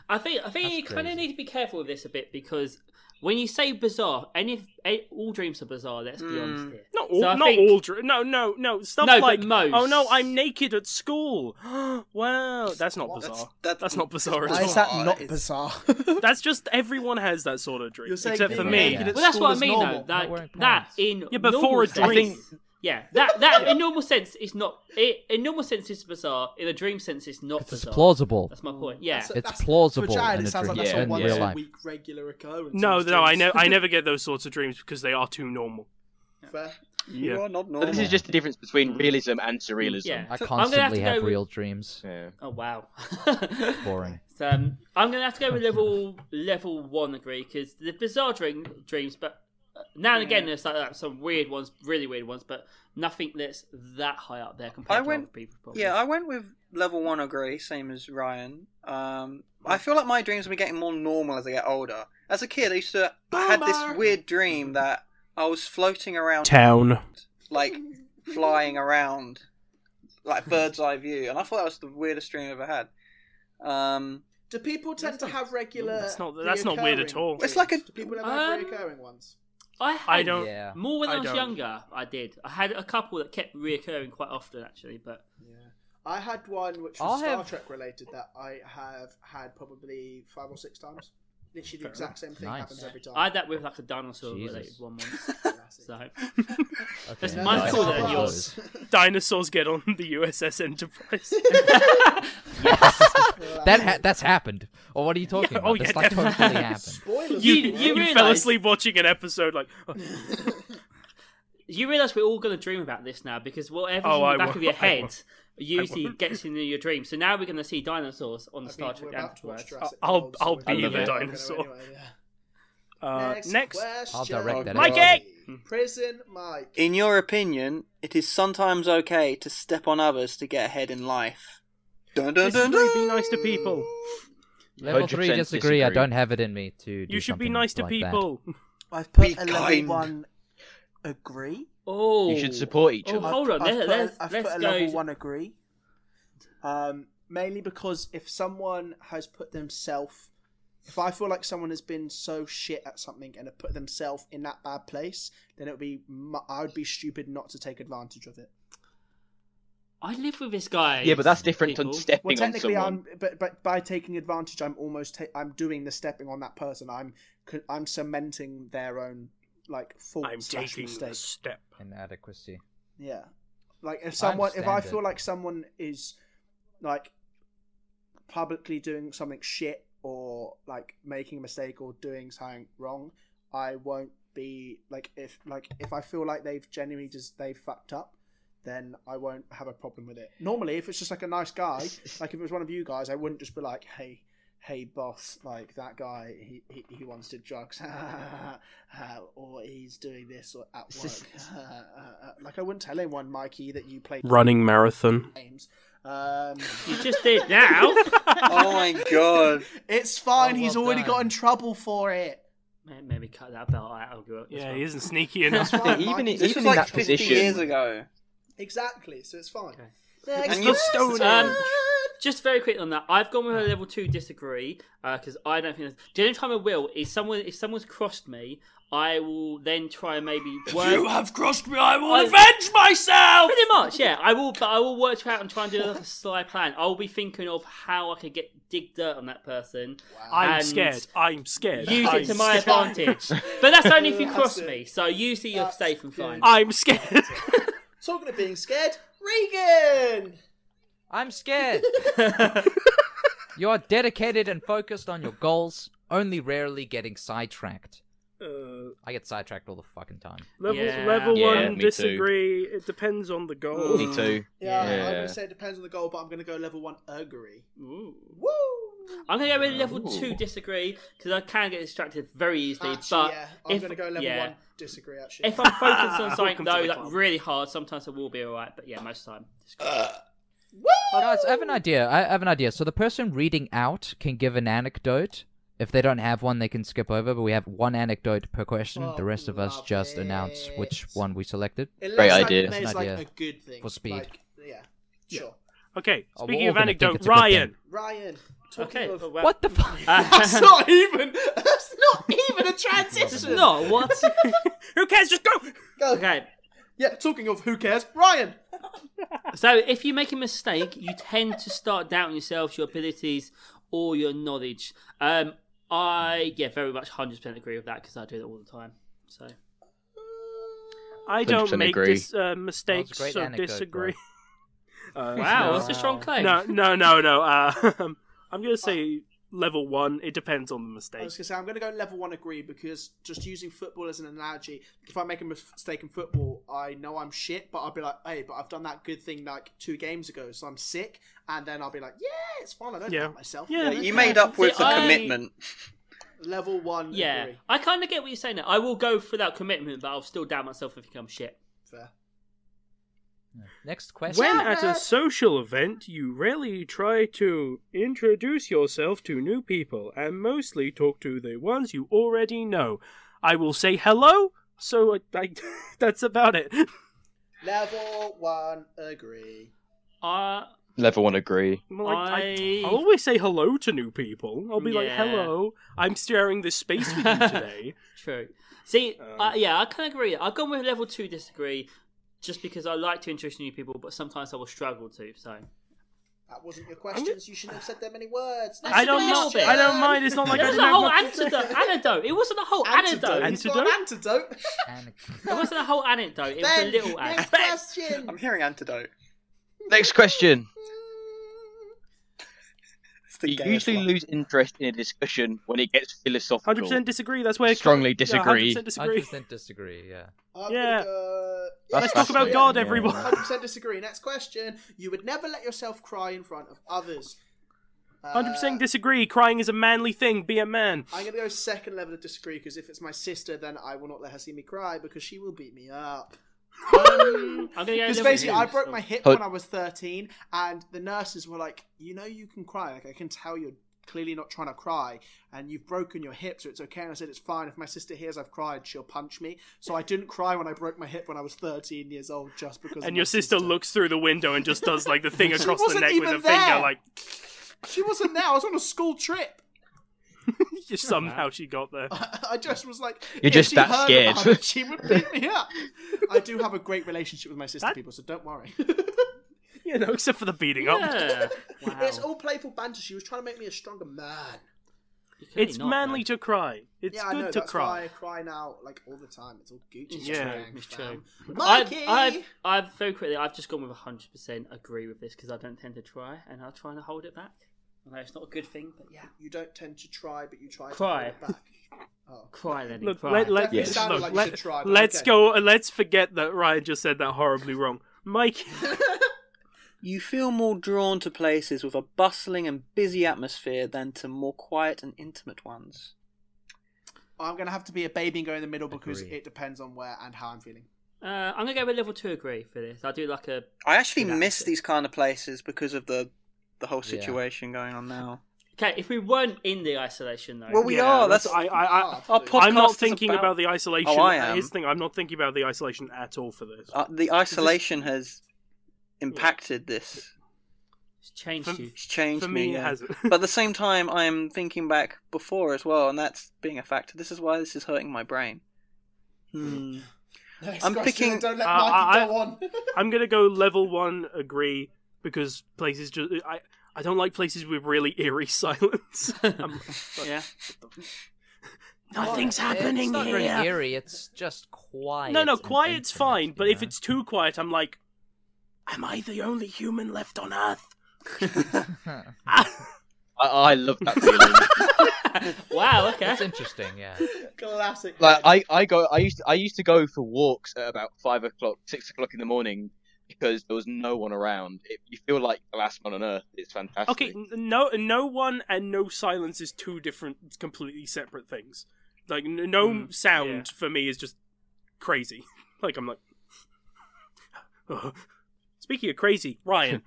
G: I think I think
C: That's
G: you kind of
C: crazy.
G: need to be careful with this a bit because when you say bizarre, any eh, all dreams are bizarre. Let's be
C: Hmm.
G: honest here.
A: Not all,
G: So I
A: not
G: think-
A: all. Dr- no, no, no. Stuff
G: No, but
A: like
G: most.
A: oh no, I'm naked at school. wow, that's not
E: That's-
A: bizarre. That's,
E: that's-
A: not bizarre.
E: Why
A: At
E: is
A: all.
E: that not
B: bizarre?
A: That's just everyone has that sort of dream,
B: You're saying
A: except for
B: being
A: me.
B: naked at
G: Well, that's
B: school
G: what I
B: is
G: mean
B: normal.
G: though.
C: Not wearing
G: That, that
C: pants.
G: in
A: Yeah, but
G: normal
A: for a
G: sense-
A: drink-
G: Yeah, that that in normal sense is not. It, in normal sense, it's bizarre. In a dream sense, it's not
C: It's
G: bizarre.
C: plausible.
G: That's my point. Yeah,
B: That's a-
C: It's
B: that's-
C: plausible
B: For Jared,
C: in
B: it
C: a
B: sounds like
C: dream,
B: that's
F: yeah,
B: a
F: in
B: once
F: real
B: a
C: life.
B: week regular occurrence.
A: No,
B: in
A: no, I
B: dreams.
A: never, I never get those sorts of dreams because they are too normal.
B: Fair.
E: You
A: Yeah.
E: are not
F: So
E: normal.
F: this is just the difference between realism and surrealism.
G: yeah.
C: I
G: So I'm gonna
C: constantly
G: to
C: have,
G: go with-
C: real dreams.
F: Yeah.
G: Oh wow.
C: Boring.
G: So um, I'm gonna have to go with level level one agree because the bizarre dream, dreams, but Now and again, there's like, like, some weird ones, really weird ones, but nothing that's that high up there compared
E: I
G: to
E: went-
G: other people. Probably.
E: Yeah, I went with level one agree, same as Ryan. Um, I feel like my dreams have been getting more normal as I get older. As a kid, I used to I had
B: Bummer.
E: this weird dream that I was floating around,
A: Town.
E: like flying around, like bird's eye view, and I thought that was the weirdest dream I ever had. Um,
B: Do people tend to have regular?
A: that's not- that's not weird at
B: reoccurring
A: all.
E: It's like a-
B: dreams? Do people ever have
G: Um,
B: recurring ones?
G: I, had
A: I don't.
C: Yeah.
G: more when
A: I
G: I, was
A: don't.
G: younger. I did. I had a couple that kept reoccurring quite often, actually. But
B: Yeah. I had one which was
C: I'll
B: Star
C: have-
B: Trek related that I have had probably five or six times. Literally the
G: Fair
B: exact same thing
C: Nice.
B: happens every time.
G: I had that with like a dinosaur related
C: Jesus.
G: one once.
B: That's it.
G: So
C: Okay.
G: It's mine's
B: Nice.
G: cooler than
B: Nice.
G: yours.
A: Dinosaurs get on the USS Enterprise.
C: That ha- that's happened. Or what are you talking
A: Yeah,
C: about?
A: oh,
C: that's
A: yeah,
C: like
A: definitely.
C: totally happened.
B: Spoilers.
A: you
G: You-
A: you,
G: realise-
A: fell asleep watching an episode like oh,
G: you realize we're all going to dream about this now because whatever's
A: Oh,
G: in the
A: I
G: back
A: won't.
G: of your
A: I
G: head
A: won't.
G: usually
A: won't.
G: gets into your dream. So now we're going to see dinosaurs on the Star Trek afterwards.
A: I'll- I'll
F: be the
A: dinosaur. uh, next.
C: I'll direct that
A: Mikey!
B: Hmm. Prison Mike.
E: in your opinion, it is sometimes okay to step on others to get ahead in life. Dun dun
A: This
E: dun
A: is
E: dun.
A: really be nice to people.
C: Level 3 disagree.
F: 100%
C: I
F: disagree.
C: don't have it in me to. Do
A: You should be
C: something
A: nice to
C: like that.
A: people.
B: I've
E: put Be a level kind. one
B: agree.
G: Oh,
F: You should support each
G: Oh,
F: other.
G: hold on,
B: I've,
G: let's,
B: put, a-
G: let's,
B: I've
G: let's
B: put a
G: go.
B: level one agree. Um, mainly because if someone has put themselves, if I feel like someone has been so shit at something and have put themselves in that bad place, then it would be mu- I would be stupid not to take advantage of it.
G: I live with this guy.
F: Yeah, but that's different
G: Oh, people.
F: on stepping
B: Well,
F: on
B: technically,
F: someone.
B: I'm but but by taking advantage, I'm almost ta- I'm doing the stepping on that person. I'm c- I'm cementing their own like fault
A: I'm
B: Oh, slash
A: taking
B: mistake.
A: a step.
C: Inadequacy.
B: Yeah. Like if someone if I
C: understand
B: feel
C: it.
B: like someone is like publicly doing something shit or like making a mistake or doing something wrong, I won't be like if like if I feel like they've genuinely just they've fucked up, then I won't have a problem with it. Normally if it's just like a nice guy, like if it was one of you guys, I wouldn't just be like, Hey, hey boss, like that guy he, he, he wants to drugs or he's doing this or at work. like I wouldn't tell anyone, Mikey, that you play
A: Running marathon.
B: games. Um,
G: You just did now.
E: Oh my god.
B: it's fine.
C: Oh,
B: He's
C: well
B: already
C: done.
B: got in trouble for it.
G: May- Maybe cut that belt out. I'll go up this
A: Yeah,
G: one.
A: he isn't sneaky
B: That's
A: enough.
B: fine.
F: even
B: Mikey.
F: in-
E: This
F: even
E: was like
F: that
E: 50
F: position-
E: years ago.
B: exactly. So it's fine.
G: Okay.
B: Next
E: And you-
B: question.
G: Um, just very quick on that, I've gone with a level two disagree because I don't think the only time I will is someone if someone's crossed me, I will then try and maybe work.
A: have crossed me, I will
G: I-
A: avenge myself!
G: Pretty much, yeah. I will, but I will work out and try and do like a sly plan. I will be thinking of how I could get dig dirt on that person,
A: I'm
G: And
A: scared. I'm scared.
G: use
A: I'm
G: it to my
A: scared.
G: advantage. But that's only if you
B: That's
G: cross
B: it.
G: me. So usually you're
B: That's
G: safe and
B: good.
G: fine.
A: I'm scared.
B: Talking of being scared, Regan.
C: I'm scared. you are dedicated and focused on your goals, only rarely getting sidetracked. I get sidetracked all the fucking time.
A: Uh, level
G: Yeah.
A: level
F: Yeah,
A: one
F: me too.
A: disagree. It depends on the goal.
F: Me too.
B: Yeah,
F: Yeah.
B: I'm gonna say it depends on the goal, but I'm gonna go level one agree.
G: Ooh.
B: Woo!
G: I'm gonna go with level
F: Ooh.
G: two disagree because I can get distracted very easily.
B: Actually,
G: but
B: yeah, I'm
G: if,
B: gonna go level
G: yeah.
B: one disagree. Actually,
G: If I'm focused on something
A: Welcome to
G: though,
A: the
G: like
A: club.
G: really hard, sometimes I will be alright. But yeah, most of the time.
C: Guys, Oh, I have an idea. I have an idea. So the person reading out can give an anecdote. If they don't have one, they can skip over. But we have one anecdote per question. the rest of us
B: Love
C: just announce
B: it.
C: which one we selected.
B: Unless
F: Great
B: like,
F: idea.
B: there's,
C: That's an
B: like
C: idea.
B: a good thing
C: For speed.
B: Like, yeah, sure.
A: Okay,
C: Oh, we're
A: speaking
C: all
A: of
C: gonna think
A: anecdote,
C: it's a good thing.
A: Ryan.
B: Ryan, talking
G: Okay.
B: of
G: well- uh,
C: What the fuck?
B: That's not even. That's not even a transition.
G: No, what?
A: Who cares? Just go!
B: Go.
G: okay.
B: Yeah. Talking of who cares, Ryan.
G: So if you make a mistake, you tend to start doubting yourself, your abilities, or your knowledge. Um, I yeah, very much hundred percent agree with that because I do that all the time. So
A: I don't
F: 100%
A: make
F: agree.
A: dis- uh, mistakes,
C: That was a
A: so
C: great anecdote,
A: disagree. Uh,
G: wow,
A: no.
G: that's a strong claim.
A: No, no, no, no. Uh, I'm going to say level one. It depends on the
B: I
A: mistake.
B: was gonna say I'm gonna go level one agree because just using football as an analogy, if I make a mistake in football, I know I'm shit, but I'll be like, hey, but I've done that good thing like two games ago, so I'm sick, and then I'll be like, yeah, it's fine, I don't
A: Yeah.
B: doubt myself.
A: Yeah,
E: You
A: Okay.
E: made up with
G: See,
E: the
G: I-
E: commitment.
B: Level one.
G: Yeah,
B: agree.
G: I kind of get what you're saying. There. I will go for that commitment, but I'll still doubt myself if I think I'm shit.
B: Fair.
C: Next question.
A: When at
G: uh,
A: a social event, you rarely try to introduce yourself to new people and mostly talk to the ones you already know. I will say hello, so I, I, that's about it.
B: Level one. Agree.
G: Uh,
F: Level one agree.
A: Well, I,
G: I-
A: will always say hello to new people. I'll be like,
G: Yeah.
A: hello, I'm sharing this space with you today.
G: True. See,
A: Um,
G: I yeah, I can agree. I've gone with level two disagree, just because I like to introduce new people, but sometimes I will struggle to. So
B: Oh That wasn't your questions. You shouldn't have said that many words. Next
A: I don't know.
B: question.
A: I don't mind. It's not like
G: it
A: I
G: was
A: didn't
G: a
A: have
G: whole
A: nothing to
G: antidote. Antidote. It wasn't a whole antidote.
B: Antidote. He's got an antidote.
G: It wasn't a whole anecdote. It was a
B: Ben,
G: little
B: next
G: anecdote.
B: question.
E: I'm hearing antidote.
F: Next question.
E: It's the
F: You
E: gayest
F: usually
E: one.
F: lose interest in a discussion when it gets philosophical.
A: Hundred percent disagree. That's where
F: Strongly
A: Yeah,
F: disagree.
A: 100% disagree.
C: 100% disagree. Yeah.
B: I'm
A: Yeah.
B: gonna go-
F: That's
A: Let's talk about
F: fascinating.
A: God,
F: Yeah.
A: everyone.
B: 100% disagree. Next question. You would never let yourself cry in front of others. Uh,
A: Hundred percent disagree. Crying is a manly thing. Be a man.
B: I'm gonna go second level of disagree because if it's my sister, then I will not let her see me cry because she will beat me up. Um,
G: I'm gonna go
B: Because
G: level
B: basically,
G: two.
B: I broke my hip
F: Oh.
B: when I was 13, and the nurses were like, "You know, you can cry. Like, I can tell you're clearly not trying to cry, and you've broken your hip, so it's okay." And I said, "It's fine. If my sister hears I've cried, she'll punch me." So I didn't cry when I broke my hip when I was 13 years old, just because. of
A: And
B: my
A: your sister looks through the window and just does like the thing
B: She
A: across the
B: wasn't
A: neck with
B: even
A: a
B: there.
A: finger, like
B: She wasn't there. I was on a school trip.
A: just somehow she got there.
B: I just was like,
F: You're
B: if
F: just
B: she
F: that
B: heard
F: scared.
B: about it, she would beat me up. I do have a great relationship with my sister, people, so don't worry.
A: You know, except for the beating up.
G: Yeah. Wow.
B: It's all playful banter. She was trying to make me a stronger man.
G: You're clearly
A: It's
G: not,
A: manly
G: man.
A: to cry. It's
B: yeah, I
A: good
B: know.
A: to
B: that's
A: cry.
B: why I cry now, like all the time. It's all Gucci.
G: It's
A: Yeah.
G: true.
B: gang,
G: It's
B: fam.
G: true. I've,
B: Mikey.
G: I've, I've very quickly, I've just gone with 100% agree with this because I don't tend to try and I'll try and hold it back. Although it's not a good thing, but yeah.
B: You don't tend to try, but you try.
G: Cry.
B: To hold it back. Oh.
G: Cry then.
A: Look,
G: cry.
A: let, let,
B: Definitely
F: Yes.
A: look,
B: sounded like you
A: let,
B: should try, but
A: let's
B: okay.
A: go. uh, Let's forget that Ryan just said that horribly wrong. Mike,
E: You feel more drawn to places with a bustling and busy atmosphere than to more quiet and intimate ones.
B: I'm gonna have to be a baby and go in the middle because
C: Agree.
B: it depends on where and how I'm feeling.
G: Uh, I'm gonna go with level two agree for this. I'll do like a
E: I actually
G: Yeah.
E: miss these kind of places because of the the whole
C: Yeah.
E: situation going on now.
G: okay. If we weren't in the isolation though,
E: Well, we
A: Yeah,
E: are.
A: that's-
E: That's
A: I, I, I,
B: Hard
E: our
B: to do.
E: pod-
A: I'm
E: podcast
A: not
E: is
A: thinking about...
E: about-
A: the isolation.
E: Oh, I am.
A: Here's the thing. I'm not thinking about the isolation at all for this.
E: uh, the isolation has impacted this.
G: it's changed
A: From-
G: you.
E: It's changed
A: For me, it
E: yeah.
A: hasn't.
E: but at the same time, I'm thinking back before as well, and that's being a factor. This is why this is hurting my brain. Hmm.
B: Next
E: I'm
B: question,
E: picking-
B: and Don't let
A: Uh,
B: Mikey
A: I-
B: go on.
A: I'm gonna go level one agree because places just I I don't like places with really eerie silence. I'm-
G: Yeah.
A: Nothing's
C: It's
A: Oh, happening
C: not
A: here.
C: really eerie. It's just quiet.
A: no, no,
C: and
A: quiet's
C: intimate,
A: fine. But
C: you
A: if
C: know?
A: it's too quiet, I'm like, am I the only human left on Earth?
F: I, I love that feeling.
G: wow. Okay.
C: That's interesting. Yeah.
B: Classic.
F: like I, I go I used to, I used to go for walks at about five o'clock, six o'clock in the morning because there was no one around. It, you feel like the last man on earth. It's fantastic.
A: Okay, n- no, no one and no silence is two different, completely separate things. Like n- no
G: Mm,
A: sound
G: yeah.
A: for me is just crazy. Like I'm like. Speaking of crazy, Ryan.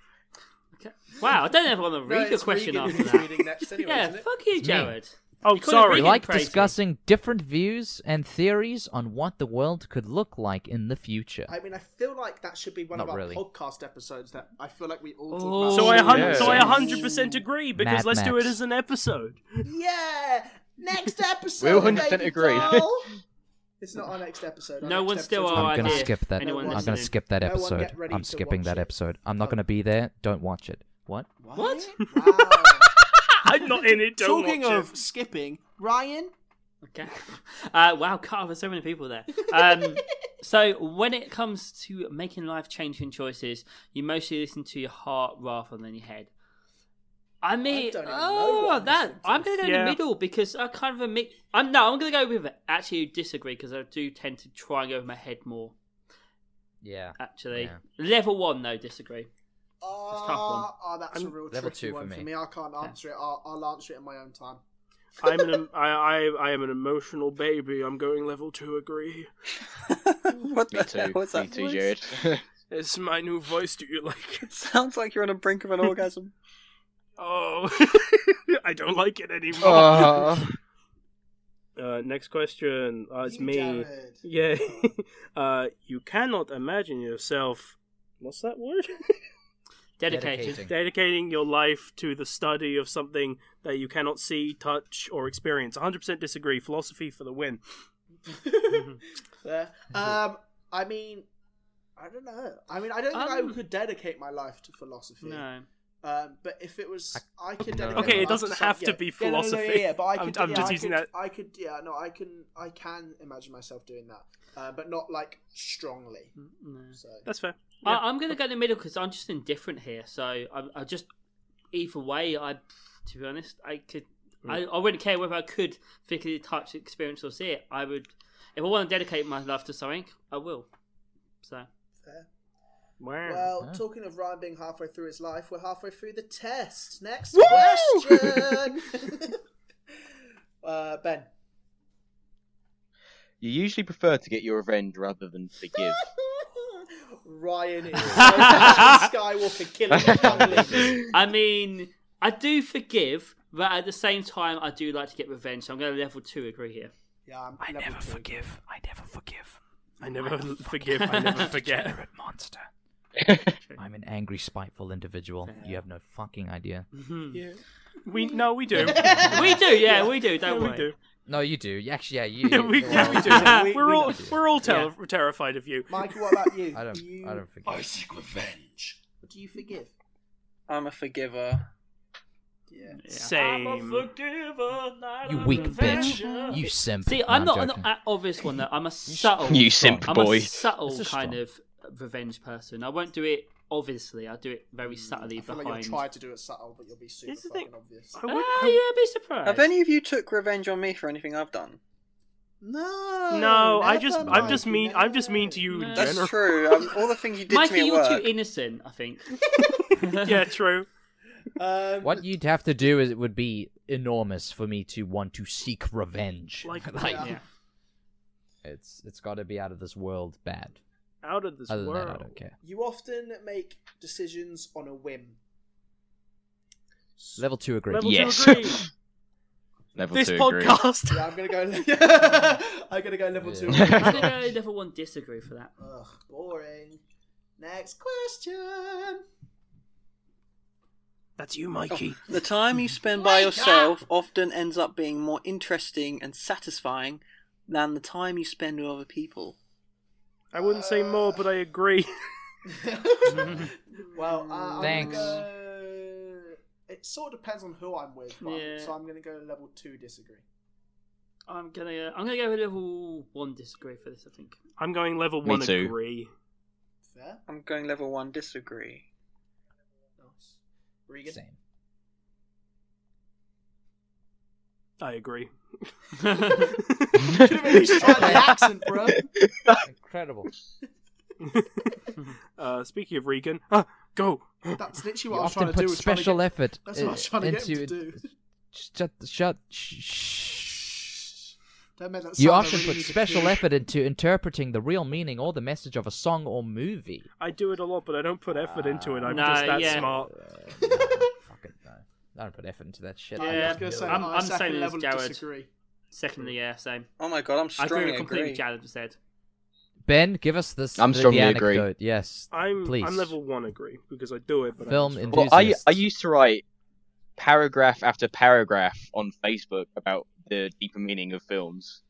G: okay. Wow. I don't ever want to
B: No,
G: read your
B: it's
G: question
B: Regan
G: after
B: who's
G: that.
B: reading next anyway,
G: yeah.
B: isn't it?
G: Fuck you,
C: me.
G: Jared.
A: oh,
G: You couldn't
A: sorry.
C: We
G: read Freaking
C: like
G: crazy.
C: discussing different views and theories on what the world could look like in the future.
B: I mean, I feel like that should be one of
C: Not
B: our
C: really.
B: podcast episodes that I feel like we all talk
G: Oh.
B: about.
A: So I hun-
F: Yeah.
A: so I hundred percent agree because
C: Mad
A: let's do it
C: Max.
A: as an episode.
B: Yeah! Next episode!
F: We 100%
B: baby
F: agree.
B: doll! it's not our next episode. Our
G: No
B: next
G: one still
B: episode's
G: our
B: our
C: I'm gonna
B: last.
G: idea.
C: skip that.
B: Oh, Anyone
C: I'm
B: listening?
C: gonna skip that
B: No one
C: episode.
B: get ready
C: I'm
B: to
C: skipping
B: watch
C: that
B: it.
C: episode. I'm not
B: Oh.
C: gonna be there. Don't watch it. What?
B: What?
A: I'm not in it. Don't
B: Talking
A: watch
B: of
A: it.
B: skipping, Ryan,
G: Okay. Uh, wow, God, there's so many people there. Um, so, when it comes to making life changing choices, you mostly listen to your heart rather than your head. I mean,
B: don't even know what
G: oh,
B: I'm
G: that
B: listening to.
G: I'm gonna go
A: Yeah.
G: in the middle because I kind of a mix. I'm no, I'm gonna go with actually disagree because I do tend to try and go with my head more.
C: Yeah.
G: Actually,
C: Yeah.
G: level one though, disagree.
B: Oh,
G: tough one.
B: oh, that's a real
C: Level
B: tricky
C: two for
B: one
C: me.
B: I can't answer it. I'll, I'll answer it in my own time.
A: I'm an em- I, I I am an emotional baby. I'm going level two. Agree.
E: Hmm. what
F: Me
E: the
F: too.
E: hell was
F: Me
E: that
F: too,
E: voice?
F: Jared.
A: It's my new voice. Do you like it?
E: It sounds like you're on the brink of an orgasm.
A: Oh, I don't like it anymore.
C: Uh-huh.
A: Ah. Uh, next question. Uh, it's
B: You,
A: me.
B: Jared.
A: Yeah. uh, you cannot imagine yourself. What's that word?
G: Dedicated.
C: Dedicating.
A: Dedicating your life to the study of something that you cannot see, touch, or experience. 100% disagree. Philosophy for the win.
B: Fair. Um, I mean, I don't know. I mean, I don't think I
G: Um,
B: could dedicate my life to philosophy.
G: No.
B: Um, but if it was, I, could
C: no.
B: dedicate.
C: Okay,
B: my
C: it
B: life
A: doesn't
B: some-
A: have to
B: yeah.
A: be
B: Yeah, no, no, no,
A: philosophy.
B: yeah, yeah, but I
A: I'm-
B: could.
A: I'm
B: yeah,
A: just
B: I
A: using
B: could,
A: that-
B: I could. Yeah, no, I can. I can imagine myself doing that, uh, but not like strongly.
G: no.
B: So
A: That's fair. Yeah.
G: I, I'm going to go in the middle because I'm just indifferent here. So I, I just, either way, I, to be honest, I could, I,
A: Mm.
G: I wouldn't care whether I could physically touch, experience, or see it. I would, if I want to dedicate my life to something, I will. So
B: fair.
A: Wow.
B: Well,
C: Yeah.
B: talking of Ryan being halfway through his life, we're halfway through the test. Next
A: Woo!
B: question. uh, ben.
F: you usually prefer to get your revenge rather than forgive.
B: Ryan is Skywalker killing the family.
G: I mean, I do forgive, but at the same time, I do like to get revenge. So I'm going to level two agree here.
B: Yeah, I'm
H: I
B: level
H: never
B: two.
H: forgive. I never forgive.
A: I never forgive. I never forget.
H: Degenerate monster.
C: I'm an angry, spiteful individual. You have no fucking idea.
A: We no, we do.
G: we do, yeah, we do.
A: Yeah,
G: Don't
A: we
G: worry.
A: do.
C: No, you do. You- Actually, yeah, you.
A: Yeah,
C: you-
A: we, yeah, we do.
C: well,
B: We-
A: we're
B: we
A: all
B: know.
A: we're all ter- terrified of you.
B: Michael, what about you?
C: I don't.
B: you...
C: I don't forgive.
B: seek revenge. Do you forgive?
E: I'm a forgiver.
B: Yeah.
A: Same.
C: You weak bitch. You simp.
G: See,
C: No,
G: I'm not
C: joking.
G: an a- obvious one though. I'm a subtle.
F: you simp
G: I'm
F: boy.
G: a subtle
C: It's a
G: kind
C: strong-
G: of revenge person. I won't do it obviously. I do it very
E: Hmm,
G: subtly
B: Mm, I feel like
G: behind.
B: you'll try to do it subtle, but you'll be super
A: Here's the
B: fucking
A: thing.
B: obvious.
A: I would-
G: Ah,
A: I-
G: yeah, be surprised.
E: Have any of you took revenge on me for anything I've done?
B: No.
A: No, I
B: Oh, never,
A: just
B: Mikey,
A: I'm just mean I'm just mean to you in
G: No.
E: That's
A: general.
E: true. Um, all the things you did
G: Mikey,
E: to me
G: you're
E: at work.
G: too innocent. I think.
A: yeah, true.
B: Um,
C: What you'd have to do is it would be enormous for me to want to seek revenge.
A: Like-
G: yeah.
C: it's it's got to be out of this world bad.
A: Out of this
C: Other than that, I
A: world.
C: don't care.
B: You often make decisions on a whim.
C: Level two agreed.
A: Level
F: Yes.
A: two agree.
F: Level
A: this
F: two
A: podcast.
B: Yeah, I'm gonna go. I'm gonna go level two.
F: Yeah.
G: I think I never one disagree for that.
B: Ugh, boring. Next question.
A: That's you, Mikey.
E: The time you spend by yourself often ends up being more interesting and satisfying than the time you spend with other people.
A: Oh, I wouldn't say more, but I agree.
B: well, uh, I'm gonna
C: Thanks.
B: go- It sort of depends on who I'm with, right?
G: Yeah.
B: so I'm gonna go level two disagree.
G: I'm gonna. I'm gonna go with level one disagree for this. I think.
A: I'm going level
F: Me
A: one
F: too.
A: agree.
B: Fair,
E: I'm going level one disagree.
B: nice. Regan,
C: Same.
A: I agree.
B: Could have at least tried the accent, bro.
C: Incredible.
A: uh, speaking of Regan, ah, go.
B: That's literally
C: You
B: what I was
C: often
B: trying to do.
C: put
B: was trying to
C: special
B: get-
C: effort.
B: That's what I was
C: uh,
B: trying to get
C: into
B: him to do.
C: Shut. Shut. Shh.
B: Don't make that
C: You
B: sound, I
C: often
B: really
C: put
B: need to
C: special
B: pee.
C: effort into interpreting the real meaning or the message of a song or movie.
A: I do it a lot, but I don't put effort into it. I'm
G: Nah,
A: just that
G: yeah.
A: smart.
C: Uh, Fucking no. I don't put effort into that shit.
G: Yeah,
B: I was
G: I'm
B: gonna say,
G: I'm
B: on a second
G: saying it's
B: level
G: Jared.
B: disagree.
G: Secondly, yeah, same.
E: Oh my god, I'm
G: I agree
E: strongly
G: with completely
E: agree.
G: what Jared said.
C: Ben, give us this.
F: I'm
C: the,
F: strongly
C: the
F: agree.
C: anecdote. Yes,
A: I'm
C: please.
A: I'm level one agree because I do it. But
C: Film
A: I'm just
C: and-
F: Well, I
C: enthusiasts.
F: I used to write paragraph after paragraph on Facebook about the deeper meaning of films.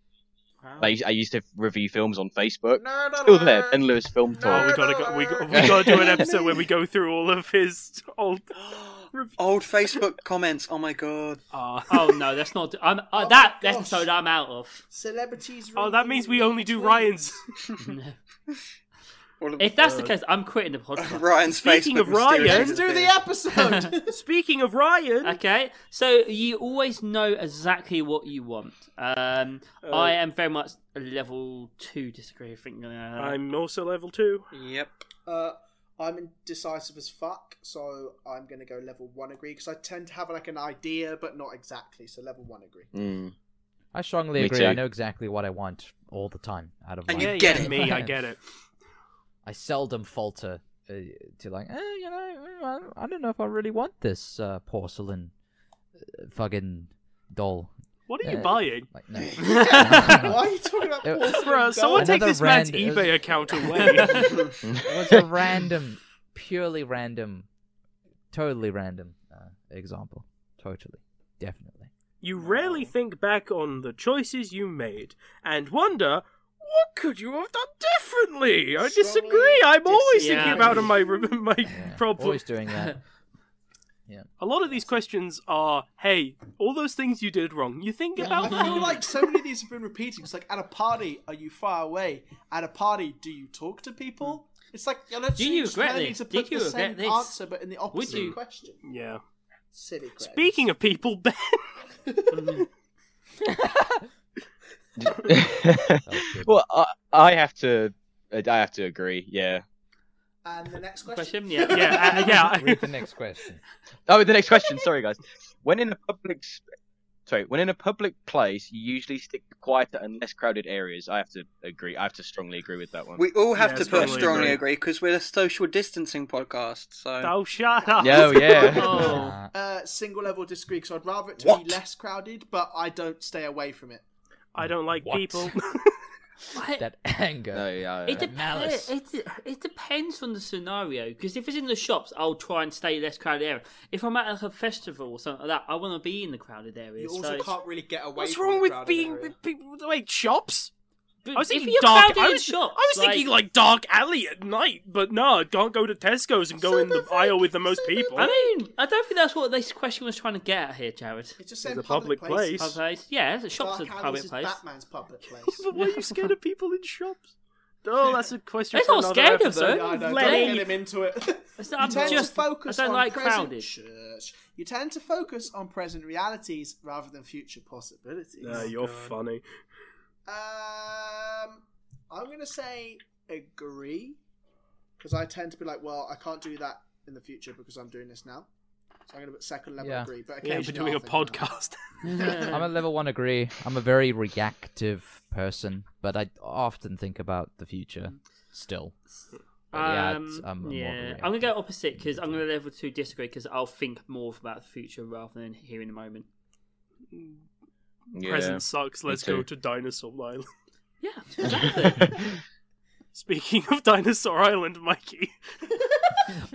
F: Like, I used to review films on Facebook. Still there, endless film
A: wrong. Oh, we
F: talk.
A: gotta go, we got we gotta do an episode where we go through all of his old.
E: Old Facebook comments. Oh my god.
A: Ah.
G: Oh no, that's not. I'm uh,
B: Oh
G: that
B: my gosh.
G: episode. I'm out of.
B: Celebrities.
A: oh, that
B: ranking
A: means we
B: level
A: only do
B: two.
A: Ryan's.
E: All of-
G: If that's the case, I'm quitting the podcast.
E: Ryan's
A: Speaking
E: Facebook
A: of Ryan-
E: mysterious
B: Let's do the
E: disappearance.
B: episode.
A: Speaking of Ryan,
G: Okay, so you always know exactly what you want. Um, I am very much a level two disagree. I think uh,
A: I'm also level two.
E: Yep.
B: uh, I'm indecisive as fuck, so I'm gonna go level one agree because I tend to have like an idea but not exactly. So level one agree.
F: Mm.
C: I strongly
F: Me
C: agree. I
F: too.
C: know exactly what I want all the time out of
E: And
C: life.
E: you get it.
A: me, I get it.
C: I seldom falter uh, to like, eh, you know, mm, I don't- I don't know if I really want this uh, porcelain uh, fucking doll.
A: What are you
C: Uh,
A: buying?
C: Like, no.
B: Why are you talking about
C: It-
B: porcelain
A: Bruh, someone
B: dolls?
A: take
C: Another
A: this man's
C: rand-
A: eBay account away.
C: It was a random, purely random, totally random uh, example. Totally, definitely.
A: you rarely think back on the choices you made and wonder, what could you have done differently? I
B: Strongly
A: disagree. I'm always thinking
G: disagree.
A: about my my
C: Yeah,
A: problems.
C: Always doing that.
A: A lot of these questions are, hey, all those things you did wrong. You think
B: I
A: about
B: feel
A: them.
B: like so many of these have been repeated. It's like at a party, are you far away? At a party, do you talk to people? It's like you're not
G: Hmm. Do
B: sure
G: you
B: just
G: regret
B: kinda need
G: this?
B: to
G: Did
B: put
G: you
B: the
G: regret
B: same
G: this?
B: answer but in the opposite
G: you?
B: question.
A: yeah.
B: Silly. Greg.
A: Speaking of people, Ben.
C: was good.
F: well, I, I have to, I have to agree. Yeah.
B: and the next question.
G: Question? Yeah.
A: yeah, uh, yeah.
C: Read the next question.
F: Oh, the next question. Sorry, guys. When in a public, s- sorry, when in a public place, you usually stick to quieter and less crowded areas. I have to agree. I have to strongly agree with that one.
E: We all have
A: Yeah,
E: to put
A: strongly
E: strongly
A: agree.
E: agree because we're a social distancing podcast. So
A: oh, shut up.
F: No, yeah.
G: Oh.
C: Uh,
B: Uh, single level disagree because I'd rather it to
E: What?
B: be less crowded, but I don't stay away from it.
A: I don't like
C: What?
A: people.
C: that anger.
F: no, yeah.
G: It,
C: That
G: dep-
C: malice.
G: it, it depends on the scenario because if it's in the shops, I'll try and stay less crowded area. If I'm at like a festival or something like that, I want to be in the crowded area.
B: You
G: so
B: also
G: it's-
B: can't really get away.
A: What's
B: from
A: wrong
B: the
A: with
B: crowded
A: being
B: area.
A: with people? Wait, shops?
G: But
A: I was
G: if
A: thinking
G: you're
A: dark.
G: crowded
A: I
G: in
A: was,
G: shops,
A: I was thinking like dark alley at night, but no, can't go to Tesco's and go
B: So
A: in the
B: the
A: aisle
B: fuck-
A: with the most
B: so the
A: people.
G: I mean, I don't think that's what this question was trying to get at here, Jared.
B: It's just saying
A: It's a
B: public,
A: public
B: places.
G: Public place. Yeah, the shops
B: Dark
G: are
B: Alley's
G: public
B: is
G: place.
B: Batman's public place.
A: but why are you scared of people in shops? Oh, that's a question.
G: It's
A: for
G: not
A: another
G: scared of
A: episode.
G: them.
B: I know,
G: Lenny.
B: don't get him into it.
G: It's
B: You
G: not- I'm
B: tend
G: just
B: to focus
G: I don't
B: on
G: like
B: present
G: crowded.
B: Church. You tend to focus on present realities rather than future possibilities.
A: No, you're funny.
B: Um, I'm gonna say agree because I tend to be like, well, I can't do that in the future because I'm doing this now. So I'm gonna put second level
C: Yeah.
B: agree. But
A: Yeah,
B: occasionally
A: but doing
B: I'll
A: a
B: think about it.
A: podcast.
C: I'm a level one agree. I'm a very reactive person, but I often think about the future still. But yeah, it's-
G: Um,
C: I'm more
G: yeah,
C: reactive.
G: I'm gonna go opposite because I'm gonna level two disagree because I'll think more about the future rather than here in the moment.
F: yeah.
A: Present sucks.
F: me
A: Let's go
F: too.
A: to Dinosaur Island.
G: Yeah, exactly.
A: Speaking of Dinosaur Island, Mikey.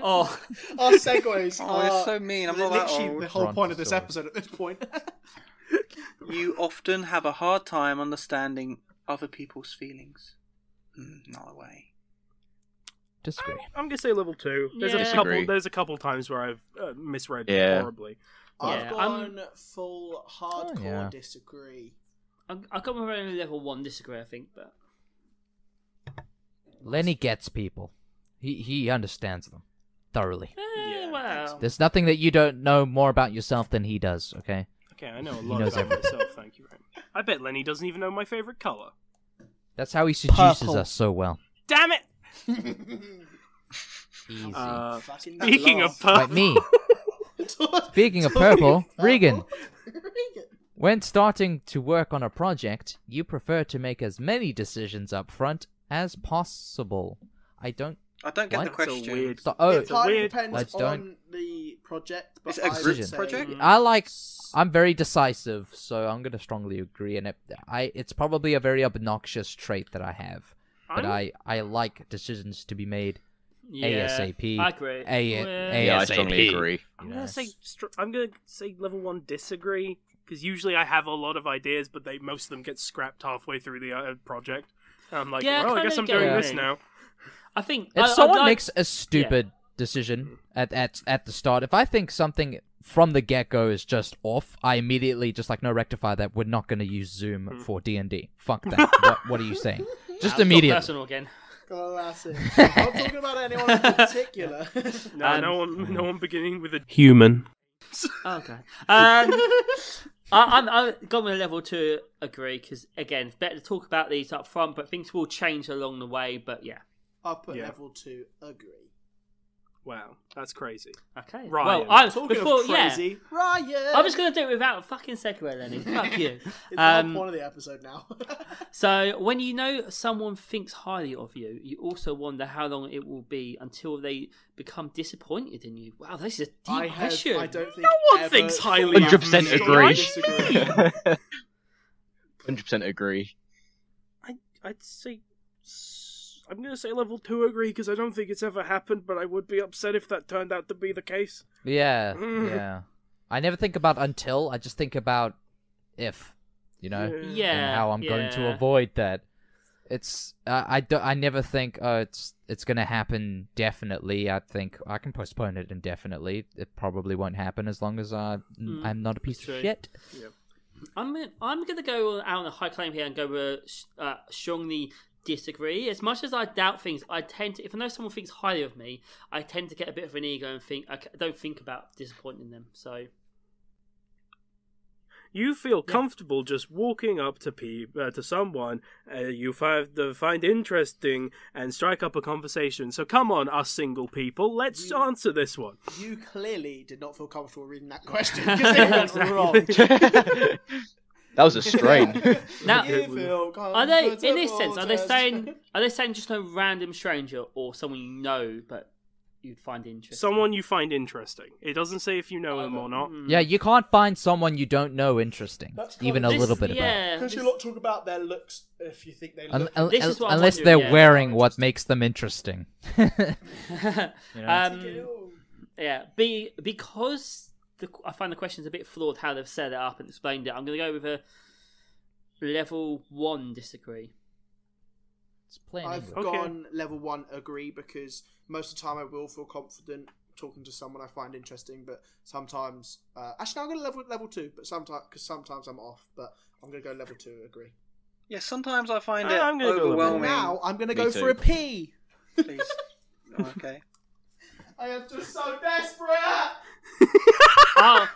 G: oh,
B: Our segues
E: oh,
B: are
E: it's so mean. I'm not that
B: literally
E: old.
B: the whole
C: Ron
B: point of this
C: Story.
B: episode at this point.
E: You often have a hard time understanding other people's feelings. Mm, not a way.
C: Disagree.
A: I'm gonna say level two. There's
G: Yeah.
A: a couple.
F: Disagree.
A: There's a couple times where I've uh, misread
F: Yeah.
A: horribly.
B: I've
G: Yeah, I'm-
B: gone full hardcore
C: yeah.
B: disagree.
G: I I got my own level one disagree. I think, but
C: Lenny gets people. He he understands them thoroughly.
G: eh,
A: Yeah.
G: well,
C: There's nothing that you don't know more about yourself than he does. Okay.
A: Okay, I know a
C: He
A: lot
C: knows
A: about
C: everything.
A: myself. Thank you very much. I bet Lenny doesn't even know my favorite color.
C: That's how he seduces
B: Purple.
C: us so well.
A: Damn it!
C: Easy.
A: Uh,
B: Fucking
A: speaking of
B: laugh.
A: purple,
C: like me. Speaking of purple, Regan.
B: Regan.
C: When starting to work on a project, you prefer to make as many decisions up front as possible. I don't.
E: I don't get
C: What?
E: the
C: It's a
A: It's a
E: question.
A: weird.
C: So, oh,
B: it entirely
A: weird-
C: I
B: depends
C: don't-
B: on the project. But
E: Is it a
B: I would
E: group
B: say-
E: project?
C: I like. I'm very decisive, so I'm gonna strongly agree. And it, I, it's probably a very obnoxious trait that I have, but
A: I'm-
C: I, I like decisions to be made
G: yeah,
C: ASAP.
G: I agree.
C: A-
G: Well,
F: yeah, I
C: ASAP.
F: strongly agree.
A: I'm
C: you know,
A: gonna
C: it's-
A: say str- I'm gonna say level one disagree because usually I have a lot of ideas, but they most of them get scrapped halfway through the uh, project. And I'm like,
G: Yeah,
A: well,
G: I
A: I
G: kinda
A: guess I'm
G: get
A: doing
C: what you
A: this
G: mean.
A: now.
G: I think
C: If
G: I,
C: someone
G: I like,
C: makes a stupid decision at, at at the start, if I think something from the get go is just off, I immediately just like no rectify that. We're not going to use Zoom
G: Hmm.
C: for D and D. Fuck that. what, what are you saying? Just
G: I've got
C: immediately.
G: personal again.
B: Classic. I'm not talking about anyone in particular.
A: No,
G: Um,
A: no one, no one beginning with a human.
G: Oh, Okay. Um, I, I'm, I've gone with a level to agree because again, it's better to talk about these up front, but things will change along the way. But yeah,
B: I'll put
A: Yeah.
B: level two agree.
A: Wow, that's crazy.
G: Okay.
A: Ryan.
G: Well, I,
B: Talking
G: before,
B: of crazy, Ryan.
G: yeah, I'm just gonna do it without a fucking segue, Lenny. Fuck you.
B: It's
G: Um,
B: the whole point of the episode now.
G: So when you know someone thinks highly of you, you also wonder how long it will be until they become disappointed in you. Wow, this is a deep
B: I, have,
G: question.
B: I don't think
A: No one
B: ever
A: thinks
B: thought
A: highly
B: about
A: of
F: 100%
A: me.
F: agree.
A: I
B: Disagree.
A: mean,
F: Hundred percent agree.
A: I'd say s- I'm going to say level two agree because I don't think it's ever happened, but I would be upset if that turned out to be the case.
C: Yeah,
G: Hmm.
A: Mm.
C: yeah. I never think about until. I just think about if, you know,
G: Yeah.
C: and how I'm going to
G: yeah.
C: avoid that. It's uh, I do, I never think oh it's it's gonna happen definitely. I think I can postpone it indefinitely. It probably won't happen as long as I
G: Mm,
C: I'm not a piece
G: true.
C: of shit.
G: I'm gonna, I'm gonna go out on a high claim here and go with uh, strongly disagree. As much as I doubt things, I tend to if I know someone thinks highly of me, I tend to get a bit of an ego and think I c- don't think about disappointing them. So
A: You feel comfortable just walking up to pe- uh, to someone uh, you fi- uh, find interesting and strike up a conversation. So come on, us single people, let's
G: Mm.
A: answer this one.
B: You clearly did not feel comfortable reading that question because it went
G: Exactly.
B: wrong.
F: that was a strain.
G: Now-
B: You feel
G: are they in this
B: comfortable
G: sense? Are they
B: just-
G: saying are they saying just a random stranger or someone you know but you'd find interesting?
A: Someone you find interesting. It doesn't say if you know them or not.
G: Mm.
C: Yeah, you can't find someone you don't know interesting,
B: That's kind
C: even a
B: of-
C: little
G: This-
C: bit about.
G: yeah,
B: Because
G: this-
B: you lot talk about their looks if you think they
C: Un-
B: look.
C: un-
G: This is what I'm
C: unless
G: wondering,
C: they're
G: yeah.
C: wearing what makes them interesting.
G: um, Yeah, be because the, I find the question's a bit flawed how they've set it up and explained it. I'm going to go with a level one disagree.
C: it's plain
B: I've
C: English.
A: Okay.
B: gone level one agree because most of the time I will feel confident talking to someone I find interesting, but sometimes uh, actually I'm going to level level two, but sometimes because sometimes I'm off, but I'm going to go level two agree.
E: Yeah, sometimes I find
A: Uh,
E: it
A: I'm gonna go with
E: overwhelming.
B: Now I'm going to
F: Me
B: go for
F: too.
B: a pee.
E: Please. Oh, okay.
B: I am just so desperate.
A: Ah,
G: oh,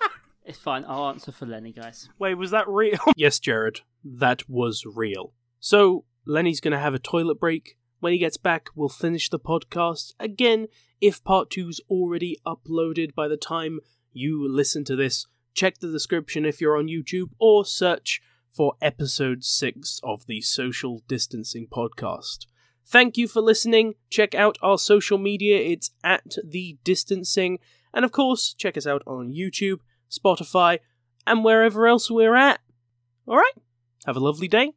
G: it's fine. I'll answer for Lenny, guys.
A: Wait, was that real? yes, Jared, that was real. So, Lenny's going to have a toilet break. When he gets back, we'll finish the podcast. Again, if part two's already uploaded by the time you listen to this, check the description if you're on YouTube or search for episode six of the Social Distancing Podcast. Thank you for listening. Check out our social media, it's at The Distancing. And of course, check us out on YouTube, Spotify, and wherever else we're at. Alright, have a lovely day,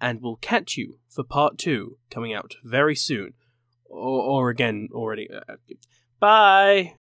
A: and we'll catch you for part two coming out very soon. Or, or again, already. Uh, Bye!